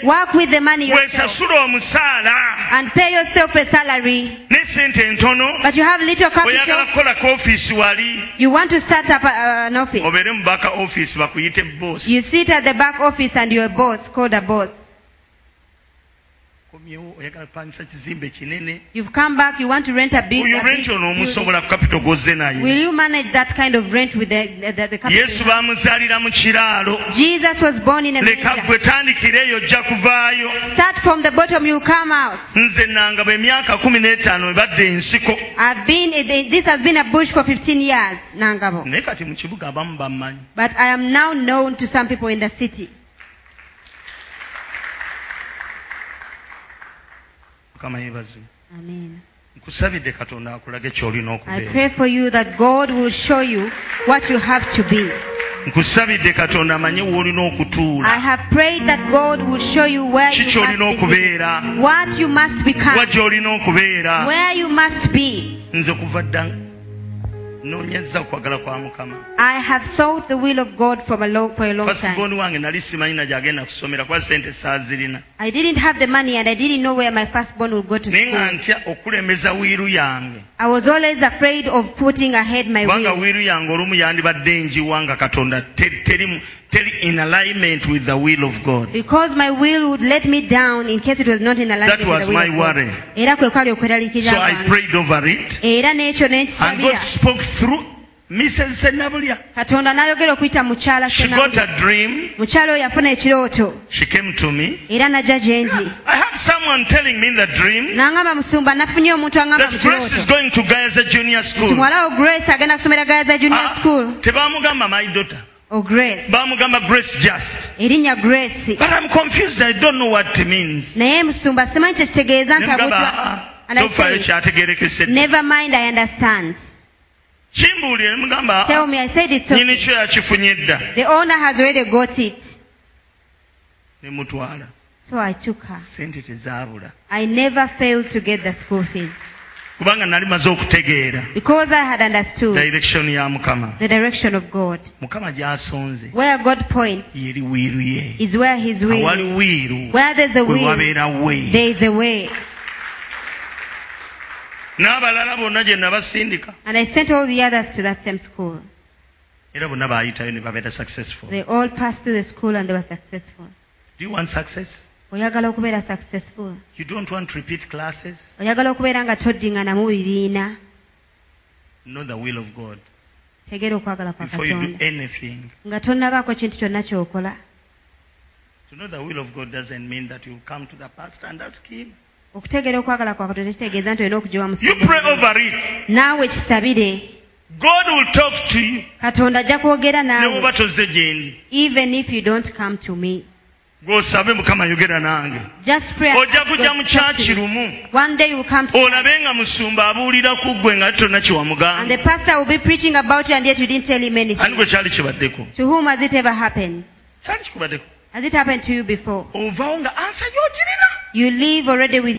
A: Work with the money yourself.
B: weesasula omusaala
A: And pay yourself a salary.
B: n'essente entono
A: But you have little
B: oyagala
A: capital.
B: kukola ka ofiisi wali
A: You want to start up a, uh, an office.
B: obeere mu baka ofiisi bakuyite boosi
A: You sit at the back office and you're a boss, called a boss.
B: komyewo oyagala kupangisa kizimbe kinene
A: You've come back, Oh, you want to rent a big,
B: oyo
A: a big
B: lwentyo
A: building.
B: n'omusobola ku kapito gozze
A: Will
B: naye
A: you manage that kind of rent with the, the, the capital?
B: yesu bamuzaalira mu kiraalo
A: Jesus was born in a
B: leka
A: manger.
B: gwe tandikira eyo ojja kuvaayo
A: Start from the bottom, you'll come out.
B: nze nanga bwe emyaka kumi n'etaano ebadde ensiko
A: I've been, this has been a bush for 15 years, Nangabo.
B: naye kati mu kibuga abamu bammanyi
A: But I am now known to some people in the city.
B: mukama yebazi
A: Amen.
B: nkusabidde katonda akulage ky'olina
A: I
B: okubeera
A: pray for you that God will show you what you have to be.
B: nkusabidde katonda amanye w'olina okutuula
A: I have prayed that God will show you where
B: ki
A: you
B: ky'olina
A: must be,
B: okubeera
A: what you must
B: wa
A: become,
B: gy'olina okubeera
A: where you must be.
B: nze kuva dda noonyezza okwagala kwa mukama
A: I have sought the will of God from a long, for a long time.
B: pasigoni wange nali simanyi na gyagenda kusomera kuba sente saazirina
A: I didn't have the money and I didn't know where my firstborn would go to
B: naye nga
A: school.
B: ntya okulemeza wiiru yange
A: I was always afraid of putting ahead my
B: kubanga
A: will.
B: wiiru yange olumu yandibadde njiwa nga katonda te- teri teri in alignment with the will of god
A: Because my will would let me down in case it was not in alignment
B: That
A: with
B: was
A: the will
B: my
A: of God.
B: worry.
A: Era kwe kwali okweraliikirira
B: so i
A: kwange.
B: prayed over it
A: Era n'ekyo ne
B: and god
A: nkisabira.
B: spoke through mrs senabulya
A: Katonda n'ayogera okuyita mukyala
B: she got
A: Senakuli.
B: a dream
A: Mukyala oyo yafuna ekirooto
B: she came to me
A: era najja gye ndi.
B: i had someone telling me in the dream
A: N'aŋŋamba musumba nafunye omuntu aŋŋamba
B: that
A: mu
B: grace is
A: kirooto.
B: going to gayaza junior
A: Nti
B: school
A: muwala wo Grace agenda kusomera Gaza Junior
B: Ah,
A: School.
B: tebamugamba my daughter
A: O Grace.
B: bamugamba grace just
A: Erinnya Grace.
B: but i'm confused i don't know what it means
A: Naye musumba simanyi kye kitegeeza ntabutwa.
B: nemugamba
A: And I
B: tofaayo
A: said,
B: kyategerekesedde
A: Never mind, I understand.
B: kimbuulire nemugamba "Ah,
A: Tell me, I said it's
B: nyini
A: okay.
B: kyo yakifunye dda
A: The owner has already got it.
B: nemutwala
A: So I took her.
B: sente tezaabula
A: I never failed to get the school fees
B: kubanga nali maze okutegeera
A: because I had understood
B: direction ya mukama
A: the direction of God.
B: mukama gy'asonze
A: Where God points
B: yeri wiiru ye
A: is where His will
B: awali
A: is.
B: wiiru
A: Where there's a
B: we
A: will,
B: wabeera we
A: there is a way.
B: n'abalala bonna gye nabasindika
A: And I sent all the others to that same school.
B: era bonna baayitayo ne babeera successful
A: They all passed through the school and they were successful.
B: do you want success
A: oyagala okubeera successful
B: You don't want to repeat classes.
A: oyagala okubeera nga toddinganamu bibiina
B: Know the will of God
A: tegeera okwagala kwa
B: before you do
A: katonda
B: anything.
A: nga tonnabaako kintu kyonna kyokola
B: To know the will of God doesn't mean that you come to the pastor and ask him.
A: okutegeera okwagala kwa katonda tekitegeeza nti olina okugiwa
B: You pray
A: musuubuzi
B: over it.
A: naawe kisabire
B: God will talk to you.
A: katonda ajja kwogera
B: Ne bw'oba
A: naawe
B: tozze gye ndi.
A: even if you don't come to me
B: Gw'osabe Mukama ayogera nange.
A: just pray
B: Ojja kujja mu kyaki lumu.
A: one day you come to
B: olabe nga musumba abuulira ku ggwe nga tonna
A: and the
B: kyewamugamba
A: pastor will be preaching about you and yet you didn't tell him
B: ani
A: anything
B: gwe kyali kibaddeko
A: to whom has it ever happened
B: kyali kikubaddeko
A: has it happened to you before
B: ovaawo nga ansa gy'ogirina
A: you live already with